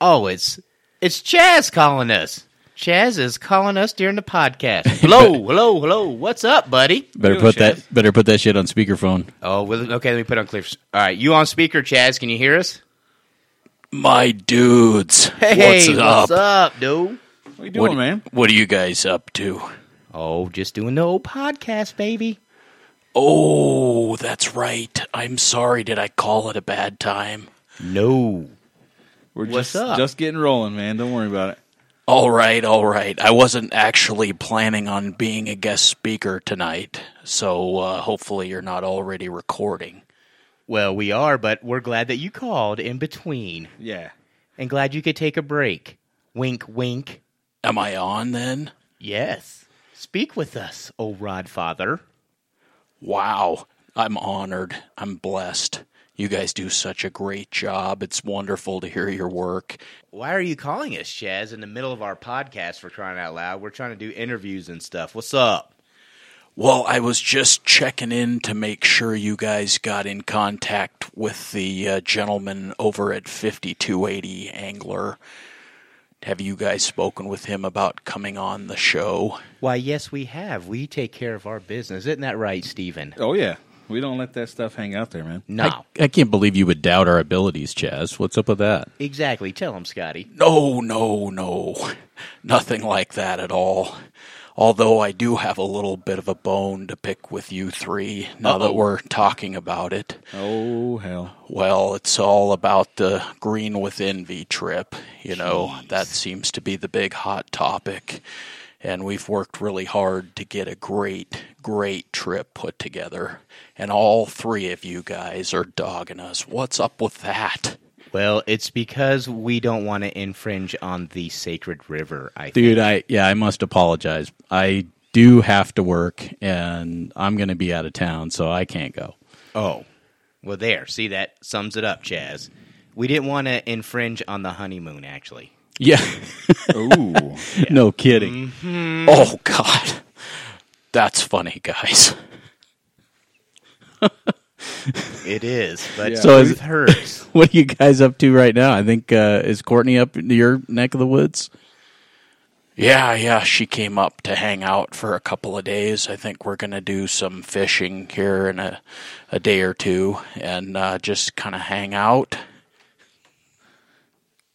Speaker 3: Oh, it's it's Chaz calling us. Chaz is calling us during the podcast. Hello, hello, hello. What's up, buddy?
Speaker 4: Better put that. Better put that shit on speakerphone.
Speaker 3: Oh, well, okay. Let me put on clear. All right, you on speaker, Chaz? Can you hear us?
Speaker 4: My dudes,
Speaker 3: Hey,
Speaker 4: what's
Speaker 3: what's
Speaker 4: up?
Speaker 3: up, dude?
Speaker 7: What you doing,
Speaker 4: What-
Speaker 7: man?
Speaker 4: What are you guys up to?
Speaker 3: Oh, just doing the old podcast, baby.
Speaker 4: Oh, that's right. I'm sorry. Did I call it a bad time?
Speaker 3: No,
Speaker 7: We're
Speaker 3: What's
Speaker 7: just
Speaker 3: up?
Speaker 7: just getting rolling, man. Don't worry about it.
Speaker 4: All right, all right. I wasn't actually planning on being a guest speaker tonight, so uh, hopefully you're not already recording.
Speaker 3: well, we are, but we're glad that you called in between,
Speaker 7: Yeah.
Speaker 3: and glad you could take a break. Wink, wink.
Speaker 4: Am I on then?
Speaker 3: Yes. Speak with us, O Rod Father.
Speaker 4: Wow. I'm honored. I'm blessed. You guys do such a great job. It's wonderful to hear your work.
Speaker 3: Why are you calling us, Chaz, in the middle of our podcast for crying out loud? We're trying to do interviews and stuff. What's up?
Speaker 4: Well, I was just checking in to make sure you guys got in contact with the uh, gentleman over at 5280 Angler. Have you guys spoken with him about coming on the show?
Speaker 3: Why, yes, we have. We take care of our business. Isn't that right, Steven?
Speaker 7: Oh yeah. We don't let that stuff hang out there, man.
Speaker 3: No.
Speaker 4: I can't believe you would doubt our abilities, Chaz. What's up with that?
Speaker 3: exactly. Tell him, Scotty.
Speaker 4: No, no, no. Nothing like that at all. Although I do have a little bit of a bone to pick with you three now that we're talking about it.
Speaker 7: Oh hell.
Speaker 4: Well, it's all about the Green with Envy trip. You know, that seems to be the big hot topic. And we've worked really hard to get a great, great trip put together. And all three of you guys are dogging us. What's up with that?
Speaker 3: Well, it's because we don't want to infringe on the sacred river, I think.
Speaker 4: Dude, I yeah, I must apologize. I do have to work and I'm going to be out of town, so I can't go.
Speaker 3: Oh. Well, there. See, that sums it up, Chaz. We didn't want to infringe on the honeymoon, actually.
Speaker 4: Yeah.
Speaker 7: Ooh.
Speaker 4: No kidding. Oh God, that's funny, guys.
Speaker 3: It is, but
Speaker 7: Yeah.
Speaker 4: So
Speaker 3: so
Speaker 4: is-
Speaker 3: it hurts.
Speaker 4: What are you guys up to right now? I think uh, is Courtney up in your neck of the woods? Yeah, yeah, she came up to hang out for a couple of days. I think we're gonna do some fishing here in a, a day or two, and uh, just kind of hang out.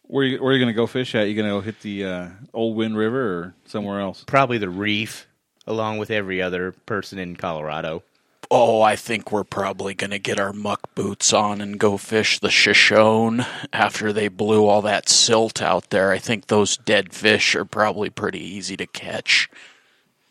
Speaker 7: Where you, where you gonna go fish at? You gonna go hit the uh, Old Wind River or somewhere else?
Speaker 3: probably the reef along with every other person in Colorado.
Speaker 4: Oh, I think we're probably going to get our muck boots on and go fish the Shoshone after they blew all that silt out there. I think those dead fish are probably pretty easy to catch.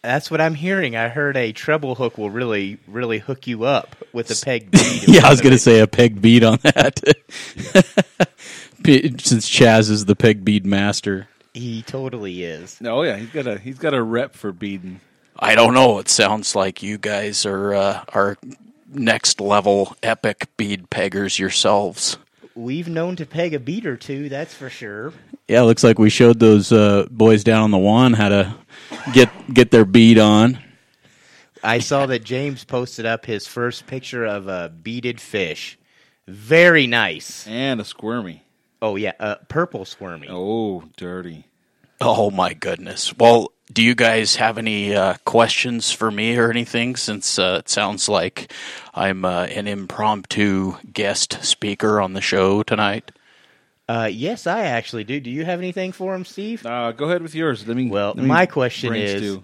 Speaker 3: That's what I'm hearing. I heard a treble hook will really, really hook you up with a peg. bead.
Speaker 4: to say a peg bead on that. Since Chaz is the peg bead master.
Speaker 3: He totally is.
Speaker 7: Oh, No, yeah, he's got a he's got a rep for beading.
Speaker 4: I don't know. It sounds like you guys are uh, are next level epic bead peggers yourselves.
Speaker 3: We've known to peg a beat or two, that's for sure.
Speaker 4: Yeah, looks like we showed those uh, boys down on the one how to get get their bead on.
Speaker 3: I saw that James posted up his first picture of a beaded fish. Very nice.
Speaker 7: And a squirmy.
Speaker 3: Oh yeah, uh, purple squirmy.
Speaker 7: Oh, dirty.
Speaker 4: Oh my goodness. Well, do you guys have any uh, questions for me or anything? Since uh, it sounds like I'm uh, an impromptu guest speaker on the show tonight.
Speaker 3: Uh, yes, I actually do. Do you have anything for him, Steve?
Speaker 7: Uh, go ahead with yours. Let me.
Speaker 3: Well,
Speaker 7: let me
Speaker 3: my question
Speaker 7: brain
Speaker 3: is,
Speaker 7: stew.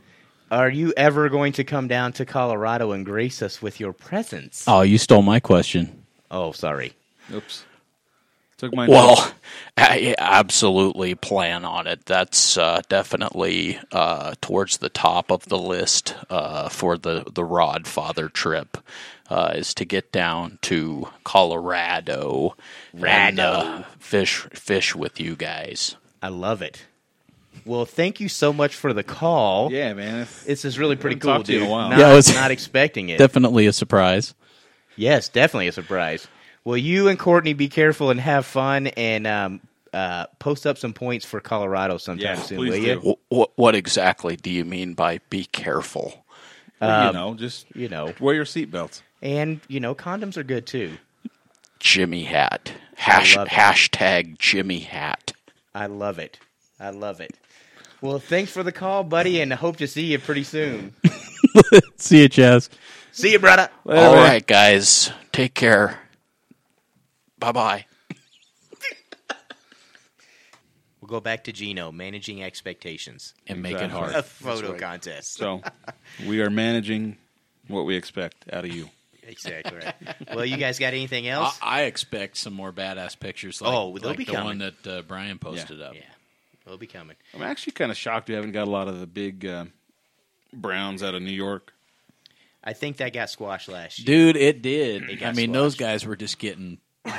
Speaker 3: are you ever going to come down to Colorado and grace us with your
Speaker 7: Uh.
Speaker 3: presence?
Speaker 4: Oh, you stole my question.
Speaker 3: Oh, sorry.
Speaker 7: Oops. Took my.
Speaker 4: Well, I absolutely plan on it. That's uh, definitely uh, towards the top of the list uh, for the the Rod Father trip uh, is to get down to Colorado and uh, fish fish with you guys.
Speaker 3: I love it. Well, thank you so much for the call.
Speaker 7: Yeah, man. It's,
Speaker 3: This is really pretty
Speaker 7: Haven't
Speaker 3: cool,
Speaker 7: talked to you
Speaker 3: dude.
Speaker 7: in a while.
Speaker 3: Not,
Speaker 4: Yeah, it was-
Speaker 3: not expecting it.
Speaker 4: Definitely a surprise.
Speaker 3: yes, definitely a surprise. Well, you and Courtney be careful and have fun, and um, uh, post up some points for Colorado sometime
Speaker 7: Yeah,
Speaker 3: soon,
Speaker 7: please
Speaker 3: will
Speaker 7: do.
Speaker 3: you?
Speaker 4: What, what exactly do you mean by be careful?
Speaker 7: well, you know, just
Speaker 3: um, You know,
Speaker 7: wear your seatbelts.
Speaker 3: and you know, condoms are good too.
Speaker 4: Jimmy hat. Hash,
Speaker 3: love it.
Speaker 4: hashtag Jimmy hat.
Speaker 3: I love it. I love it. Well, thanks for the call, buddy, and hope to see you pretty soon.
Speaker 4: See you, Chaz.
Speaker 3: see you, brother.
Speaker 4: All right, guys. Take care. Bye bye.
Speaker 3: We'll go back to Gino managing expectations.
Speaker 4: And
Speaker 7: make it Exactly.
Speaker 3: A photo contest.
Speaker 7: So we are managing what we expect out of you.
Speaker 3: Exactly right. well, you guys got anything
Speaker 4: I,
Speaker 3: else?
Speaker 4: I expect some more badass pictures like,
Speaker 3: Oh, they'll
Speaker 4: like
Speaker 3: be
Speaker 4: the
Speaker 3: coming.
Speaker 4: one that uh, Brian posted up.
Speaker 3: yeah, we'll be coming.
Speaker 7: I'm actually kind of shocked we haven't got a lot of the big uh, Browns out of New York.
Speaker 3: I think that got squashed last year.
Speaker 4: Dude, it did.
Speaker 3: They got
Speaker 4: I mean, those
Speaker 3: squashed.
Speaker 4: guys were just getting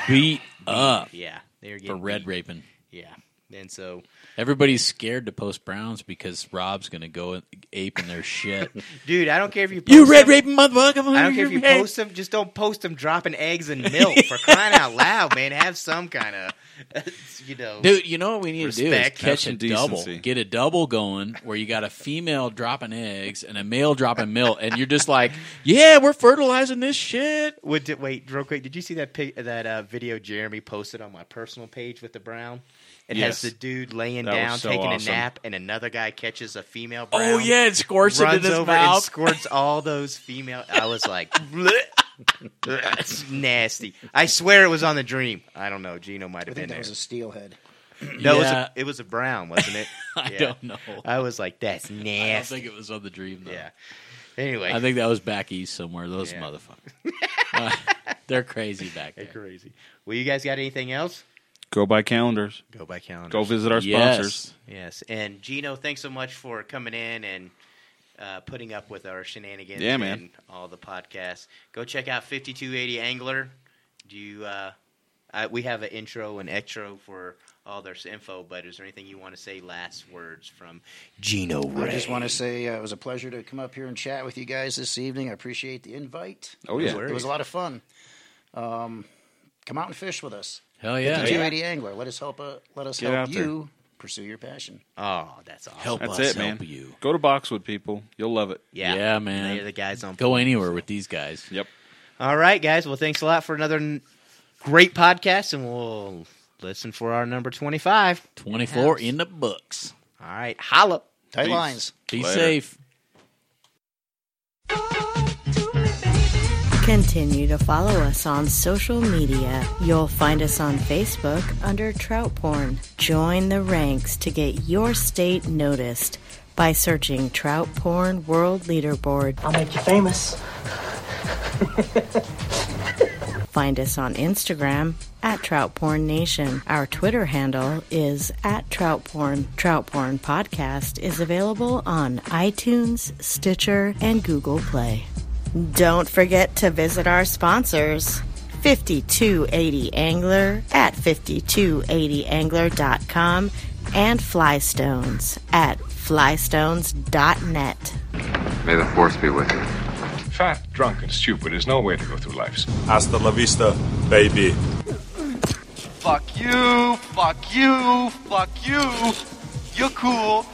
Speaker 4: beat up
Speaker 3: Yeah, they were getting
Speaker 4: for red
Speaker 3: beat.
Speaker 4: raping.
Speaker 3: Yeah, and so
Speaker 4: Everybody's scared to post Browns because Rob's going to go ape in their shit.
Speaker 3: dude, I don't care if you post
Speaker 4: you red
Speaker 3: them-
Speaker 4: raping motherfucker!
Speaker 3: I don't care if you post them. Just don't post them dropping eggs and milk for crying out loud, man. Have some kind of, you know,
Speaker 4: Dude, you know what we need
Speaker 3: Respect.
Speaker 4: to do is catch a
Speaker 7: Have some
Speaker 4: double,
Speaker 7: decency.
Speaker 4: get a double going where you got a female dropping eggs and a male dropping milk, and you're just like, yeah, we're fertilizing this shit.
Speaker 3: What did, wait, real quick. Did you see that pic, that uh, video Jeremy posted on my personal page with the brown? It
Speaker 7: Yes.
Speaker 3: has the dude laying
Speaker 7: That was
Speaker 3: down
Speaker 7: so
Speaker 3: taking
Speaker 7: awesome.
Speaker 3: a nap, and another guy catches a female brown.
Speaker 4: Oh yeah, it squirts it in
Speaker 3: runs
Speaker 4: his
Speaker 3: over and
Speaker 4: mouth.
Speaker 3: squirts all those female. I was like, "Bleh." that's nasty. I swear it was on the dream. I don't know. Gino
Speaker 1: I
Speaker 3: might have
Speaker 1: think
Speaker 3: been
Speaker 1: that
Speaker 3: there.
Speaker 1: was a steelhead.
Speaker 3: no, it was,
Speaker 4: Yeah.
Speaker 3: a, it was a brown, wasn't it?
Speaker 4: I
Speaker 3: Yeah.
Speaker 4: don't know.
Speaker 3: I was like, that's
Speaker 4: I don't
Speaker 3: nasty.
Speaker 4: think it was on the dream though.
Speaker 3: yeah. Anyway,
Speaker 4: I think that was back east somewhere. Those
Speaker 3: Yeah.
Speaker 4: motherfuckers, Uh, they're crazy back
Speaker 3: they're
Speaker 4: there.
Speaker 3: crazy. Well, you guys got anything else?
Speaker 7: Go buy calendars.
Speaker 3: Go by calendar.
Speaker 7: Go visit our sponsors.
Speaker 3: Yes,
Speaker 4: Yes.
Speaker 3: and Gino, thanks so much for coming in and uh, putting up with our shenanigans.
Speaker 7: Yeah, man.
Speaker 3: And all the podcasts. Go check out fifty two eighty Angler. Do you? Uh, I, we have an intro and extra for all their info, but is there anything you want to say? Last words from Gino.
Speaker 1: I
Speaker 3: Ray.
Speaker 1: just want to say uh, it was a pleasure to come up here and chat with you guys this evening. I appreciate the invite.
Speaker 7: Oh yeah.
Speaker 1: It was a lot of fun. Um, come out and fish with us.
Speaker 4: Hell yeah.
Speaker 1: 280 angler. Let us help. Uh, let us
Speaker 7: Get
Speaker 1: help
Speaker 7: out there.
Speaker 1: you pursue your passion.
Speaker 3: Oh, that's awesome.
Speaker 4: Help
Speaker 7: That's
Speaker 4: us
Speaker 7: it, man.
Speaker 4: help you.
Speaker 7: Go to Boxwood, people. You'll love it.
Speaker 3: Yeah,
Speaker 4: Yeah, man.
Speaker 3: They're the guys on.
Speaker 4: Go anywhere with these guys.
Speaker 7: Yep.
Speaker 3: All right, guys. Well, thanks a lot for another n- great podcast, and we'll listen for our number twenty five.
Speaker 4: Twenty four in the books.
Speaker 3: All right, holla.
Speaker 1: Tight
Speaker 7: Peace.
Speaker 1: lines.
Speaker 4: Be
Speaker 7: Later.
Speaker 4: safe.
Speaker 2: Continue to follow us on social media. You'll find us on Facebook under Trout Porn. Join the ranks to get your state noticed by searching Trout Porn World Leaderboard.
Speaker 5: I'll make you famous.
Speaker 2: Find us on Instagram at Trout Porn Nation. Our Twitter handle is at Trout Porn. Trout Porn Podcast is available on iTunes, Stitcher, and Google Play. Don't forget to visit our sponsors 5280 Angler at 5280angler.com and Flystones at flystones.net.
Speaker 10: May the force be with you.
Speaker 11: Fat, drunk, and stupid is no way to go through life.
Speaker 12: Hasta la vista, baby.
Speaker 13: Fuck you, fuck you, fuck you. You're cool.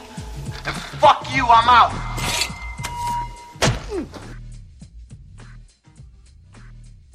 Speaker 13: And fuck you, I'm out.